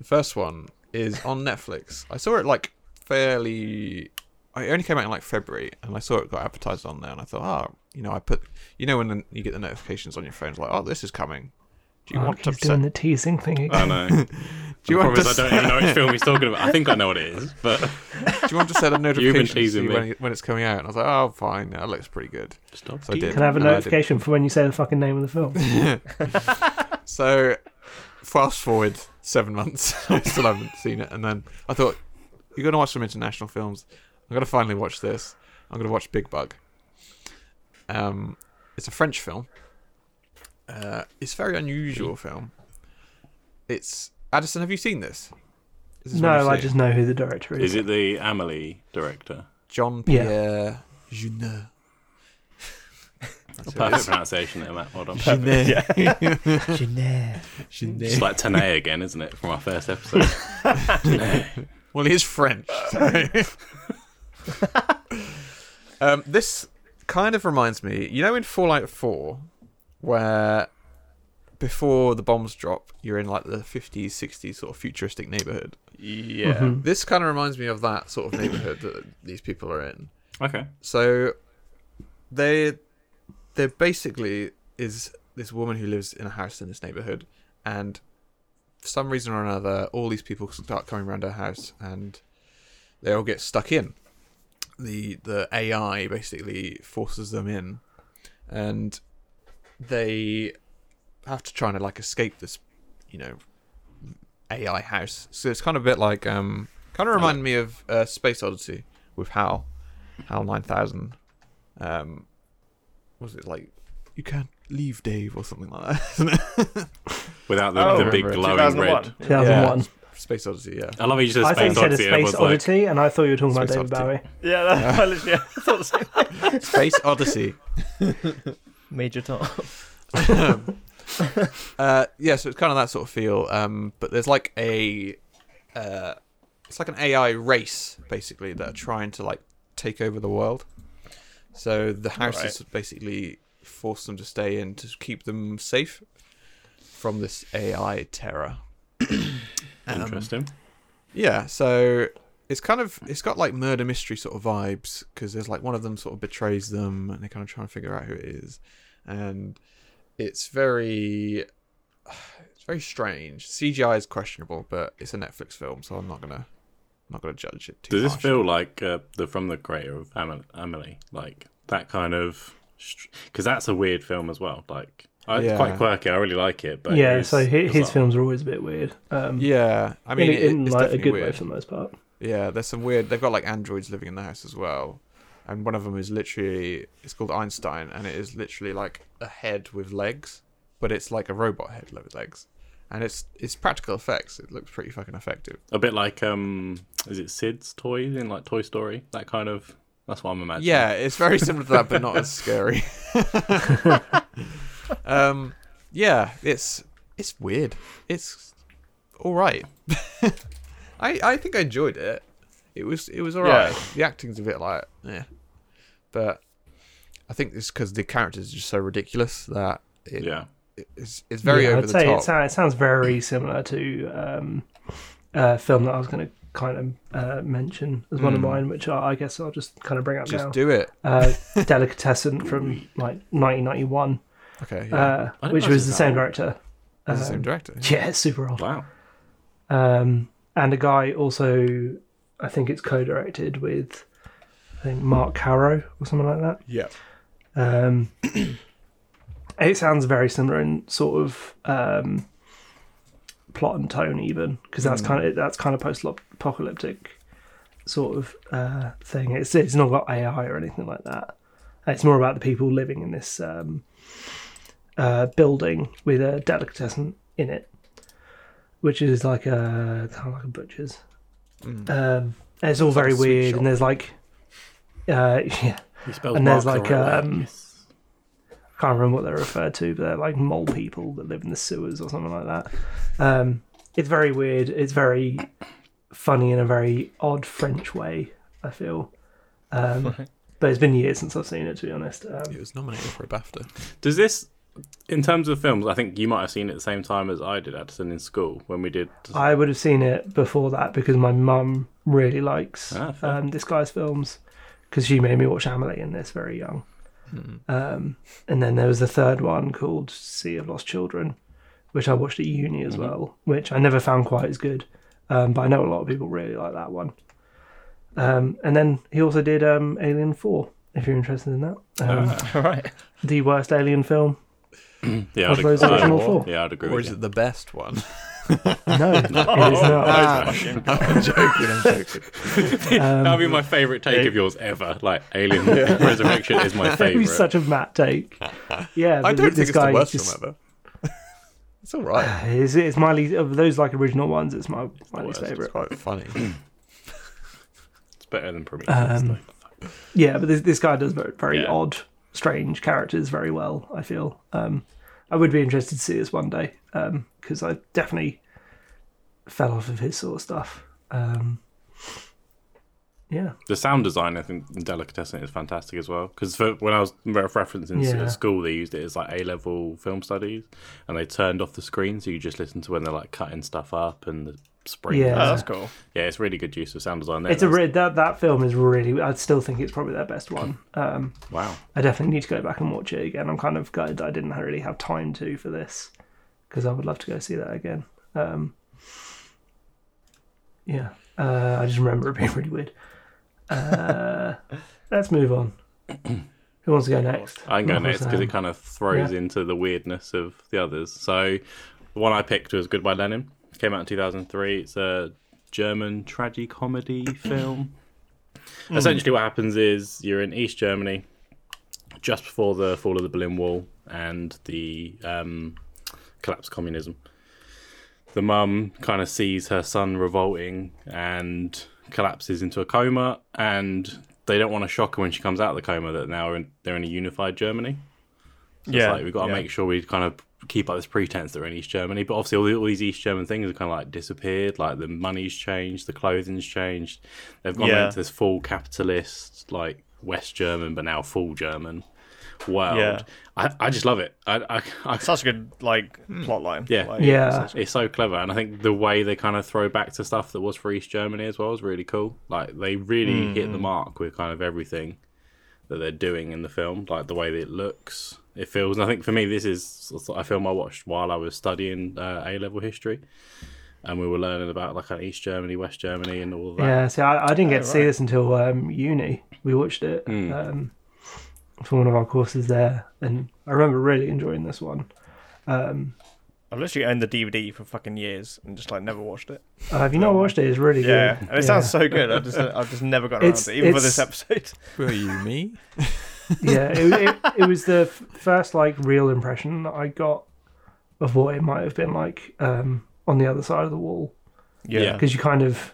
[SPEAKER 4] first one is on Netflix. I saw it like fairly. I only came out in like February, and I saw it got advertised on there, and I thought, oh, you know, I put, you know, when you get the notifications on your phone, it's like, oh, this is coming. Do you
[SPEAKER 2] Oh,
[SPEAKER 4] want to?
[SPEAKER 2] he's doing
[SPEAKER 4] set-
[SPEAKER 2] the teasing thing again.
[SPEAKER 3] I know. Do
[SPEAKER 4] Do you want
[SPEAKER 3] Problem
[SPEAKER 4] to?
[SPEAKER 3] is, I
[SPEAKER 4] set-
[SPEAKER 3] don't even know which film he's talking about. I think I know what it is, but
[SPEAKER 4] Do you want to set a notification to
[SPEAKER 3] teasing
[SPEAKER 4] you
[SPEAKER 3] me.
[SPEAKER 4] when, it- when it's coming out? And I was like, oh, fine, that looks pretty good.
[SPEAKER 3] stop.
[SPEAKER 4] So I did.
[SPEAKER 2] Can I have a
[SPEAKER 4] and I did.
[SPEAKER 2] notification for when you say the fucking name of the film?
[SPEAKER 4] So, fast forward seven months, I still haven't seen it. And then I thought, you're going to watch some international films. I'm going to finally watch this. I'm going to watch Big Bug. Um, it's a French film. Uh, it's a very unusual film. It's Addison. Have you seen this? Is this one you've
[SPEAKER 2] No, I
[SPEAKER 4] seen?
[SPEAKER 2] just know who the director is.
[SPEAKER 3] Is it the Amelie director?
[SPEAKER 4] John
[SPEAKER 2] Yeah.
[SPEAKER 4] Pierre Jeunet. That's who it
[SPEAKER 3] Perfect
[SPEAKER 4] is.
[SPEAKER 3] pronunciation there, Matt. Well done.
[SPEAKER 4] Jeunet.
[SPEAKER 3] It's like Tanae again, isn't it, from our first episode?
[SPEAKER 4] Well, he is French. so- um, this kind of reminds me, you know, in Fallout 4, where before the bombs drop, you're in like the 50s, 60s sort of futuristic neighborhood.
[SPEAKER 1] Yeah.
[SPEAKER 4] This kind of reminds me of that sort of neighborhood that these people are in.
[SPEAKER 3] okay.
[SPEAKER 4] So they there basically is this woman who lives in a house in this neighborhood and for some reason or another all these people start coming around her house and they all get stuck in. The the AI basically forces them in and they have to try and like escape this, you know, AI house. So it's kind of a bit like um kind of remind me of uh, Space Odyssey with Hal. HAL 9000. Um, was it like you can Leave Dave or something like that, isn't it?
[SPEAKER 3] Without the,
[SPEAKER 1] Oh,
[SPEAKER 3] the big
[SPEAKER 6] remember it.
[SPEAKER 3] glowing
[SPEAKER 1] 2001.
[SPEAKER 3] red.
[SPEAKER 2] 2001.
[SPEAKER 4] Space Odyssey, yeah.
[SPEAKER 3] I love how you said
[SPEAKER 2] I
[SPEAKER 3] Space
[SPEAKER 2] thought you said a
[SPEAKER 3] Odyssey. and
[SPEAKER 2] Space
[SPEAKER 3] everyone's like,
[SPEAKER 2] Oddity, and I thought you were talking about
[SPEAKER 4] Space
[SPEAKER 2] David
[SPEAKER 4] Oddity.
[SPEAKER 2] Bowie.
[SPEAKER 1] Yeah, that, I literally I thought the same.
[SPEAKER 4] Space Odyssey.
[SPEAKER 6] Major Tom.
[SPEAKER 4] Uh, yeah, so it's kind of that sort of feel. Um, but there's like a, uh, it's like an AI race basically that are trying to like take over the world. So the house is basically forced them to stay in to keep them safe from this AI terror.
[SPEAKER 3] Interesting.
[SPEAKER 4] Yeah, so it's kind of it's got like murder mystery sort of vibes because there's like one of them sort of betrays them and they're kind of trying to figure out who it is, and it's very it's very strange. CGI is questionable, but it's a Netflix film, so I'm not gonna I'm not gonna judge it too.
[SPEAKER 3] Does this
[SPEAKER 4] harshly.
[SPEAKER 3] feel like uh, the from the creator of Am- Emily, like that kind of? Because that's a weird film as well. Like, I, it's
[SPEAKER 4] Yeah.
[SPEAKER 3] quite quirky. I really like it. But
[SPEAKER 2] Yeah,
[SPEAKER 3] it is
[SPEAKER 2] so his, his
[SPEAKER 3] bizarre.
[SPEAKER 2] films are always a bit weird. Um,
[SPEAKER 4] Yeah, I mean,
[SPEAKER 2] in,
[SPEAKER 4] it,
[SPEAKER 2] in
[SPEAKER 4] it's
[SPEAKER 2] like a
[SPEAKER 4] definitely
[SPEAKER 2] good way
[SPEAKER 4] weird.
[SPEAKER 2] for the most part.
[SPEAKER 4] Yeah, there's some weird. They've got like androids living in the house as well, and one of them is literally it's called Einstein, and it is literally like a head with legs, but it's like a robot head with legs, and it's it's practical effects. It looks pretty fucking effective.
[SPEAKER 3] a bit like um, is it Sid's toys in like Toy Story? That kind of. That's what I'm imagining.
[SPEAKER 4] Yeah, it's very similar to that, but not as scary. um, yeah, it's it's weird. It's all right. I I think I enjoyed it. It was it was all right. The acting's a bit like yeah, but I think it's because the characters are just so ridiculous that it,
[SPEAKER 3] Yeah.
[SPEAKER 4] it's it's very
[SPEAKER 2] Yeah,
[SPEAKER 4] over
[SPEAKER 2] I'd
[SPEAKER 4] the
[SPEAKER 2] say
[SPEAKER 4] top.
[SPEAKER 2] It, sounds, it sounds very similar to um, a film that I was going to kind of uh, mention as one of mine, which I, I guess I'll just kind of bring up
[SPEAKER 4] Hmm. just
[SPEAKER 2] now.
[SPEAKER 4] do it.
[SPEAKER 2] uh, Delicatessen from like 1991,
[SPEAKER 4] Okay, yeah.
[SPEAKER 2] uh,
[SPEAKER 3] I didn't
[SPEAKER 2] which was
[SPEAKER 3] realise it
[SPEAKER 2] the
[SPEAKER 3] was
[SPEAKER 2] same
[SPEAKER 3] that
[SPEAKER 2] director.
[SPEAKER 4] It's
[SPEAKER 2] uh,
[SPEAKER 4] the same director.
[SPEAKER 2] Yeah, it's super old.
[SPEAKER 3] Wow.
[SPEAKER 2] Um, and a guy also, I think it's co-directed with, I think Mark Caro or something like that.
[SPEAKER 4] Yeah,
[SPEAKER 2] Um, it sounds very similar in sort of um, plot and tone, even because that's
[SPEAKER 4] Hmm.
[SPEAKER 2] kind of that's kind of post-apocalyptic sort of uh, thing. It's it's not about AI or anything like that. It's more about the people living in this um, uh, building with a delicatessen in it, which is like a kind of like a butcher's. Um, and it's all
[SPEAKER 4] Hmm. like
[SPEAKER 2] very
[SPEAKER 4] a sweet
[SPEAKER 2] weird,
[SPEAKER 4] shop.
[SPEAKER 2] and there's like, uh, yeah,
[SPEAKER 3] He spells
[SPEAKER 2] And there's
[SPEAKER 3] Mark
[SPEAKER 2] like,
[SPEAKER 3] correctly.
[SPEAKER 2] um, can't remember what they're referred to, but they're like mole people that live in the sewers or something like that. Um, it's very weird. It's very funny in a very odd French way. I feel, um, but it's been years since I've seen it. To be honest,
[SPEAKER 4] it
[SPEAKER 2] um,
[SPEAKER 4] was nominated for a BAFTA.
[SPEAKER 3] Does this, in terms of films, I think you might have seen it at the same time as I did, Addison, in school when we did.
[SPEAKER 2] I would have seen it before that because my mum really likes
[SPEAKER 3] Ah, fair.
[SPEAKER 2] um, this guy's films because she made me watch Amelie in this very young.
[SPEAKER 3] Hmm.
[SPEAKER 2] Um, and then there was the third one called Sea of Lost Children, which I watched at uni
[SPEAKER 3] Mm-hmm.
[SPEAKER 2] as well, which I never found quite as good. Um, but I know a lot of people really like that one. Um, and then he also did um, Alien 4, if you're interested in that. Um,
[SPEAKER 3] Ah.
[SPEAKER 6] All right.
[SPEAKER 2] The worst Alien film?
[SPEAKER 3] yeah, I'd,
[SPEAKER 2] Oslo's
[SPEAKER 3] ag- I'd-
[SPEAKER 2] original four.
[SPEAKER 3] yeah, I'd agree
[SPEAKER 4] Or
[SPEAKER 3] with
[SPEAKER 4] is
[SPEAKER 3] you.
[SPEAKER 4] it the best one?
[SPEAKER 2] No, it is not.
[SPEAKER 4] I'm joking. I'm joking.
[SPEAKER 2] Um,
[SPEAKER 3] That'd be my favourite take of yours ever. Like, Alien Resurrection is my
[SPEAKER 2] It
[SPEAKER 3] favourite.
[SPEAKER 2] was such a Matt take. Yeah,
[SPEAKER 4] I
[SPEAKER 2] but
[SPEAKER 4] don't
[SPEAKER 2] this
[SPEAKER 4] think it's
[SPEAKER 2] guy
[SPEAKER 4] the worst
[SPEAKER 2] just-
[SPEAKER 4] film ever. it's all right.
[SPEAKER 2] It's, it's my least of those like original ones. It's my, my least
[SPEAKER 3] worst.
[SPEAKER 2] favorite.
[SPEAKER 4] It's quite funny.
[SPEAKER 3] It's better than Prometheus.
[SPEAKER 2] Um,
[SPEAKER 3] though.
[SPEAKER 2] Yeah, but this this guy does very, very
[SPEAKER 3] Yeah.
[SPEAKER 2] odd, strange characters very well. I feel. Um, I would be interested to see this one day because I definitely fell off of his sort of stuff. Um, yeah,
[SPEAKER 3] the sound design, I think, in Delicatessen is fantastic as well. Because when I was re- referencing s-
[SPEAKER 2] Yeah.
[SPEAKER 3] at school, they used it as like A level film studies, and they turned off the screen so you just listen to when they're like cutting stuff up and the spring.
[SPEAKER 2] Yeah.
[SPEAKER 1] Oh, that's cool.
[SPEAKER 3] yeah, it's really good use of sound design there.
[SPEAKER 2] it's a
[SPEAKER 3] That's-
[SPEAKER 2] re- that that film is really. I still think it's probably their best one. Um,
[SPEAKER 3] wow.
[SPEAKER 2] I definitely need to go back and watch it again. I'm kind of gutted that I didn't really have time to for this because I would love to go see that again. Um, yeah, uh, I just remember it being really weird. Uh, let's move on. Who wants to go next?
[SPEAKER 3] I can go
[SPEAKER 2] Michael
[SPEAKER 3] next because it
[SPEAKER 2] Sam.
[SPEAKER 3] kind of throws
[SPEAKER 2] Yeah.
[SPEAKER 3] into the weirdness of the others. So, the one I picked was Goodbye Lenin. Came out in 2003. It's a German tragicomedy film. Essentially, what happens is you're in East Germany just before the fall of the Berlin Wall. and the um, collapsed communism. The mum kind of sees her son revolting and collapses into a coma, and they don't want to shock her when she comes out of the coma that now in, they're in a unified Germany. So it's
[SPEAKER 1] Yeah,
[SPEAKER 3] like we've got to
[SPEAKER 1] yeah.
[SPEAKER 3] make sure we kind of keep up this pretense that we're in East Germany, but obviously all, the, all these East German things have kind of like disappeared. Like the money's changed, the clothing's changed. They've gone
[SPEAKER 1] Yeah.
[SPEAKER 3] into this full capitalist, like West German, but now full German world.
[SPEAKER 1] Yeah.
[SPEAKER 3] I, I just love it. I, I, I
[SPEAKER 1] Such a good like plot line.
[SPEAKER 3] Yeah.
[SPEAKER 1] Like,
[SPEAKER 2] Yeah.
[SPEAKER 3] it's so clever, and I think the way they kind of throw back to stuff that was for East Germany as well is really cool. Like they really
[SPEAKER 2] Mm.
[SPEAKER 3] hit the mark with kind of everything that they're doing in the film, like the way that it looks, it feels. And I think for me, this is a film I watched while I was studying uh, A level history, and we were learning about like East Germany, West Germany, and all of that.
[SPEAKER 2] Yeah, see, I, I didn't get to see
[SPEAKER 1] right. Hmm.
[SPEAKER 2] this until um, uni. We watched it um, for one of our courses there, and I remember really enjoying this one.
[SPEAKER 1] I've literally owned the DVD for fucking years and just like never watched it.
[SPEAKER 2] Uh, have you not watched it? It's really
[SPEAKER 1] Yeah,
[SPEAKER 2] good.
[SPEAKER 1] and it sounds so good. I just I've just never got around
[SPEAKER 2] It's-
[SPEAKER 1] to it, even for
[SPEAKER 2] it's-
[SPEAKER 1] this episode.
[SPEAKER 4] Were you me?
[SPEAKER 2] yeah, it, it, it was the f- first like real impression that I got of what it might have been like um, on the other side of the wall
[SPEAKER 3] Yeah.
[SPEAKER 2] because you kind of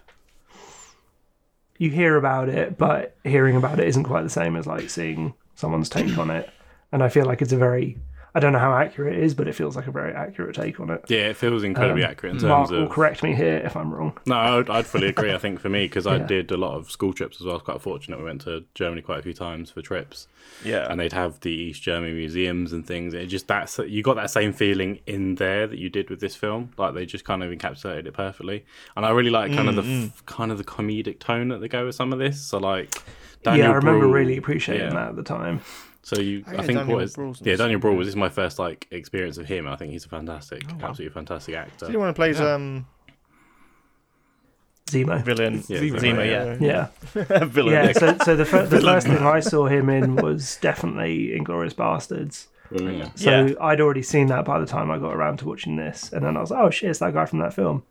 [SPEAKER 2] you hear about it, but hearing about it isn't quite the same as like seeing someone's take on it. And I feel like it's a very I don't know how accurate it is, but it feels like a very accurate take on it.
[SPEAKER 3] Yeah, it feels incredibly
[SPEAKER 2] Um,
[SPEAKER 3] accurate in
[SPEAKER 2] Mark
[SPEAKER 3] terms
[SPEAKER 2] will
[SPEAKER 3] of
[SPEAKER 2] correct me here if I'm wrong.
[SPEAKER 3] No, I'd, I'd fully agree. I think for me, because I
[SPEAKER 2] Yeah.
[SPEAKER 3] did a lot of school trips as well. I was quite fortunate. We went to Germany quite a few times for trips,
[SPEAKER 1] Yeah,
[SPEAKER 3] and they'd have the East German museums and things. It just that's you got that same feeling in there that you did with this film. Like they just kind of encapsulated it perfectly. And I really like kind of the f- kind of the comedic tone that they go with some of this. So like, Daniel
[SPEAKER 2] Mm, yeah, I remember
[SPEAKER 3] Bruhl-
[SPEAKER 2] really appreciating
[SPEAKER 3] yeah.
[SPEAKER 2] that at the time.
[SPEAKER 3] So you,
[SPEAKER 1] yeah,
[SPEAKER 3] I think
[SPEAKER 1] Daniel
[SPEAKER 3] what is
[SPEAKER 1] Bruhl's in
[SPEAKER 3] yeah, Oh,
[SPEAKER 1] this
[SPEAKER 3] Oh, Daniel Brawl was this is my first like experience of him. and I think he's a fantastic, absolutely fantastic actor.
[SPEAKER 1] Did you want to play um
[SPEAKER 2] Zemo.
[SPEAKER 1] villain?
[SPEAKER 3] Yeah,
[SPEAKER 1] Zima,
[SPEAKER 3] Zima,
[SPEAKER 1] yeah,
[SPEAKER 2] Yeah.
[SPEAKER 1] villain.
[SPEAKER 2] Yeah, so, so the, fir- the first thing I saw him in was definitely Inglorious Bastards.
[SPEAKER 3] Yeah.
[SPEAKER 2] So
[SPEAKER 1] Yeah.
[SPEAKER 2] I'd already seen that by the time I got around to watching this. And then I was like, oh shit, it's that guy from that film.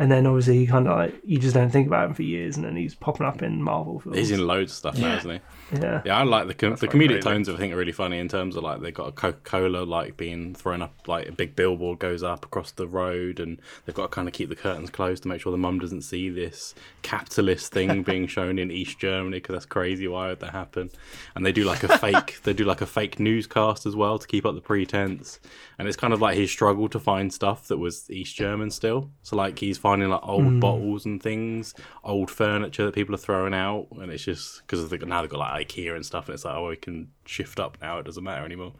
[SPEAKER 2] And then obviously he kind of like, you just don't think about him for years. And then he's popping up in Marvel films.
[SPEAKER 3] He's in loads of stuff now, isn't he?
[SPEAKER 2] yeah.
[SPEAKER 3] Yeah, I like the com- the
[SPEAKER 1] fucking
[SPEAKER 3] comedic
[SPEAKER 1] amazing.
[SPEAKER 3] tones. Of, I think are really funny in terms of like they got a Coca Cola like being thrown up, like a big billboard goes up across the road, and they've got to kind of keep the curtains closed to make sure the mum doesn't see this capitalist thing being shown in East Germany because that's crazy. Why would that happen? And they do like a fake, they do like a fake newscast as well to keep up the pretense. And it's kind of like his struggle to find stuff that was East German still. So like he's finding like old bottles and things, old furniture that people are throwing out, and it's just because now they've got like IKEA and stuff, and it's like oh we can shift up now, it doesn't matter anymore.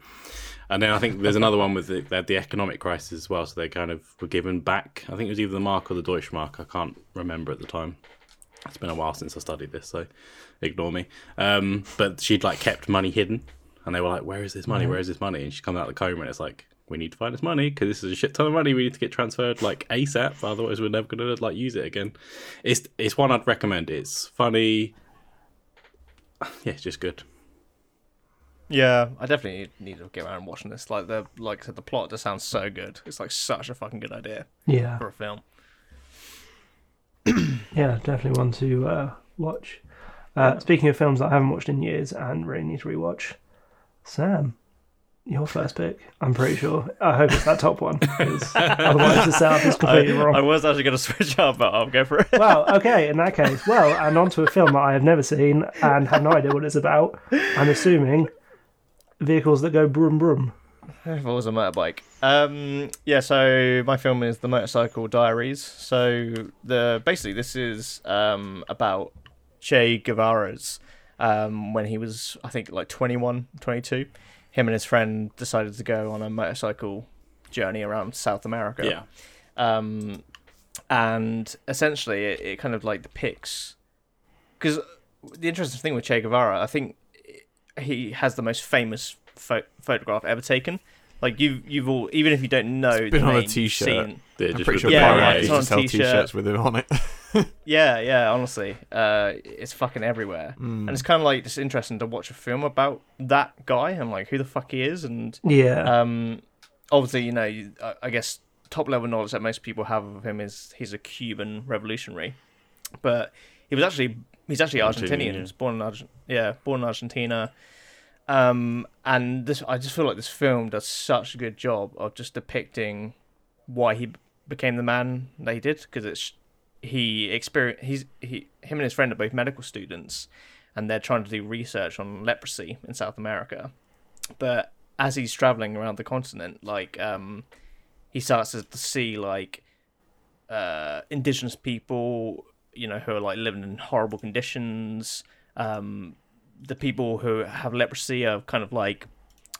[SPEAKER 3] And then I think there's another one with the, they had the economic crisis as well, so they kind of were given back. I think it was either the mark or the Deutschmark. I can't remember at the time. It's been a while since I studied this, so ignore me. Um, but she'd like kept money hidden, and they were like, "Where is this money? Where is this money?" And she comes out of the coma, and it's like, "We need to find this money because this is a shit ton of money. We need to get transferred like ASAP, otherwise we're never gonna like use it again." It's it's one I'd recommend. It's funny. Yeah, it's just good.
[SPEAKER 1] Yeah, I definitely need- need to get around and watching this. Like the like I said, the plot just sounds so good. It's like such a fucking good idea
[SPEAKER 2] Yeah.
[SPEAKER 1] for a film.
[SPEAKER 2] Yeah. Definitely one to uh, watch. Uh, Speaking of films that I haven't watched in years and really need to rewatch, Sam, your first pick, I'm pretty sure. I hope it's that top one. 'cause Otherwise, the setup is
[SPEAKER 1] I,
[SPEAKER 2] completely wrong.
[SPEAKER 1] I was actually going to switch up, but I'll go for it.
[SPEAKER 2] Well, okay, in that case, well, and onto a film that I have never seen and have no idea what it's about. I'm assuming vehicles that go broom broom.
[SPEAKER 1] If it was a motorbike. Um, yeah, so my film is The Motorcycle Diaries. So the basically this is um, about Che Guevara's um, when he was I think like 21, 22. Him and his friend decided to go on a motorcycle journey around South America
[SPEAKER 3] Yeah,
[SPEAKER 1] um, and essentially it, it kind of like depicts because the interesting thing with Che Guevara, I think he has the most famous pho- photograph ever taken. Like you, you've all, even if you don't know, the
[SPEAKER 4] been on a
[SPEAKER 1] name,
[SPEAKER 4] T-shirt.
[SPEAKER 1] seen-
[SPEAKER 3] they're
[SPEAKER 4] I'm
[SPEAKER 3] just
[SPEAKER 4] pretty
[SPEAKER 3] with
[SPEAKER 4] sure
[SPEAKER 3] the
[SPEAKER 1] yeah,
[SPEAKER 4] Power
[SPEAKER 1] yeah,
[SPEAKER 3] variety.
[SPEAKER 4] Rangers
[SPEAKER 1] it's on
[SPEAKER 4] just sell
[SPEAKER 1] t-shirt.
[SPEAKER 4] t-shirts with it on it.
[SPEAKER 1] Yeah, yeah. Honestly, uh, it's fucking everywhere, and
[SPEAKER 4] Hmm.
[SPEAKER 1] it's kind of like just interesting to watch a film about that guy and like who the fuck he is and
[SPEAKER 2] Yeah.
[SPEAKER 1] um, obviously, you know, you- I- I guess top level knowledge that most people have of him is he's a Cuban revolutionary, but he was actually he's actually
[SPEAKER 3] Argentinian,
[SPEAKER 1] Argentinian.
[SPEAKER 3] yeah.
[SPEAKER 1] He was born in Argent- yeah, born in Argentina, Um, and this, I just feel like this film does such a good job of just depicting why he b- became the man that he did, because it's he experienced he's he him and his friend are both medical students, and they're trying to do research on leprosy in South America, but as he's traveling around the continent, like um, he starts to see like uh, indigenous people, you know, who are like living in horrible conditions. Um, the people who have leprosy are kind of like,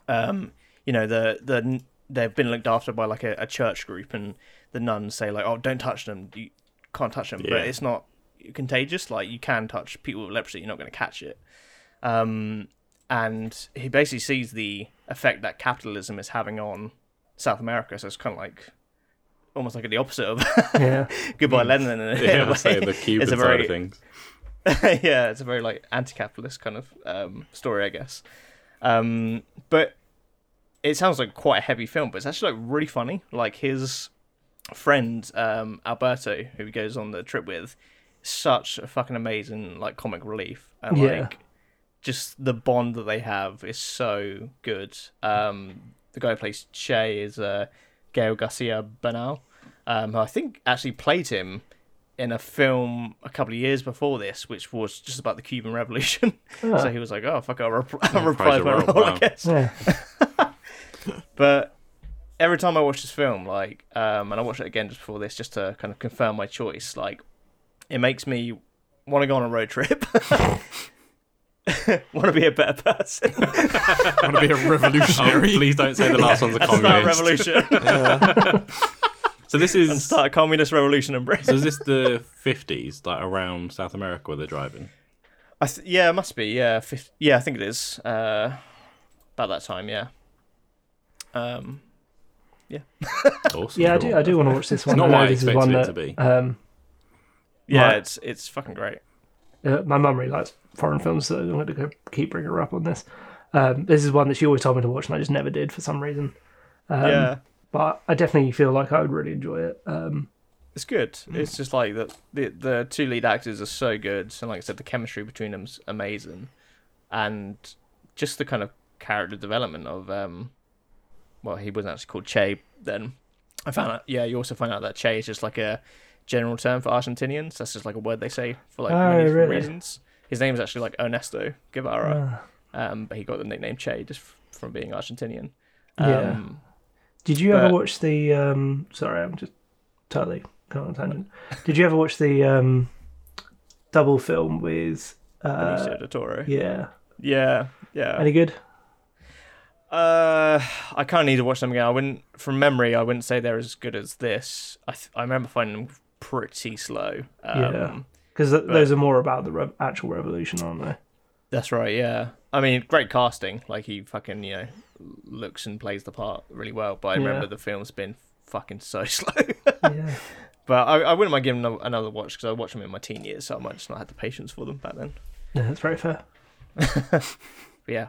[SPEAKER 1] um, you know, the the they've been looked after by like a, a church group, and the nuns say like, oh, don't touch them, you can't touch them,
[SPEAKER 3] Yeah.
[SPEAKER 1] but it's not contagious. Like you can touch people with leprosy, you're not going to catch it. Um, and he basically sees the effect that capitalism is having on South America. So it's kind of like almost like the opposite of
[SPEAKER 2] Uh, Yeah.
[SPEAKER 1] goodbye Lenin. In a
[SPEAKER 3] Hmm. Yeah,
[SPEAKER 1] way.
[SPEAKER 3] I'd say the Cuban
[SPEAKER 1] it's a
[SPEAKER 3] side
[SPEAKER 1] very
[SPEAKER 3] of things.
[SPEAKER 1] yeah, it's a very like anti-capitalist kind of um, story, I guess. Um, but it sounds like quite a heavy film, but it's actually like really funny. Like his friend um, Alberto, who he goes on the trip with, such a fucking amazing like comic relief, and
[SPEAKER 2] Yeah.
[SPEAKER 1] like just the bond that they have is so good. Um, the guy who plays Che is uh, Gael Garcia Bernal, um, who I think actually played him in a film a couple of years before this, which was just about the Cuban Revolution.
[SPEAKER 3] Ah.
[SPEAKER 1] so he was like, "Oh fuck, I'll, repl- I'll reprise
[SPEAKER 3] reprise
[SPEAKER 1] my
[SPEAKER 3] your
[SPEAKER 1] role,
[SPEAKER 3] role,
[SPEAKER 1] I
[SPEAKER 3] wow.
[SPEAKER 1] guess."
[SPEAKER 2] Yeah.
[SPEAKER 1] But every time I watch this film, like, um, and I watched it again just before this, just to kind of confirm my choice, like, it makes me want to go on a road trip. want to be a better person.
[SPEAKER 4] I'm gonna be a
[SPEAKER 3] Oh,
[SPEAKER 4] revolutionary.
[SPEAKER 3] please don't say the last one's a
[SPEAKER 1] Start a
[SPEAKER 3] communist.
[SPEAKER 1] revolution.
[SPEAKER 3] so this is
[SPEAKER 1] Start a communist revolution in Britain.
[SPEAKER 3] so is this the fifties, like around South America where they're driving?
[SPEAKER 1] I th- yeah, it must be. Yeah, fif- yeah, I think it is. Uh, about that time, yeah. Um,
[SPEAKER 3] Awesome.
[SPEAKER 2] Yeah, I do. I do want to watch this one.
[SPEAKER 3] not
[SPEAKER 2] I know
[SPEAKER 3] what I
[SPEAKER 2] this is
[SPEAKER 3] expected
[SPEAKER 2] one
[SPEAKER 3] it
[SPEAKER 2] that,
[SPEAKER 3] to be.
[SPEAKER 2] Um,
[SPEAKER 1] yeah,
[SPEAKER 2] Right.
[SPEAKER 1] it's it's fucking great.
[SPEAKER 2] uh, my mum really likes foreign films, so I'm going to go keep bringing her up on this. Um, this is one that she always told me to watch, and I just never did for some reason.
[SPEAKER 1] yeah,
[SPEAKER 2] But I definitely feel like I would really enjoy it. Um,
[SPEAKER 1] it's good.
[SPEAKER 2] Mm.
[SPEAKER 1] It's just like the, the the two lead actors are so good, and like I said, the chemistry between them's amazing, and just the kind of character development of um, well, he wasn't actually called Che then. I found out. Yeah, you also find out that Che is just like a general term for Argentinians. That's just like a word they say for like
[SPEAKER 2] Oh,
[SPEAKER 1] many different
[SPEAKER 2] really?
[SPEAKER 1] reasons. His name is actually like Ernesto Guevara.
[SPEAKER 2] Oh.
[SPEAKER 1] um, but he got the nickname Che just f- from being Argentinian.
[SPEAKER 2] Yeah.
[SPEAKER 1] Um,
[SPEAKER 2] Did you
[SPEAKER 1] But-
[SPEAKER 2] ever watch the? Um, sorry, I'm just totally going on a tangent. Did you ever watch the um, double film with? Uh,
[SPEAKER 1] Benicio del Toro.
[SPEAKER 2] yeah,
[SPEAKER 1] Yeah, yeah.
[SPEAKER 2] any good?
[SPEAKER 1] Uh, I kind of need to watch them again. I wouldn't, from memory, I wouldn't say they're as good as this. I th- I remember finding them pretty slow. Um,
[SPEAKER 2] Yeah. Because th- those are more about the re- actual revolution, aren't they?
[SPEAKER 1] That's right. Yeah. I mean, great casting. Like he fucking you know looks and plays the part really well. But I
[SPEAKER 2] Yeah.
[SPEAKER 1] remember the film's been fucking so slow.
[SPEAKER 2] Yeah.
[SPEAKER 1] but I, I wouldn't mind giving them another watch because I watched them in my teen years, so I might just not have the patience for them back then.
[SPEAKER 2] yeah, that's very fair.
[SPEAKER 1] But yeah,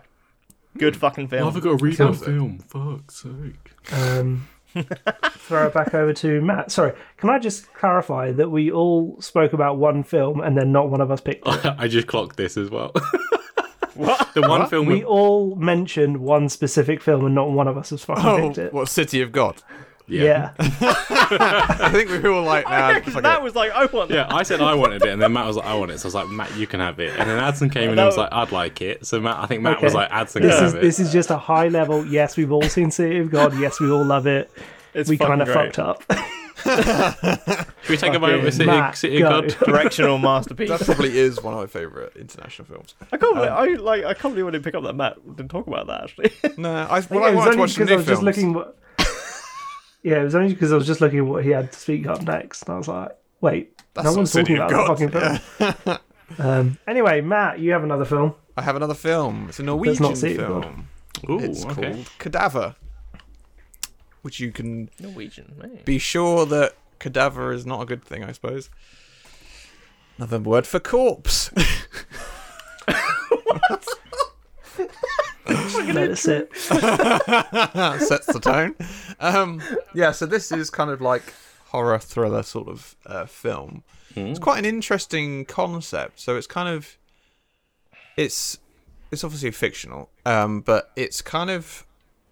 [SPEAKER 1] good fucking film.
[SPEAKER 2] um,
[SPEAKER 3] I've got to read
[SPEAKER 2] my
[SPEAKER 3] film. Fuck's sake.
[SPEAKER 2] Um, throw it back over to Matt. Sorry, can I just clarify that we all spoke about one film and then not one of us picked it?
[SPEAKER 3] I just clocked this as well. what? The one film
[SPEAKER 2] We
[SPEAKER 3] we
[SPEAKER 2] all mentioned one specific film and not one of us has fucking
[SPEAKER 4] Oh,
[SPEAKER 2] picked it.
[SPEAKER 4] what City of God?
[SPEAKER 2] Yeah.
[SPEAKER 4] I think we were all like, nah,
[SPEAKER 1] Because
[SPEAKER 4] fuck
[SPEAKER 1] that
[SPEAKER 4] it.
[SPEAKER 1] was like, I want
[SPEAKER 3] Yeah, I said I wanted it, and then Matt was like, "I want it." So I was like, "Matt, you can have it." And then Adson came in and was like, "I'd like it." So Matt, I think Matt was
[SPEAKER 2] Okay.
[SPEAKER 3] like, "Adson can
[SPEAKER 2] This
[SPEAKER 3] have
[SPEAKER 2] is
[SPEAKER 3] it."
[SPEAKER 2] this is just a high level. Yes, we've all seen City of God. Yes, we all love it.
[SPEAKER 1] It's
[SPEAKER 2] we
[SPEAKER 1] fucking
[SPEAKER 2] kind of
[SPEAKER 1] great.
[SPEAKER 2] fucked up.
[SPEAKER 3] Should we take a moment with City,
[SPEAKER 2] Matt,
[SPEAKER 3] City
[SPEAKER 2] go.
[SPEAKER 3] God?
[SPEAKER 1] Directional masterpiece.
[SPEAKER 4] That probably is one of my favourite international films.
[SPEAKER 1] I can't.
[SPEAKER 4] Um,
[SPEAKER 1] believe I like. I can't believe I didn't pick up that Matt didn't talk about that actually.
[SPEAKER 4] No,
[SPEAKER 2] Yeah,
[SPEAKER 4] I, well, I
[SPEAKER 2] it was
[SPEAKER 4] wanted to
[SPEAKER 2] only
[SPEAKER 4] watch the
[SPEAKER 2] because
[SPEAKER 4] new
[SPEAKER 2] I was just
[SPEAKER 4] films.
[SPEAKER 2] looking. What... yeah, it was only because I was just looking at what he had to speak up next, and I was like, wait, no
[SPEAKER 4] not
[SPEAKER 2] one's
[SPEAKER 4] City
[SPEAKER 2] talking
[SPEAKER 4] of
[SPEAKER 2] about that fucking film. um, anyway, Matt, you have another film.
[SPEAKER 4] I have another film. It's a Norwegian
[SPEAKER 2] City of God.
[SPEAKER 4] film.
[SPEAKER 3] Ooh,
[SPEAKER 4] It's
[SPEAKER 3] okay.
[SPEAKER 4] called Cadaver, which you can
[SPEAKER 1] Norwegian. Man.
[SPEAKER 4] be sure that cadaver is not a good thing, I suppose. Another word for corpse.
[SPEAKER 2] Let it sit.
[SPEAKER 4] that sets the tone. Um, yeah, so this is kind of like horror thriller sort of uh, film. Hmm. It's quite an interesting concept. So it's kind of it's it's obviously fictional, um, but it's kind of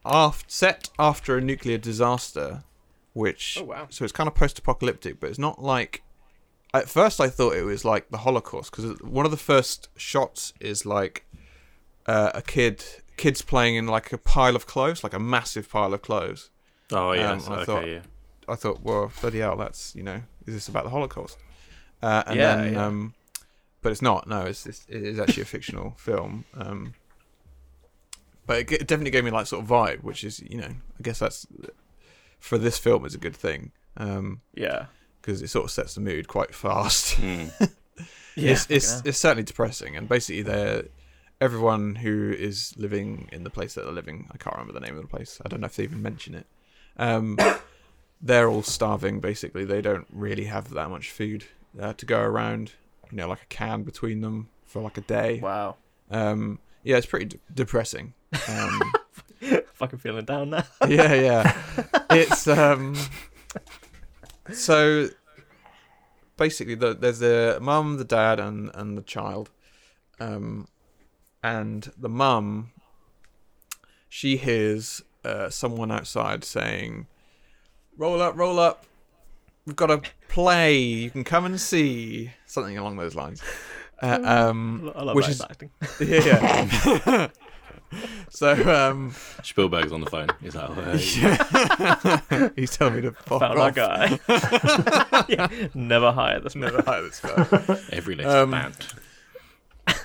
[SPEAKER 4] aft, set after a nuclear disaster, which
[SPEAKER 3] Oh, wow.
[SPEAKER 4] so it's kind of post-apocalyptic, but it's not like. At first, I thought it was like the Holocaust because one of the first shots is like uh, a kid, kids playing in like a pile of clothes, like a massive pile of clothes,
[SPEAKER 3] Oh yeah,
[SPEAKER 4] Um, I
[SPEAKER 3] okay,
[SPEAKER 4] thought-
[SPEAKER 3] yeah.
[SPEAKER 4] I thought, well, bloody hell, that's you know, is this about the Holocaust? Uh, and
[SPEAKER 3] Yeah,
[SPEAKER 4] then,
[SPEAKER 3] yeah.
[SPEAKER 4] Um, but it's not. No, it's, it's it is actually a fictional film. Um, but it, g- it definitely gave me like sort of vibe, which is you know, I guess that's for this film is a good thing um, because
[SPEAKER 1] Yeah.
[SPEAKER 4] it sort of sets the mood quite fast.
[SPEAKER 3] Mm.
[SPEAKER 4] it's
[SPEAKER 1] fucking
[SPEAKER 4] it's,
[SPEAKER 1] hell.
[SPEAKER 4] it's certainly depressing, and basically they're. Everyone who is living in the place that they're living, I can't remember the name of the place. I don't know if they even mention it. Um, they're all starving. Basically, they don't really have that much food uh, to go around. You know, like a can between them for like a day.
[SPEAKER 1] Wow.
[SPEAKER 4] Um, yeah, it's pretty d- depressing. Um,
[SPEAKER 1] Fucking feeling down now.
[SPEAKER 4] yeah, yeah. It's um. So basically, the, there's the mum, the dad, and and the child, um, and the mum. She hears uh, someone outside saying, "Roll up, roll up. We've got a play. You can come and see something along those lines." Uh, um,
[SPEAKER 1] I love
[SPEAKER 4] Which
[SPEAKER 1] that
[SPEAKER 4] is-
[SPEAKER 1] acting.
[SPEAKER 4] yeah, yeah. so um,
[SPEAKER 3] Spielberg's on the phone. He's like, oh, hey.
[SPEAKER 4] yeah. he's telling me to fuck
[SPEAKER 1] Found
[SPEAKER 4] off.
[SPEAKER 1] that guy. yeah. Never hire this man.
[SPEAKER 4] Never hire this guy.
[SPEAKER 3] every latest
[SPEAKER 4] Um,
[SPEAKER 3] band.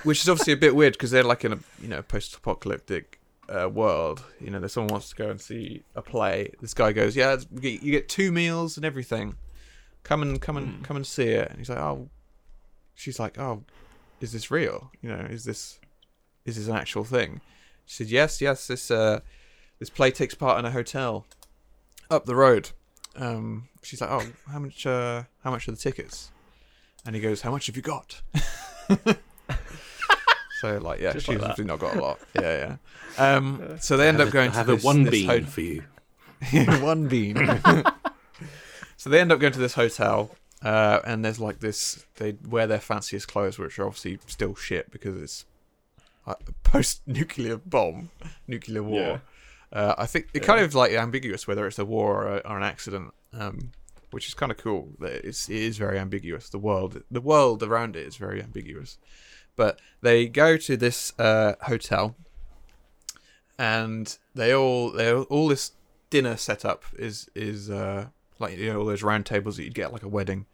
[SPEAKER 4] Which is obviously a bit weird because they're like in a you know post-apocalyptic uh, world. You know, that someone wants to go and see a play. This guy goes, yeah, it's- you get- you get two meals and everything. Come and come
[SPEAKER 3] Hmm.
[SPEAKER 4] and come and see it. And he's like, oh, she's like, oh, is this real? You know, is this is this an actual thing? She said, yes, yes. This uh, this play takes part in a hotel up the road. Um, she's like, oh, how much uh, how much are the tickets? And he goes, how much have you got? so like, yeah,
[SPEAKER 1] Just
[SPEAKER 4] she's
[SPEAKER 1] like that.
[SPEAKER 4] obviously not got a lot. Yeah, yeah. Um, so they end up going
[SPEAKER 3] I
[SPEAKER 4] to
[SPEAKER 3] have
[SPEAKER 4] this,
[SPEAKER 3] a one
[SPEAKER 4] this
[SPEAKER 3] bean
[SPEAKER 4] ho-
[SPEAKER 3] for you.
[SPEAKER 4] one bean. so they end up going to this hotel, uh, and there's like this. They wear their fanciest clothes, which are obviously still shit because it's a post-nuclear bomb, nuclear war. Uh, I think it kind of like ambiguous whether it's a war or, a, or an accident, um, which is kind of cool. that It's it is very ambiguous. The world, the world around it is very ambiguous. But they go to this uh, hotel, and they all they all, all this dinner setup is is uh, like you know all those round tables that you'd get at, like a wedding,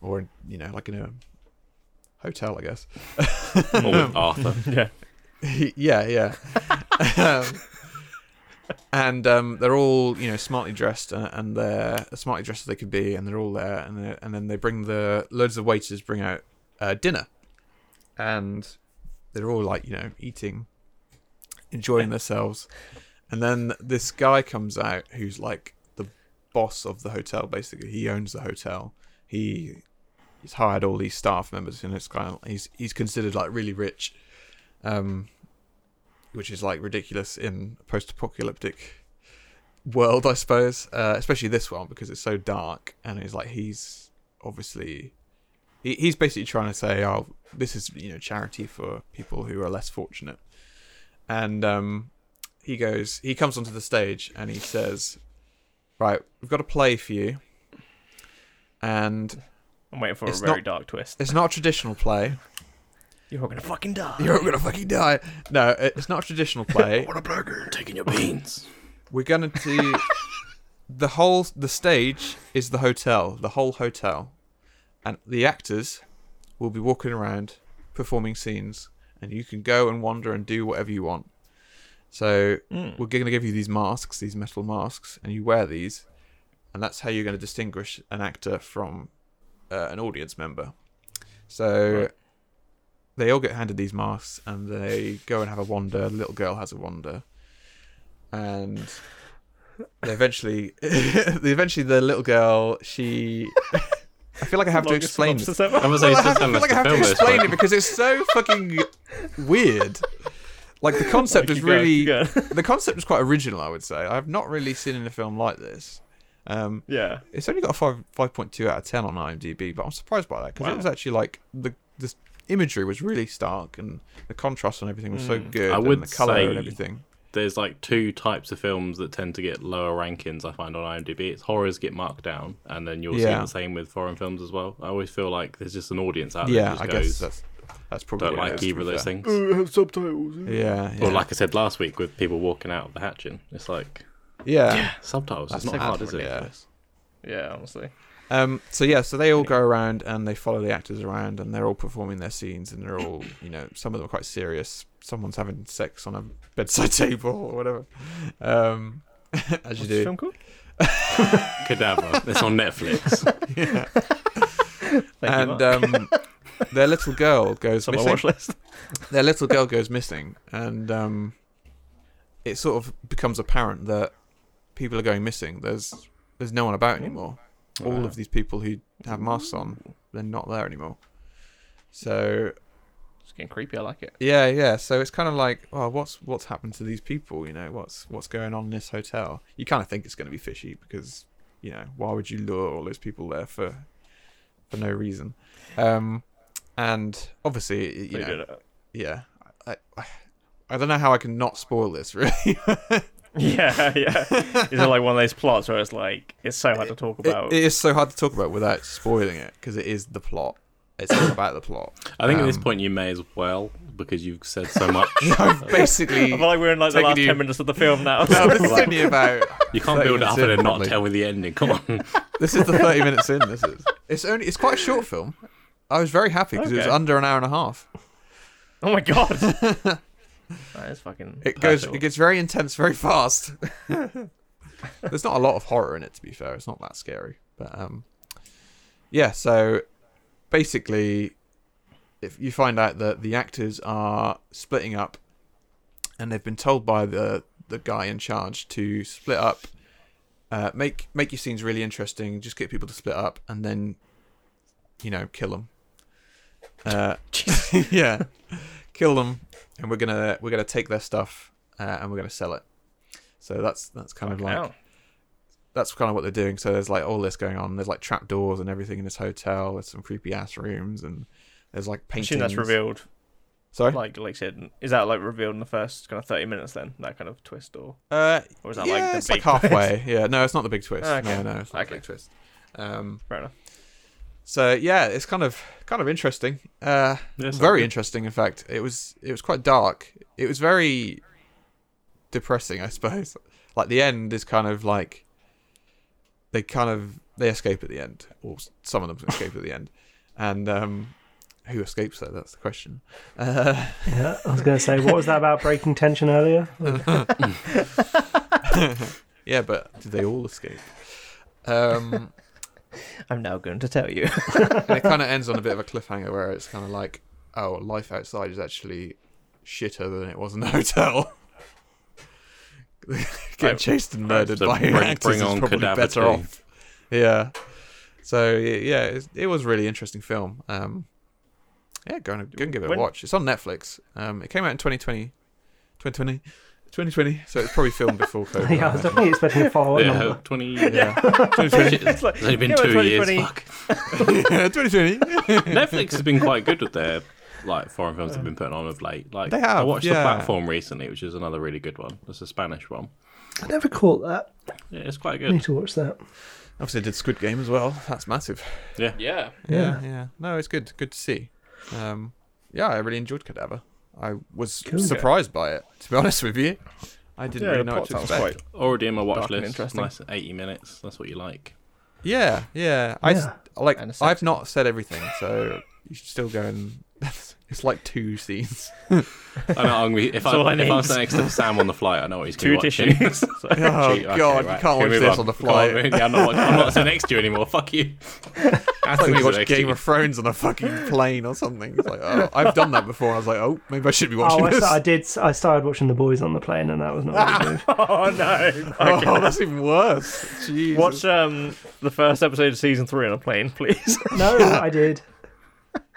[SPEAKER 4] or you know like in a hotel, I guess.
[SPEAKER 3] Or with Arthur.
[SPEAKER 1] Yeah.
[SPEAKER 4] yeah, yeah. um, and um, they're all you know smartly dressed and, and they're as smartly dressed as they could be, and they're all there, and they're- and then they bring the loads of waiters bring out uh, dinner, and they're all like you know eating, enjoying themselves, and then this guy comes out who's like the boss of the hotel. Basically, he owns the hotel. He he's hired all these staff members, and it's kind of he's he's considered like really rich um, which is like ridiculous in a post-apocalyptic world, I suppose. Uh, especially this one because it's so dark, and it's like he's obviously he, he's basically trying to say, "Oh, this is you know charity for people who are less fortunate," and um, he goes, he comes onto the stage and he says, "Right, we've got a play for you." And
[SPEAKER 1] I'm waiting for
[SPEAKER 4] It's
[SPEAKER 1] a very
[SPEAKER 4] not-
[SPEAKER 1] dark twist.
[SPEAKER 4] it's not a traditional play.
[SPEAKER 1] You're all gonna fucking die.
[SPEAKER 4] You're all gonna fucking die. No, it- it's not a traditional play.
[SPEAKER 3] What a burger! Taking your beans.
[SPEAKER 4] We're gonna do the whole the stage is the hotel, the whole hotel. And the actors will be walking around performing scenes and you can go and wander and do whatever you want. So
[SPEAKER 1] Hmm.
[SPEAKER 4] we're gonna give you these masks, these metal masks, and you wear these, and that's how you're gonna distinguish an actor from uh, an audience member. So they all get handed these masks and they go and have a wander. The little girl has a wander, and they eventually, they eventually, the little girl, she. I feel like I have to
[SPEAKER 1] Longest
[SPEAKER 4] explain this.
[SPEAKER 1] synopsis ever.
[SPEAKER 3] I'm gonna say,
[SPEAKER 4] I have-
[SPEAKER 3] just
[SPEAKER 4] I feel
[SPEAKER 3] tell us
[SPEAKER 4] like I
[SPEAKER 3] to
[SPEAKER 4] have to
[SPEAKER 3] film this.
[SPEAKER 4] explain it
[SPEAKER 3] Like,
[SPEAKER 4] because it's so fucking weird. Like the concept is
[SPEAKER 1] Keep going,
[SPEAKER 4] really
[SPEAKER 1] keep going.
[SPEAKER 4] the concept is quite original. I would say I've not really seen in a film like this. Um,
[SPEAKER 1] yeah.
[SPEAKER 4] it's only got a five five point two out of ten on IMDb, but I'm surprised by that because it
[SPEAKER 1] Wow.
[SPEAKER 4] was actually like the this imagery was really stark, and the contrast and everything was so good.
[SPEAKER 3] Hmm. I
[SPEAKER 4] and
[SPEAKER 3] would
[SPEAKER 4] the color
[SPEAKER 3] say-
[SPEAKER 4] and everything.
[SPEAKER 3] There's like two types of films that tend to get lower rankings. I find on IMDb, it's horrors get marked down, and then you're seeing
[SPEAKER 4] Yeah.
[SPEAKER 3] the same with foreign films as well. I always feel like there's just an audience out there.
[SPEAKER 4] Yeah,
[SPEAKER 3] that
[SPEAKER 4] I
[SPEAKER 3] just
[SPEAKER 4] guess
[SPEAKER 3] goes,
[SPEAKER 4] that's that's probably
[SPEAKER 3] don't
[SPEAKER 4] what it
[SPEAKER 3] like
[SPEAKER 4] is, to
[SPEAKER 3] either
[SPEAKER 4] be
[SPEAKER 3] of those
[SPEAKER 4] fair.
[SPEAKER 3] things.
[SPEAKER 1] have subtitles.
[SPEAKER 4] Yeah, yeah,
[SPEAKER 3] Or like I said last week, with people walking out of the hatching, it's like
[SPEAKER 4] yeah.
[SPEAKER 3] subtitles.
[SPEAKER 4] That's
[SPEAKER 3] It's not
[SPEAKER 4] so
[SPEAKER 3] hard,
[SPEAKER 4] hard,
[SPEAKER 3] is it?
[SPEAKER 4] yeah.
[SPEAKER 1] Yeah, honestly.
[SPEAKER 4] Um, so yeah, so they all go around and they follow the actors around and they're all performing their scenes and they're all, you know, some of them are quite serious. Someone's having sex on a bedside table or whatever. Um, as you
[SPEAKER 1] What's this
[SPEAKER 4] do.
[SPEAKER 1] film called?
[SPEAKER 3] Cadaver. It's on Netflix.
[SPEAKER 1] Thank you,
[SPEAKER 4] and um, their little girl goes
[SPEAKER 1] It's on my
[SPEAKER 4] missing.
[SPEAKER 1] watch list.
[SPEAKER 4] Their little girl goes missing, and um, it sort of becomes apparent that people are going missing. There's there's no one
[SPEAKER 1] Hmm.
[SPEAKER 4] about anymore. All of these people who have masks on, they're not there anymore. So
[SPEAKER 1] It's getting creepy. I like it.
[SPEAKER 4] Yeah, yeah. So it's kind of like, oh, what's what's happened to these people? You know, what's what's going on in this hotel? You kind of think it's going to be fishy because, you know, why would you lure all those people there for for no reason? Um, and obviously, you
[SPEAKER 1] They
[SPEAKER 4] know,
[SPEAKER 1] did it.
[SPEAKER 4] yeah. I, I, I don't know how I can not spoil this, really.
[SPEAKER 1] Yeah, yeah. Is it like one of those plots where it's like it's so hard to talk about?
[SPEAKER 4] it, it is so hard to talk about without spoiling it because it is the plot. It's all about the plot.
[SPEAKER 3] I think at this
[SPEAKER 4] Um,
[SPEAKER 3] point you may as well because you've said so much.
[SPEAKER 1] I
[SPEAKER 4] Basically,
[SPEAKER 1] feel like we're in like the
[SPEAKER 4] Taking
[SPEAKER 1] last
[SPEAKER 4] you-
[SPEAKER 1] ten minutes of the film now.
[SPEAKER 4] it's only about
[SPEAKER 3] you can't
[SPEAKER 4] 30
[SPEAKER 3] build it up
[SPEAKER 4] minutes
[SPEAKER 3] and
[SPEAKER 4] in,
[SPEAKER 3] then not
[SPEAKER 4] probably.
[SPEAKER 3] tell me the ending. Come on.
[SPEAKER 4] This is the 30 minutes in. This is. It's only. It's quite a short film. I was very happy because it was
[SPEAKER 1] Okay.
[SPEAKER 4] under an hour and a half.
[SPEAKER 1] oh my god. that is fucking.
[SPEAKER 4] It goes.
[SPEAKER 1] partial.
[SPEAKER 4] It gets very intense very fast. There's not a lot of horror in it, to be fair. It's not that scary, but um, yeah. So basically, if you find out that the actors are splitting up, and they've been told by the the guy in charge to split up, uh, make make your scenes really interesting. Just get people to split up, and then you know kill them. Uh, yeah, kill them, and we're gonna we're gonna take their stuff uh, and we're gonna sell it. So that's that's kind of like
[SPEAKER 1] Wow.
[SPEAKER 4] that's kind of what they're doing. So there's like all this going on. There's like trap doors and everything in this hotel. There's some creepy ass rooms and there's like
[SPEAKER 1] I
[SPEAKER 4] paintings.
[SPEAKER 1] assume that's revealed.
[SPEAKER 4] Sorry.
[SPEAKER 1] Like, like said, is that like revealed in the first kind of thirty minutes? Then that kind of twist, or
[SPEAKER 4] uh,
[SPEAKER 1] or is that
[SPEAKER 4] yeah,
[SPEAKER 1] like the
[SPEAKER 4] it's
[SPEAKER 1] big
[SPEAKER 4] like halfway. yeah, no, it's not the big twist.
[SPEAKER 1] Okay.
[SPEAKER 4] No, no, it's not
[SPEAKER 1] Okay.
[SPEAKER 4] the big twist. Um,
[SPEAKER 1] Fair enough.
[SPEAKER 4] so yeah, it's kind of kind of interesting. Uh,
[SPEAKER 3] Yeah, sounds
[SPEAKER 4] very
[SPEAKER 3] good.
[SPEAKER 4] interesting, in fact. It was it was quite dark. It was very depressing, I suppose. Like the end is kind of like they kind of they escape at the end, or s- some of them escape at the end, and um, who escapes though? That's the question. Uh,
[SPEAKER 2] Yeah, I was going to say, what was that about breaking tension earlier?
[SPEAKER 4] yeah, but did they all escape? Um,
[SPEAKER 6] I'm now going to tell you.
[SPEAKER 4] and it kind of ends on a bit of a cliffhanger where it's kind of like, oh, life outside is actually shitter than it was in the hotel. Getting chased and murdered
[SPEAKER 3] so
[SPEAKER 4] by
[SPEAKER 3] bring-
[SPEAKER 4] actors
[SPEAKER 3] bring
[SPEAKER 4] is
[SPEAKER 3] on
[SPEAKER 4] probably
[SPEAKER 3] Cadaver
[SPEAKER 4] better
[SPEAKER 3] Two.
[SPEAKER 4] off. Yeah. So y- yeah, it's, it was a really interesting film. Um, yeah, go and, go and give it
[SPEAKER 1] When-
[SPEAKER 4] a watch. It's on Netflix. Um, it came out in 2020, 2020, 2020. So it's probably filmed before COVID.
[SPEAKER 2] yeah, I was definitely expecting a follow up
[SPEAKER 3] Yeah,
[SPEAKER 2] number.
[SPEAKER 3] 20.
[SPEAKER 4] yeah.
[SPEAKER 3] Shit, It's
[SPEAKER 1] It's like-
[SPEAKER 3] only been
[SPEAKER 1] yeah,
[SPEAKER 3] two years.
[SPEAKER 1] 2020.
[SPEAKER 3] Fuck.
[SPEAKER 4] 2020.
[SPEAKER 3] Netflix has been quite good with their like foreign films they've been putting on of late. Like
[SPEAKER 4] They have,
[SPEAKER 3] I watched
[SPEAKER 4] yeah.
[SPEAKER 3] the platform recently, which is another really good one. It's a Spanish one.
[SPEAKER 2] I never caught that.
[SPEAKER 3] Yeah, it's quite
[SPEAKER 2] I need
[SPEAKER 3] good.
[SPEAKER 2] to watch that.
[SPEAKER 4] Obviously, did Squid Game as well. That's massive.
[SPEAKER 3] Yeah.
[SPEAKER 1] Yeah.
[SPEAKER 4] yeah, yeah. No, it's good. Good to see. Um, yeah, I really enjoyed Cadaver. I was surprised by it, to be honest with you. I didn't
[SPEAKER 1] Yeah,
[SPEAKER 4] really
[SPEAKER 1] the
[SPEAKER 4] know what
[SPEAKER 1] plot
[SPEAKER 4] to
[SPEAKER 1] sounds
[SPEAKER 4] expect.
[SPEAKER 1] quite.
[SPEAKER 3] Already in my watch
[SPEAKER 1] Dark and
[SPEAKER 3] list.
[SPEAKER 1] interesting.
[SPEAKER 3] Nice 80 minutes. That's what you like.
[SPEAKER 4] Yeah, yeah. I s- like.
[SPEAKER 1] And a
[SPEAKER 4] I've not said everything, so you should still go and. it's like two scenes.
[SPEAKER 3] I know, I'm, if,
[SPEAKER 1] all I
[SPEAKER 3] I, if
[SPEAKER 1] need.
[SPEAKER 3] I'm sitting next to Sam on the flight, I know what he's
[SPEAKER 1] Two
[SPEAKER 3] going to be watching.
[SPEAKER 1] tissues. So-
[SPEAKER 4] Oh
[SPEAKER 3] Gee, okay,
[SPEAKER 4] God,
[SPEAKER 3] right,
[SPEAKER 4] you can't
[SPEAKER 3] can
[SPEAKER 4] watch
[SPEAKER 3] we move
[SPEAKER 4] this on the flight.
[SPEAKER 3] Can't- yeah, I'm, not watch, I'm not sitting next to you anymore. Fuck you.
[SPEAKER 4] It's like when you
[SPEAKER 3] Next
[SPEAKER 4] watch
[SPEAKER 3] to
[SPEAKER 4] Game
[SPEAKER 3] you.
[SPEAKER 4] of Thrones on a fucking plane or something. It's like, oh, I've done that before. And I was like, oh, maybe I should be watching
[SPEAKER 2] Oh, I,
[SPEAKER 4] this.
[SPEAKER 2] sta- I did. I started watching The Boys on the plane, and that was not a good move.
[SPEAKER 1] oh no.
[SPEAKER 4] oh, that's even worse. Jesus.
[SPEAKER 1] Watch um the first episode of season three on a plane, please.
[SPEAKER 2] No, I did.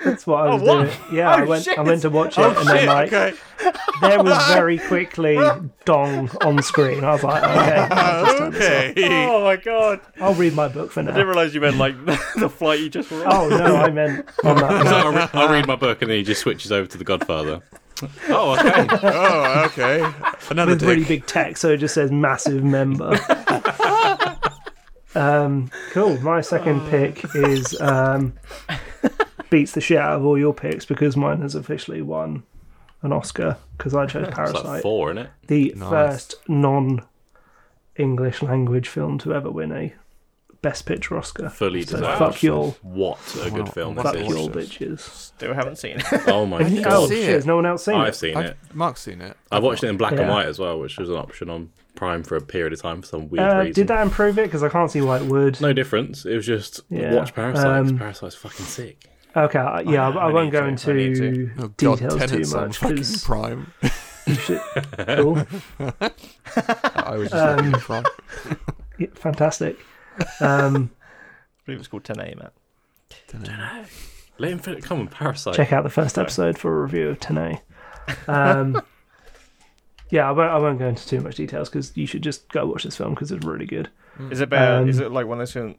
[SPEAKER 2] That's what I was
[SPEAKER 1] what?
[SPEAKER 2] doing. Yeah, I
[SPEAKER 1] Oh,
[SPEAKER 2] went. I
[SPEAKER 1] shit.
[SPEAKER 2] went to watch it, and then like
[SPEAKER 4] okay.
[SPEAKER 2] there was very quickly dong on screen. I was like, okay,
[SPEAKER 4] okay.
[SPEAKER 1] Oh my god!
[SPEAKER 2] I'll read my book for
[SPEAKER 1] I didn't
[SPEAKER 2] now.
[SPEAKER 1] realize you meant like the flight you just were on.
[SPEAKER 2] Oh no, I meant on that.
[SPEAKER 3] So I'll, re- I'll read my book and then he just switches over to The Godfather. oh, okay.
[SPEAKER 4] oh, okay. Another
[SPEAKER 2] with
[SPEAKER 4] dick.
[SPEAKER 2] really big text, so it just says massive member. um, cool. My second
[SPEAKER 1] Uh.
[SPEAKER 2] pick is um, beats the shit out of all your picks because mine has officially won an Oscar because I chose
[SPEAKER 3] It's like
[SPEAKER 2] Parasite,
[SPEAKER 3] four, isn't it?
[SPEAKER 2] the
[SPEAKER 4] Nice.
[SPEAKER 2] first non-English language film to ever win a Best Picture Oscar.
[SPEAKER 3] Fully
[SPEAKER 2] So
[SPEAKER 3] designed.
[SPEAKER 2] fuck you all.
[SPEAKER 3] What a good film
[SPEAKER 4] Wow.
[SPEAKER 3] this
[SPEAKER 2] Fuck
[SPEAKER 4] Watch
[SPEAKER 2] you all,
[SPEAKER 3] is.
[SPEAKER 4] this.
[SPEAKER 2] bitches.
[SPEAKER 1] Still haven't seen it.
[SPEAKER 3] Oh my
[SPEAKER 4] you
[SPEAKER 2] Oh,
[SPEAKER 3] god.
[SPEAKER 4] seen
[SPEAKER 2] shit,
[SPEAKER 4] it?
[SPEAKER 2] has no one else seen
[SPEAKER 3] I've
[SPEAKER 2] it?
[SPEAKER 3] seen it.
[SPEAKER 4] I've, Mark's seen it.
[SPEAKER 3] I watched it in black and
[SPEAKER 2] Yeah.
[SPEAKER 3] white as well, which was an option on Prime for a period of time for some weird
[SPEAKER 2] Uh,
[SPEAKER 3] reason.
[SPEAKER 2] did that improve it? Because I can't see why it would.
[SPEAKER 3] No difference. It was just
[SPEAKER 2] Yeah.
[SPEAKER 3] watch Parasite. 'cause
[SPEAKER 2] Um,
[SPEAKER 3] Parasite's fucking sick.
[SPEAKER 2] Okay, I- yeah, I, I
[SPEAKER 1] I
[SPEAKER 2] won't
[SPEAKER 1] need
[SPEAKER 2] go
[SPEAKER 1] to, I
[SPEAKER 2] into
[SPEAKER 1] need
[SPEAKER 4] Oh, God,
[SPEAKER 2] details
[SPEAKER 4] Tenet's
[SPEAKER 2] too
[SPEAKER 4] on
[SPEAKER 2] much.
[SPEAKER 4] fucking
[SPEAKER 2] 'cause-
[SPEAKER 4] Prime.
[SPEAKER 2] Shit. Cool.
[SPEAKER 4] I was just looking at Prime.
[SPEAKER 2] Yeah, fantastic. Um,
[SPEAKER 1] I believe it's called 10A, Matt.
[SPEAKER 3] Let him fin- come on, Parasite.
[SPEAKER 2] check out the first episode for a review of Tanae. Um, yeah, I won't, I won't go into too much details because you should just go watch this film because it's really good.
[SPEAKER 4] Hmm.
[SPEAKER 1] Is it better?
[SPEAKER 2] Um,
[SPEAKER 1] is it like one of those film,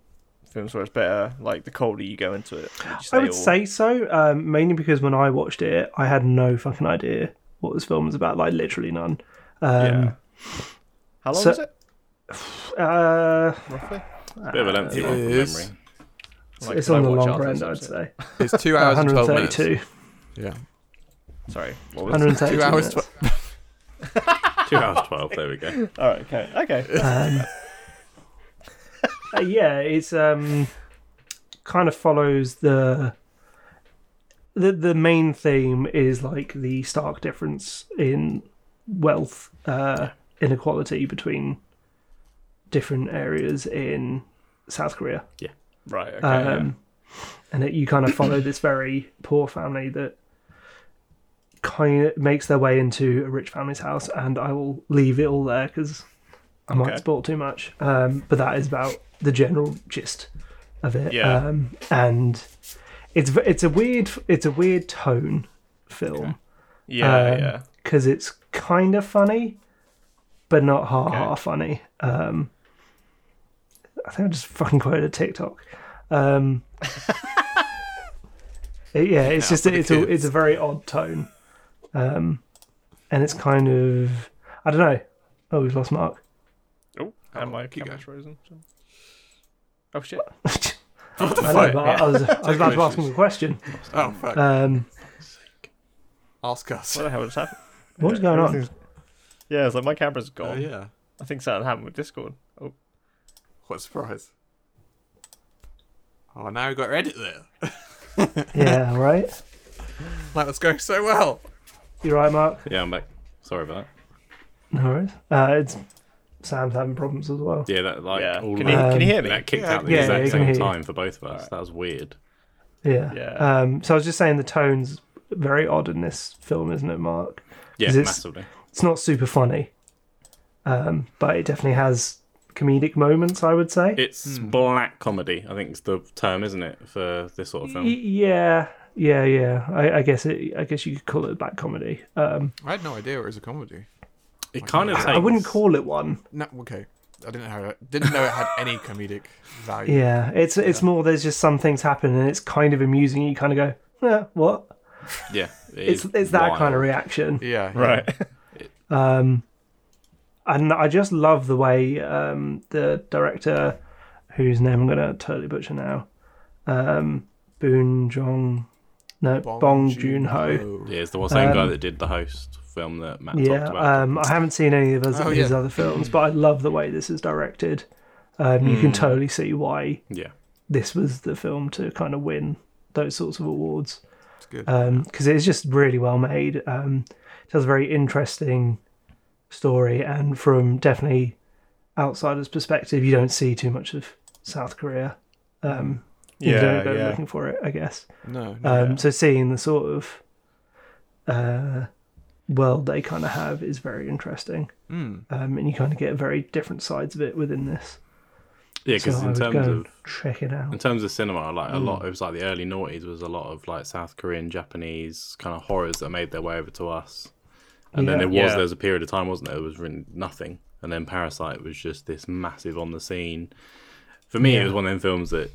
[SPEAKER 1] films where it's better? Like the colder you go into it, would you say,
[SPEAKER 2] I would
[SPEAKER 1] or-
[SPEAKER 2] say so, um, mainly because when I watched it, I had no fucking idea what this film was about, like literally none.
[SPEAKER 1] yeah.
[SPEAKER 2] Um,
[SPEAKER 1] How long
[SPEAKER 2] so-
[SPEAKER 1] is it
[SPEAKER 2] uh,
[SPEAKER 1] roughly?
[SPEAKER 3] Bit of a lengthy one from
[SPEAKER 4] It
[SPEAKER 3] memory.
[SPEAKER 4] is.
[SPEAKER 1] Like,
[SPEAKER 2] it's
[SPEAKER 1] did I
[SPEAKER 2] on the
[SPEAKER 1] watch
[SPEAKER 2] longer
[SPEAKER 1] Arthur's
[SPEAKER 2] end, I'd
[SPEAKER 1] episode?
[SPEAKER 2] say.
[SPEAKER 4] It's two hours and twelve minutes.
[SPEAKER 2] 132.
[SPEAKER 4] Yeah,
[SPEAKER 1] Sorry. What was it?
[SPEAKER 2] 132
[SPEAKER 4] two hours.
[SPEAKER 2] minutes.
[SPEAKER 4] Tw-
[SPEAKER 3] Two hours twelve. There we go.
[SPEAKER 1] All right. Okay. Okay.
[SPEAKER 2] um, uh, yeah, it's um, kind of follows the the the main theme is like the stark difference in wealth uh, inequality between different areas in South Korea.
[SPEAKER 1] Right. Okay. yeah.
[SPEAKER 2] Um, and it, you kind of follow this very poor family that kind of makes their way into a rich family's house. And I will leave it all there because I might
[SPEAKER 1] Okay.
[SPEAKER 2] spoil too much. Um, but that is about the general gist of it.
[SPEAKER 1] Yeah.
[SPEAKER 2] Um, and it's v- it's a weird it's a weird tone film
[SPEAKER 1] Yeah.
[SPEAKER 2] um,
[SPEAKER 1] yeah.
[SPEAKER 2] because it's kind of funny, but not ha ha funny. Um, I think I just fucking quoted a TikTok. Um, it- yeah, it's just
[SPEAKER 4] for the
[SPEAKER 2] it's a,
[SPEAKER 4] kids.
[SPEAKER 2] it's a very odd tone, um, and it's kind of I don't know. Oh, we've lost Mark.
[SPEAKER 1] Oh, and my
[SPEAKER 4] keep
[SPEAKER 1] camera's frozen. so- Oh shit!
[SPEAKER 2] I, know, but I- I was, I was about to ask him a question.
[SPEAKER 4] oh fuck!
[SPEAKER 2] Um,
[SPEAKER 4] Ask us.
[SPEAKER 1] What the hell just happened?
[SPEAKER 2] what's going on?
[SPEAKER 1] Everything's- Yeah, it's like my camera's
[SPEAKER 4] Oh
[SPEAKER 1] gone.
[SPEAKER 4] yeah.
[SPEAKER 1] I think something happened with Discord. Oh,
[SPEAKER 4] What a surprise! Oh, now we got to edit there.
[SPEAKER 2] Yeah, right.
[SPEAKER 4] That was going so well.
[SPEAKER 2] You right, Mark?
[SPEAKER 3] Yeah, I'm back. Sorry about
[SPEAKER 2] No worries. Uh, it's Sam's having problems as well.
[SPEAKER 3] that. Yeah, that like
[SPEAKER 1] yeah.
[SPEAKER 3] all
[SPEAKER 1] Can
[SPEAKER 3] of
[SPEAKER 1] you,
[SPEAKER 3] that,
[SPEAKER 1] can you hear me?
[SPEAKER 3] that kicked
[SPEAKER 4] Yeah,
[SPEAKER 3] out at the
[SPEAKER 2] yeah, yeah,
[SPEAKER 3] exact
[SPEAKER 2] I can
[SPEAKER 3] same
[SPEAKER 2] hear you.
[SPEAKER 3] time for both of us. That was weird.
[SPEAKER 2] Yeah.
[SPEAKER 1] Yeah.
[SPEAKER 2] Um, so I was just saying the tone's very odd in this film, isn't it, Mark?
[SPEAKER 3] Yeah,
[SPEAKER 2] Is this-
[SPEAKER 3] massively.
[SPEAKER 2] It's not super funny, um, but it definitely has comedic moments, I would say.
[SPEAKER 3] It's black comedy. I think it's the term, isn't it, for this sort of
[SPEAKER 2] Y-
[SPEAKER 3] film?
[SPEAKER 2] yeah. Yeah, yeah. I, I guess it. I guess you could call it black comedy. Um,
[SPEAKER 4] I had no idea it was a comedy.
[SPEAKER 3] It kind of. Takes,
[SPEAKER 2] I wouldn't call it one.
[SPEAKER 4] No, okay. I didn't know. How it, didn't know it had any comedic value.
[SPEAKER 2] Yeah, it's it's more. There's just some things happen, and it's kind of amusing. You kind of go, yeah, what?
[SPEAKER 3] Yeah, it
[SPEAKER 2] It's
[SPEAKER 3] is
[SPEAKER 2] it's that kind of
[SPEAKER 3] wild.
[SPEAKER 2] reaction.
[SPEAKER 4] Yeah.
[SPEAKER 1] Right.
[SPEAKER 2] Um, and I just love the way um, the director, whose name I'm going to totally butcher now, um, Boon Jong, no
[SPEAKER 4] Oh,
[SPEAKER 2] Bong, Joon Ho.
[SPEAKER 3] Yeah, it's the one same guy
[SPEAKER 2] Um,
[SPEAKER 3] that did the host film that Matt
[SPEAKER 2] Yeah,
[SPEAKER 3] talked about.
[SPEAKER 2] um, I haven't seen any of his,
[SPEAKER 4] Oh,
[SPEAKER 2] his
[SPEAKER 4] yeah.
[SPEAKER 2] other films, but I love the way this is directed. Um, You can totally see why
[SPEAKER 3] yeah,
[SPEAKER 2] this was the film to kind of win those sorts of awards. Um, It's
[SPEAKER 4] good.
[SPEAKER 2] Because it's just really well made. Um, it tells a very interesting story, and from definitely outsiders' perspective, you don't see too much of South Korea. Um, yeah, you don't go
[SPEAKER 1] yeah.
[SPEAKER 2] looking for it, I guess.
[SPEAKER 4] No. no.
[SPEAKER 2] Um, So seeing the sort of uh, world they kind of have is very interesting,
[SPEAKER 4] Mm.
[SPEAKER 2] um, and you kind of get very different sides of it within this.
[SPEAKER 3] Yeah, because
[SPEAKER 2] so I Hmm.
[SPEAKER 3] in
[SPEAKER 2] would
[SPEAKER 3] terms
[SPEAKER 2] go
[SPEAKER 3] of
[SPEAKER 2] check it
[SPEAKER 3] in
[SPEAKER 2] out.
[SPEAKER 3] terms of cinema, like a lot, it was like the early noughties was a lot of like South Korean, Japanese kind of horrors that made their way over to us. And then
[SPEAKER 2] Yeah.
[SPEAKER 3] there was
[SPEAKER 1] Yeah.
[SPEAKER 3] there was a period of time, wasn't there? It was written nothing, and then Parasite was just this massive on the scene. For me, it was one of them films that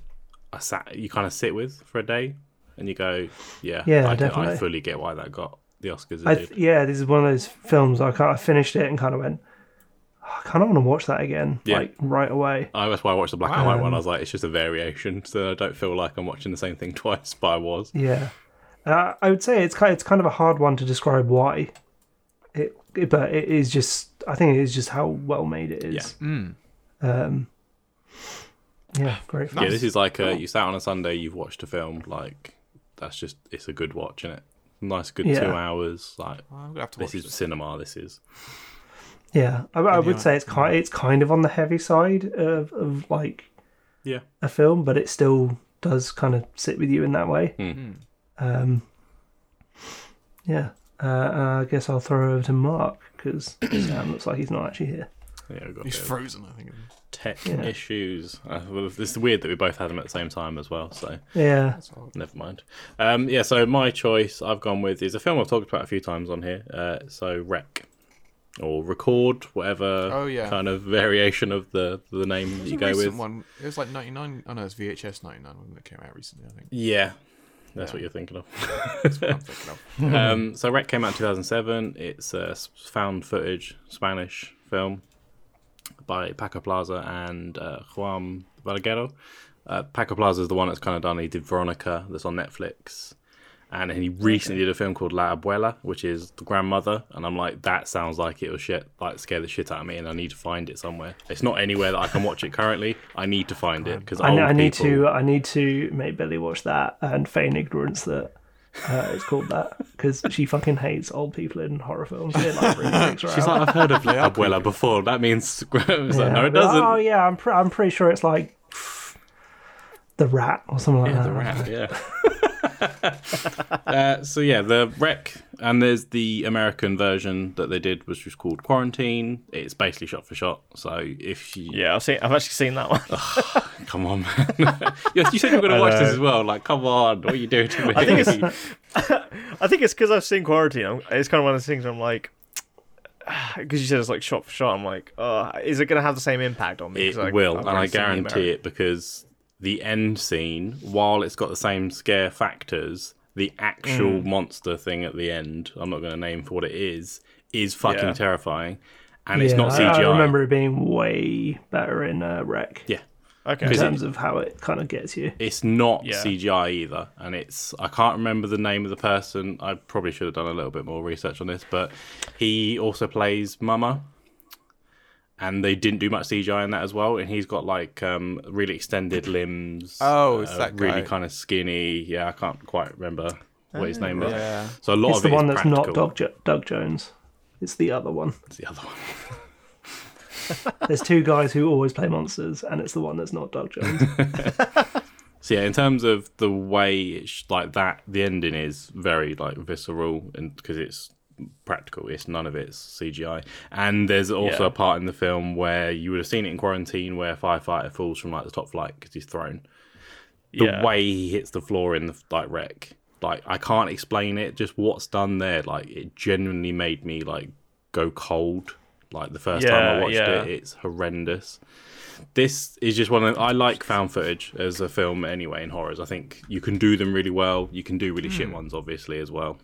[SPEAKER 3] I sat, you kind of sit with for a day, and you go, yeah,
[SPEAKER 2] Yeah,
[SPEAKER 3] I, can- I
[SPEAKER 2] definitely.
[SPEAKER 3] fully get why that got the Oscars. It
[SPEAKER 2] I
[SPEAKER 3] did.
[SPEAKER 2] th- yeah, this is one of those films I, kind of, I finished it and kind of went, "Oh, I kind of want to watch that again,
[SPEAKER 3] Yeah.
[SPEAKER 2] like right away.
[SPEAKER 3] I, that's why I watched the black and white one. I was like, it's just a variation, so I don't feel like I'm watching the same thing twice. But I was.
[SPEAKER 2] Yeah, uh, I would say it's kind it's kind of a hard one to describe why. It, it but it is just I think it is just how well made it is. Yeah. Um. Yeah, great.
[SPEAKER 3] Yeah, this is like uh you sat on a Sunday, you've watched a film. Like that's just it's a good watch, is it? Nice, good
[SPEAKER 2] Yeah.
[SPEAKER 3] two hours. Like
[SPEAKER 4] I'm gonna have to watch
[SPEAKER 3] this
[SPEAKER 4] this.
[SPEAKER 3] is cinema. This is
[SPEAKER 2] Yeah, I, I
[SPEAKER 4] I-
[SPEAKER 2] would say it's kind it's kind of on the heavy side of, of like
[SPEAKER 3] yeah,
[SPEAKER 2] a film, but it still does kind of sit with you in that way.
[SPEAKER 3] Hmm.
[SPEAKER 2] Um, yeah, uh, uh, I guess I'll throw over to Mark because Sam looks like he's not actually here.
[SPEAKER 3] yeah. We've got a
[SPEAKER 4] He's
[SPEAKER 3] bit of
[SPEAKER 4] frozen, I think.
[SPEAKER 3] tech
[SPEAKER 2] Yeah.
[SPEAKER 3] issues. Uh, well, it's weird that we both had them at the same time as well. So
[SPEAKER 2] Yeah,
[SPEAKER 3] never mind. Um, yeah. So my choice I've gone with is a film I've talked about a few times on here. Uh, so Wreck. Or record whatever
[SPEAKER 4] Oh, yeah.
[SPEAKER 3] kind of variation of the the name that you
[SPEAKER 4] You
[SPEAKER 3] go with.
[SPEAKER 4] one. It was like 99. Oh no, it's VHS 99 when it came out recently. I think.
[SPEAKER 3] Yeah, that's
[SPEAKER 4] Yeah.
[SPEAKER 3] what you're thinking of.
[SPEAKER 4] That's what I'm thinking of.
[SPEAKER 3] um, so Rec came out in 2007. It's a s- found footage Spanish film by Paco Plaza and uh, Juan Valguero. Uh, Paco Plaza is the one that's kind of done. He did Veronica, that's on Netflix, and he recently did a film called La Abuela, which is the grandmother. And I'm like, that sounds like it'll shit, like scare the shit out of me, and I need to find it somewhere. It's not anywhere that I can watch it currently. I need to find it because
[SPEAKER 2] I, ne- I need to I need to make Billy watch that and feign ignorance that. Uh, it's called that because she fucking hates old people in horror films. It like really freaks her out.
[SPEAKER 3] She's like, I've heard of La Abuela before. That means It's like,
[SPEAKER 2] Yeah, I'll
[SPEAKER 3] no,
[SPEAKER 2] be
[SPEAKER 3] it
[SPEAKER 2] like,
[SPEAKER 3] doesn't.
[SPEAKER 2] Oh yeah, I'm pre- I'm pretty sure it's like the rat or something like
[SPEAKER 3] Yeah,
[SPEAKER 2] that.
[SPEAKER 3] the rat. Yeah. uh, so yeah, the wreck, and there's the American version that they did, which was called Quarantine. It's basically shot for shot. So if you
[SPEAKER 1] Yeah, I've seen. I've actually seen that one.
[SPEAKER 3] come on, man, you, you said you were going to watch this as well. Like, come on, what are you doing to me?
[SPEAKER 1] I think it's- I think it's because I've seen Quarantine. I'm- It's kind of one of those things. I'm like, because you said it's like shot for shot. I'm like, oh, is it going to have the same impact on me?
[SPEAKER 3] It
[SPEAKER 1] 'Cause I-
[SPEAKER 3] will,
[SPEAKER 1] I've
[SPEAKER 3] and
[SPEAKER 1] already
[SPEAKER 3] I
[SPEAKER 1] seen the
[SPEAKER 3] guarantee
[SPEAKER 1] Ameri-
[SPEAKER 3] it because the end scene, while it's got the same scare factors, the
[SPEAKER 1] Mm.
[SPEAKER 3] actual monster thing at the end, I'm not going to name for what it is, is fucking
[SPEAKER 1] Yeah.
[SPEAKER 3] terrifying, and it's
[SPEAKER 2] Yeah,
[SPEAKER 3] not
[SPEAKER 2] I-
[SPEAKER 3] CGI.
[SPEAKER 2] I remember it being way better in uh, Wreck
[SPEAKER 3] Yeah.
[SPEAKER 1] Okay.
[SPEAKER 2] in
[SPEAKER 3] 'Cause it-
[SPEAKER 2] terms of how it kind of gets you.
[SPEAKER 3] It's not
[SPEAKER 1] Yeah.
[SPEAKER 3] CGI either, and it's I can't remember the name of the person. I probably should have done a little bit more research on this, but he also plays Mama, and they didn't do much CGI in that as well. And he's got like um, really extended limbs. uh,
[SPEAKER 4] Oh, it's that
[SPEAKER 3] really
[SPEAKER 4] guy. Uh,
[SPEAKER 3] kind of skinny. Yeah, I can't quite remember what his name was.
[SPEAKER 4] Yeah.
[SPEAKER 3] So a lot
[SPEAKER 2] It's
[SPEAKER 3] of
[SPEAKER 2] the
[SPEAKER 3] it is
[SPEAKER 2] one that's not
[SPEAKER 3] practical.
[SPEAKER 2] Doug, jo- Doug Jones. It's the other one.
[SPEAKER 3] It's the other one.
[SPEAKER 2] There's two guys who always play monsters, and it's the one that's not Doug Jones.
[SPEAKER 3] So yeah, in terms of the way it's like that, the ending is very like visceral, and because it's practical, it's none of it's CGI. And there's also
[SPEAKER 1] Yeah.
[SPEAKER 3] a part in the film where you would have seen it in quarantine, where a firefighter falls from like the top flight because he's thrown. The
[SPEAKER 1] Yeah.
[SPEAKER 3] way he hits the floor in the like wreck, like I can't explain it. Just what's done there, like it genuinely made me like go cold. Like the first time I
[SPEAKER 1] Yeah,
[SPEAKER 3] watched
[SPEAKER 1] yeah.
[SPEAKER 3] it, it's horrendous this is just one of I like found footage as a film anyway in horrors. I think you can do them really well. You can do really
[SPEAKER 1] Hmm.
[SPEAKER 3] shit ones obviously as well.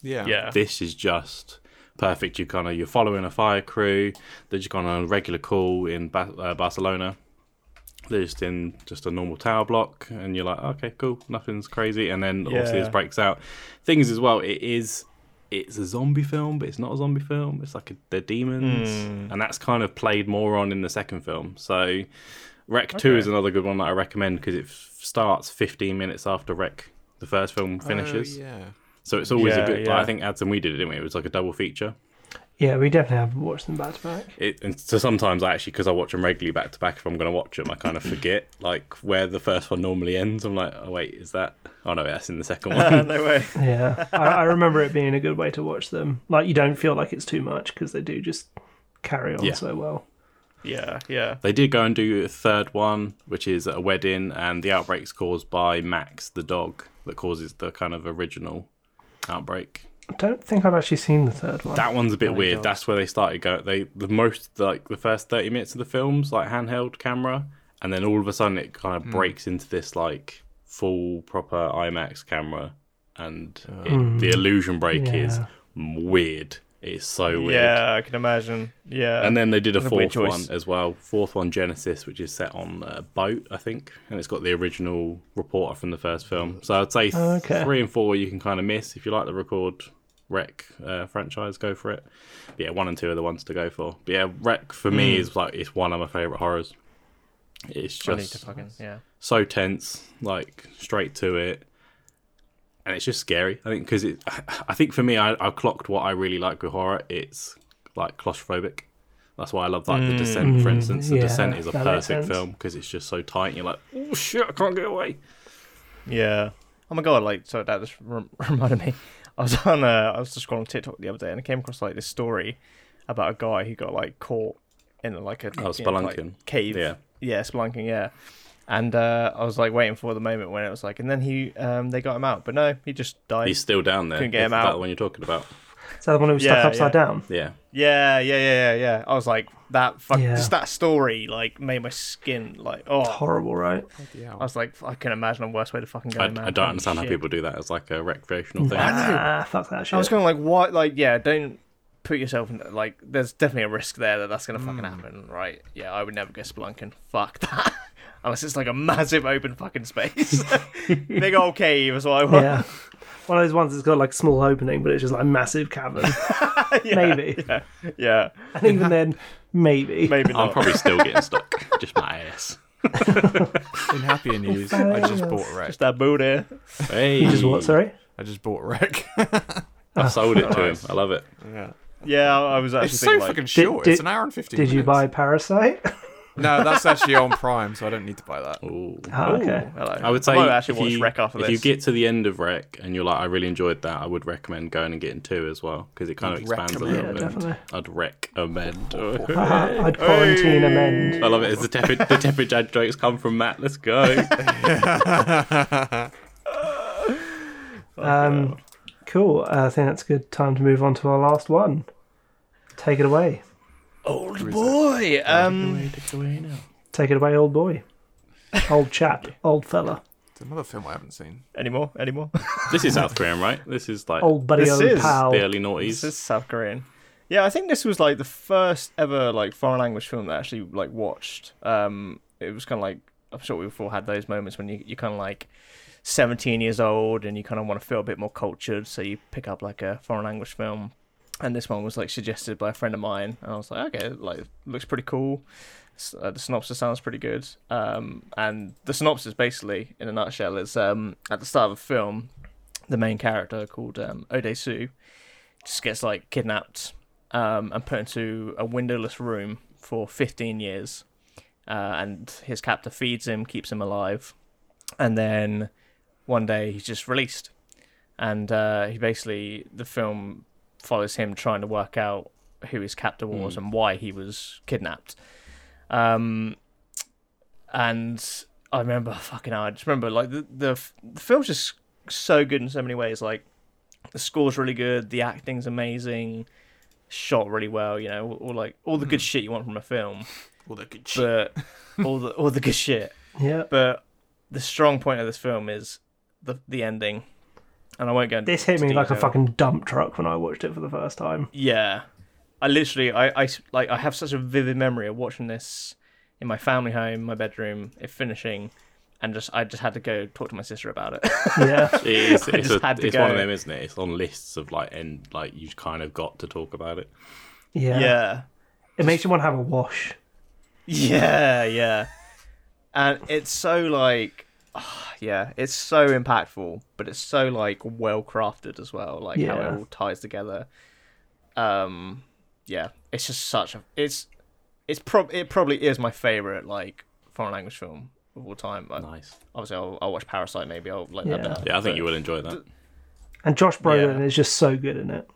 [SPEAKER 4] Yeah.
[SPEAKER 1] Yeah.
[SPEAKER 3] This is just perfect. You kind of you're following a fire crew. They're just gone on a regular call in ba- uh, Barcelona. They're just in just a normal tower block, and you're like, okay, cool, nothing's crazy. And then obviously this
[SPEAKER 1] Yeah.
[SPEAKER 3] breaks out. Things as well. It is. It's a zombie film, but it's not a zombie film. It's like a, they're demons,
[SPEAKER 1] Hmm.
[SPEAKER 3] and that's kind of played more on in the second film. So, Wreck Two is another good one that I recommend because it f- starts 15 minutes after Wreck, the first film finishes.
[SPEAKER 4] Oh, yeah.
[SPEAKER 3] So it's always
[SPEAKER 1] Yeah,
[SPEAKER 3] a good.
[SPEAKER 1] yeah.
[SPEAKER 3] I think Ads and we did it, didn't we? It was like a double feature.
[SPEAKER 2] yeah, we definitely have watched them back to back.
[SPEAKER 3] It, and so sometimes I actually, because I watch them regularly back to back, if I'm going to watch them, I kind of forget like where the first one normally ends. I'm like, oh wait, is that? Oh no, that's in the second one.
[SPEAKER 1] no way.
[SPEAKER 2] Yeah, I, I remember it being a good way to watch them. Like you don't feel like it's too much because they do just carry on
[SPEAKER 3] Yeah.
[SPEAKER 2] so well.
[SPEAKER 1] Yeah, yeah.
[SPEAKER 3] They did go and do a third one, which is a wedding, and the outbreak's caused by Max, the dog, that causes the kind of original outbreak.
[SPEAKER 2] I don't think I've actually seen the third one.
[SPEAKER 3] That one's a bit weird. That's where they started going. They the most like the first thirty minutes of the film's like handheld camera, and then all of a sudden it kind
[SPEAKER 2] Hmm.
[SPEAKER 3] of breaks into this like full proper IMAX camera, and it, the illusion break is
[SPEAKER 2] Hmm. Yeah.
[SPEAKER 3] weird. It's so weird.
[SPEAKER 1] Yeah, I can imagine. Yeah.
[SPEAKER 3] And then they did a
[SPEAKER 1] That's a weird
[SPEAKER 3] fourth one
[SPEAKER 1] choice.
[SPEAKER 3] as well. Fourth one, Genesis, which is set on a boat, I think, and it's got the original reporter from the first film. So I'd say
[SPEAKER 2] Oh, okay.
[SPEAKER 3] three and four you can kind of miss if you like the record wreck uh, franchise. Go for it. But yeah, one and two are the ones to go for. But yeah, wreck for me is like it's one of my favorite horrors. It's
[SPEAKER 1] Hmm. I need to
[SPEAKER 3] just
[SPEAKER 1] fucking yeah.
[SPEAKER 3] so tense, like straight to it, and it's just scary. I think because it, I think for me, I, I clocked what I really like with horror. It's like claustrophobic. That's why I love like The Descent, for instance. The
[SPEAKER 2] Mm. yeah,
[SPEAKER 3] Descent is a
[SPEAKER 2] that makes
[SPEAKER 3] perfect
[SPEAKER 2] sense.
[SPEAKER 3] film because it's just so tight. And you're like, oh shit, I can't get away.
[SPEAKER 1] Yeah. Oh my god! Like, so that just rem- reminded me. I was on, uh, I was just scrolling TikTok the other day, and I came across like this story about a guy who got like caught in like a
[SPEAKER 3] Oh,
[SPEAKER 1] you know, like,
[SPEAKER 3] spelunking.
[SPEAKER 1] cave.
[SPEAKER 3] Yeah.
[SPEAKER 1] yeah, spelunking. Yeah, and uh, I was like waiting for the moment when it was like, and then he, um, they got him out, but no, he just died.
[SPEAKER 3] He's still down there.
[SPEAKER 1] Couldn't get him
[SPEAKER 3] That's
[SPEAKER 1] out.
[SPEAKER 3] That one you're talking about.
[SPEAKER 2] Is that the one that was
[SPEAKER 1] Yeah,
[SPEAKER 2] stuck upside
[SPEAKER 1] yeah.
[SPEAKER 2] down?
[SPEAKER 3] Yeah,
[SPEAKER 1] Yeah, yeah, yeah, yeah, yeah. I was like that. Fuck,
[SPEAKER 2] Yeah.
[SPEAKER 1] just that story like made my skin like oh.
[SPEAKER 2] Horrible, right?
[SPEAKER 4] Yeah.
[SPEAKER 1] I was like, I can imagine a worse way to fucking go.
[SPEAKER 3] I,
[SPEAKER 1] man.
[SPEAKER 3] I don't
[SPEAKER 1] Holy
[SPEAKER 3] understand how
[SPEAKER 1] shit.
[SPEAKER 3] people do that as like a recreational thing.
[SPEAKER 2] Ah, fuck that shit.
[SPEAKER 1] I was going like, what? Like, yeah, don't put yourself in like. There's definitely a risk there that that's gonna fucking happen, right? Yeah, I would never go spelunking. Fuck that. Unless it's like a massive open fucking space, big old cave is what I want.
[SPEAKER 2] yeah. One of those ones that's got like small opening, but it's just like massive cavern. maybe.
[SPEAKER 1] Yeah,
[SPEAKER 2] And even then, maybe.
[SPEAKER 1] maybe
[SPEAKER 3] I'm
[SPEAKER 1] not.
[SPEAKER 3] probably still getting stuck. Just my ass.
[SPEAKER 4] In happier news, I just bought a wreck.
[SPEAKER 1] Just that booty.
[SPEAKER 3] Hey,
[SPEAKER 2] Just what? Sorry.
[SPEAKER 4] I just bought a wreck.
[SPEAKER 3] I sold it to him. I love it.
[SPEAKER 4] yeah.
[SPEAKER 1] Yeah, I was actually
[SPEAKER 4] It's so
[SPEAKER 1] thinking, like,
[SPEAKER 4] fucking short.
[SPEAKER 2] did-
[SPEAKER 4] it's an hour and fifteen.
[SPEAKER 2] Did you
[SPEAKER 4] minutes.
[SPEAKER 2] buy Parasite?
[SPEAKER 4] No, that's actually on Prime, so I don't need to buy that.
[SPEAKER 3] Ooh.
[SPEAKER 2] Ah, okay.
[SPEAKER 1] hello.
[SPEAKER 3] I would say
[SPEAKER 1] might actually
[SPEAKER 3] if
[SPEAKER 1] watch
[SPEAKER 3] you,
[SPEAKER 1] Wreck after
[SPEAKER 3] if
[SPEAKER 1] this.
[SPEAKER 3] you get to the end of Wreck and you're like, I really enjoyed that, I would recommend going and getting two as well because it kind of
[SPEAKER 4] You'd
[SPEAKER 3] expands a
[SPEAKER 4] recommend.
[SPEAKER 3] little bit.
[SPEAKER 2] Yeah, definitely.
[SPEAKER 3] I'd recommend.
[SPEAKER 1] Oh,
[SPEAKER 3] I
[SPEAKER 2] Ah, I'd quarantine amend.
[SPEAKER 3] love it. It's the tepid, the tepid dad jokes come from Matt. Let's go.
[SPEAKER 2] Um, cool. Uh, I think that's a good time to move on to our last one. Take it away.
[SPEAKER 1] old boy. Um,
[SPEAKER 2] Take it away, old boy. Old chap. Old fella.
[SPEAKER 4] It's another film I haven't seen.
[SPEAKER 1] anymore, anymore.
[SPEAKER 3] this is South Korean, right? This is like
[SPEAKER 2] Old buddy,
[SPEAKER 1] This
[SPEAKER 2] old
[SPEAKER 1] is
[SPEAKER 2] pal.
[SPEAKER 3] the early
[SPEAKER 1] This is
[SPEAKER 3] noughties.
[SPEAKER 1] South Korean. Yeah, I think this was like the first ever like foreign language film that I actually like watched. Um, it was kind of like I'm sure we've all had those moments when you you kind of like 17 years old and you kind of want to feel a bit more cultured, so you pick up like a foreign language film. And this one was like suggested by a friend of mine, and I was like, okay, like looks pretty cool. S- Uh, the synopsis sounds pretty good. Um, and the synopsis basically, in a nutshell, is um, at the start of the film, the main character called um, Ode Sue just gets like kidnapped um, and put into a windowless room for 15 years. Uh, and his captor feeds him, keeps him alive. And then one day he's just released. And uh, he basically, the film follows him trying to work out who his captor was and why he was kidnapped. Um, and I remember, fucking hell, I just remember like the, the, f- the film's just so good in so many ways. Like, the score's really good, the acting's amazing, shot really well, you know, all, all like all the good shit you want from a film,
[SPEAKER 4] Well, Hmm. the good shit.
[SPEAKER 1] but all the all the good shit.
[SPEAKER 2] Yeah.
[SPEAKER 1] But the strong point of this film is the the ending, and I won't go. Into
[SPEAKER 2] This hit me like a
[SPEAKER 1] detail.
[SPEAKER 2] fucking dump truck when I watched it for the first time.
[SPEAKER 1] Yeah, I literally, I, I s- like, I have such a vivid memory of watching this in my family home, my bedroom, it finishing, and just I just had to go talk to my sister about it.
[SPEAKER 2] Yeah.
[SPEAKER 3] It is,
[SPEAKER 1] I
[SPEAKER 3] it's
[SPEAKER 1] just
[SPEAKER 3] a-
[SPEAKER 1] had to
[SPEAKER 3] it's one of
[SPEAKER 1] go.
[SPEAKER 3] them, isn't it? It's on lists of like end, like you kind of got to talk about it.
[SPEAKER 2] Yeah.
[SPEAKER 1] yeah.
[SPEAKER 2] It makes you want to have a wash.
[SPEAKER 1] Yeah, yeah. And it's so like ah, yeah, it's so impactful, but it's so like well crafted as well, like how
[SPEAKER 2] Yeah.
[SPEAKER 1] it all ties together. Um yeah, it's just such a it's it's prob it probably is my favorite like foreign language film of all time. But
[SPEAKER 3] Nice.
[SPEAKER 1] obviously I'll, I'll watch Parasite maybe I'll like
[SPEAKER 2] Yeah.
[SPEAKER 1] that.
[SPEAKER 3] Yeah, I think you will enjoy that.
[SPEAKER 2] And Josh Brolin is just so good in it.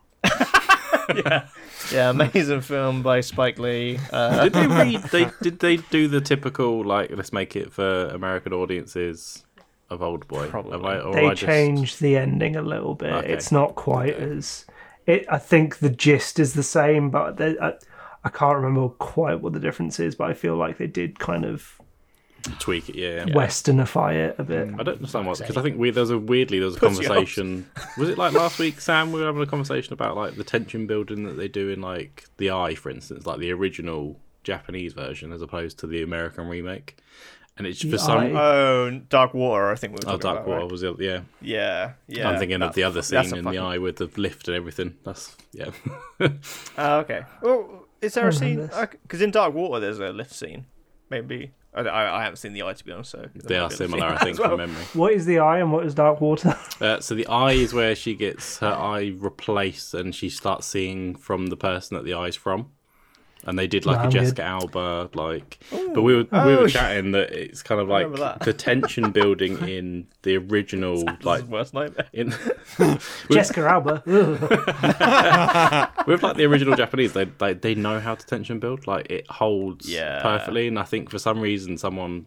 [SPEAKER 1] yeah, amazing film by Spike Lee. Uh,
[SPEAKER 3] did they read? They did they do the typical like let's make it for American audiences of Old Boy?
[SPEAKER 1] Probably.
[SPEAKER 3] Am I- or
[SPEAKER 2] they
[SPEAKER 3] Oh, I just-
[SPEAKER 2] changed the ending a little bit.
[SPEAKER 3] Okay.
[SPEAKER 2] It's not quite as it. I think the gist is the same, but they, I, I can't remember quite what the difference is. But I feel like they did kind of
[SPEAKER 3] tweak it. Yeah. Mm.
[SPEAKER 2] westernify it a bit.
[SPEAKER 3] I don't understand why because I think we there was a weirdly there was a conversation. Was it like last week, Sam? We were having a conversation about like the tension building that they do in like the Eye, for instance, like the original Japanese version as opposed to the American remake. And it's for some
[SPEAKER 2] Eye.
[SPEAKER 1] oh, Dark Water. I think we were
[SPEAKER 3] oh,
[SPEAKER 1] talking
[SPEAKER 3] Dark
[SPEAKER 1] about,
[SPEAKER 3] Water
[SPEAKER 1] right?
[SPEAKER 3] was it? Yeah.
[SPEAKER 1] Yeah, yeah.
[SPEAKER 3] I'm thinking of
[SPEAKER 1] that's
[SPEAKER 3] the other
[SPEAKER 1] fu- that's
[SPEAKER 3] scene
[SPEAKER 1] a
[SPEAKER 3] in the
[SPEAKER 1] fucking-
[SPEAKER 3] Eye with the lift and everything. That's yeah.
[SPEAKER 1] Ah, okay. Well, is there a scene?
[SPEAKER 2] Horrendous.
[SPEAKER 1] Because in Dark Water, there's a lift scene. Maybe I, I, I haven't seen the eye to be honest. So there
[SPEAKER 3] they
[SPEAKER 1] might be a lift scene
[SPEAKER 3] are similar, I
[SPEAKER 1] as
[SPEAKER 3] think,
[SPEAKER 1] well.
[SPEAKER 3] from memory.
[SPEAKER 2] What is the eye and what is dark water?
[SPEAKER 3] Uh, so the eye is where she gets her eye replaced, and she starts seeing from the person that the eye's from. And they did like
[SPEAKER 2] Nah,
[SPEAKER 3] a
[SPEAKER 2] I'm
[SPEAKER 3] Jessica Alba, like. But we were we
[SPEAKER 1] Oh,
[SPEAKER 3] were
[SPEAKER 1] yeah.
[SPEAKER 3] chatting that it's kind of like
[SPEAKER 1] remember that.
[SPEAKER 3] the tension building in the original,
[SPEAKER 1] This
[SPEAKER 3] like
[SPEAKER 1] is worst nightmare.
[SPEAKER 3] in
[SPEAKER 2] Jessica Alba. Ugh.
[SPEAKER 3] with like the original Japanese, they, they they know how to tension build. Like it holds
[SPEAKER 1] Yeah.
[SPEAKER 3] perfectly, and I think for some reason someone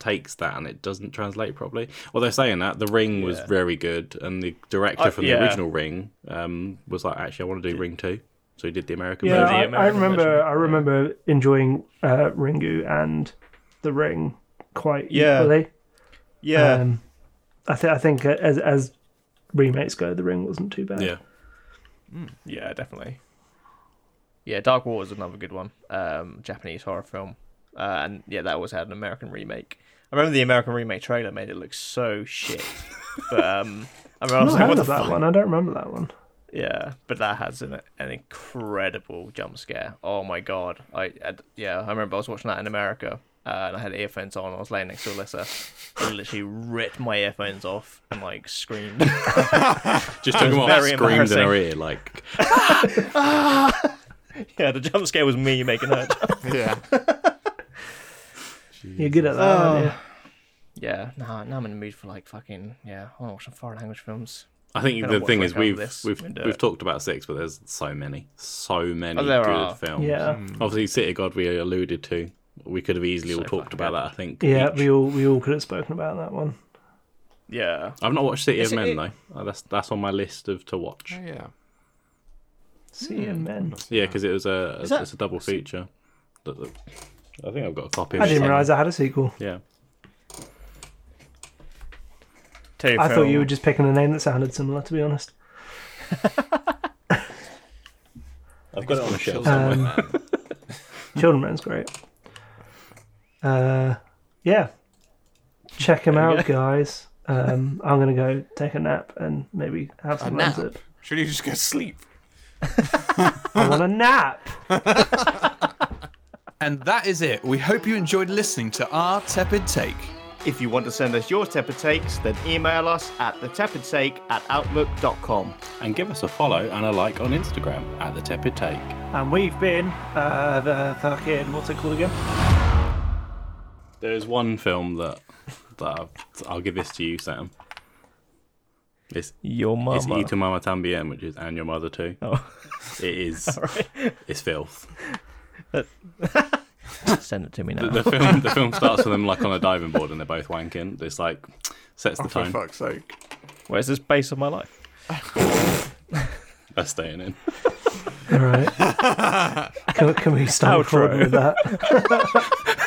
[SPEAKER 3] takes that and it doesn't translate properly. Although saying that, the Ring was very good, and the director
[SPEAKER 1] Uh,
[SPEAKER 3] from
[SPEAKER 1] yeah.
[SPEAKER 3] the original Ring um, was like, actually, I want to do Ring two, so he did the American
[SPEAKER 2] yeah, I,
[SPEAKER 3] version.
[SPEAKER 2] I
[SPEAKER 1] American
[SPEAKER 2] remember.
[SPEAKER 1] version.
[SPEAKER 2] I remember enjoying uh, Ringu and the Ring quite
[SPEAKER 1] Yeah.
[SPEAKER 2] equally.
[SPEAKER 1] Yeah,
[SPEAKER 2] Um, I think I think uh, as as remakes go, the Ring wasn't too bad.
[SPEAKER 3] Yeah,
[SPEAKER 1] yeah, definitely. Yeah, Dark Water is another good one. Um, Japanese horror film, uh, and yeah, that always had an American remake. I remember the American remake trailer made it look so shit, but um, I remember I
[SPEAKER 2] I
[SPEAKER 1] was like,
[SPEAKER 2] don't
[SPEAKER 1] what
[SPEAKER 2] remember
[SPEAKER 1] the
[SPEAKER 2] that
[SPEAKER 1] fuck?
[SPEAKER 2] one. I don't remember that one.
[SPEAKER 1] Yeah, but that has an, an incredible jump scare. Oh my god! I, I yeah, I remember I was watching that in America, uh, and I had earphones on. I was laying next to Alyssa. I literally ripped my earphones off and like screamed.
[SPEAKER 3] just took him off,
[SPEAKER 1] very
[SPEAKER 3] screamed in her
[SPEAKER 1] embarrassing.
[SPEAKER 3] ear like,
[SPEAKER 1] yeah, the jump scare was me making her. jump.
[SPEAKER 4] yeah.
[SPEAKER 2] You're good at that. aren't you?
[SPEAKER 4] Oh,
[SPEAKER 1] yeah, nah, now I'm in the mood for like fucking yeah. I want to watch some foreign language films.
[SPEAKER 3] I think
[SPEAKER 1] Gotta
[SPEAKER 3] the
[SPEAKER 1] watch
[SPEAKER 3] thing
[SPEAKER 1] like
[SPEAKER 3] is
[SPEAKER 1] all
[SPEAKER 3] we've
[SPEAKER 1] this
[SPEAKER 3] we've
[SPEAKER 1] and, uh,
[SPEAKER 3] we've talked about six, but there's so many, so many
[SPEAKER 1] Oh, there
[SPEAKER 3] good
[SPEAKER 1] are. Hmm.
[SPEAKER 3] films.
[SPEAKER 2] Yeah.
[SPEAKER 3] obviously, City of God we alluded to. We could have easily all talked about that. I think.
[SPEAKER 2] Yeah,
[SPEAKER 3] each.
[SPEAKER 2] we all we all could have spoken about that one.
[SPEAKER 1] Yeah,
[SPEAKER 3] I've not watched City
[SPEAKER 1] Is
[SPEAKER 3] of
[SPEAKER 1] it-
[SPEAKER 3] Men
[SPEAKER 1] it-
[SPEAKER 3] though. Uh, That's that's on my list of to watch.
[SPEAKER 4] Yeah.
[SPEAKER 2] See you,
[SPEAKER 4] Hmm.
[SPEAKER 2] men.
[SPEAKER 3] Yeah, because it was a
[SPEAKER 1] that-
[SPEAKER 3] it's a double feature. That- that- I think I've got a copy. Of
[SPEAKER 2] I
[SPEAKER 3] it
[SPEAKER 2] didn't
[SPEAKER 3] somewhere.
[SPEAKER 2] realise I had a sequel.
[SPEAKER 3] Yeah,
[SPEAKER 1] two.
[SPEAKER 2] I thought you
[SPEAKER 1] film-
[SPEAKER 2] were just picking a name that sounded similar. To be honest,
[SPEAKER 3] I've got it on a shelf.
[SPEAKER 2] Um, Children Man's great. Uh, yeah, check him out, guys. Um, I'm gonna go take a nap and maybe have
[SPEAKER 4] A
[SPEAKER 2] some
[SPEAKER 4] nap.
[SPEAKER 2] Ramsip.
[SPEAKER 4] Should you just go sleep?
[SPEAKER 2] I want a nap.
[SPEAKER 4] And that is it. We hope you enjoyed listening to our tepid take.
[SPEAKER 6] If you want to send us your tepid takes, then email us at thetepidtake at outlook.com.
[SPEAKER 3] And give us a follow and a like on Instagram at the Tepid Take.
[SPEAKER 2] And we've been uh, the fucking what's it called again?
[SPEAKER 3] There is one film that that I've, I'll give this to you, Sam. It's
[SPEAKER 1] your mama.
[SPEAKER 3] it's Y tu Mama Tambien, which is and your mother too.
[SPEAKER 1] Oh.
[SPEAKER 3] It is it's filth.
[SPEAKER 1] Send it to me now.
[SPEAKER 3] The film the film starts with them like on a diving board and they're both wanking. It's like sets the
[SPEAKER 4] For
[SPEAKER 3] tone.
[SPEAKER 4] fuck's sake.
[SPEAKER 1] Where's this base of my life?
[SPEAKER 3] That's staying in.
[SPEAKER 2] All right. can, can we start
[SPEAKER 1] Outro.
[SPEAKER 2] recording with that?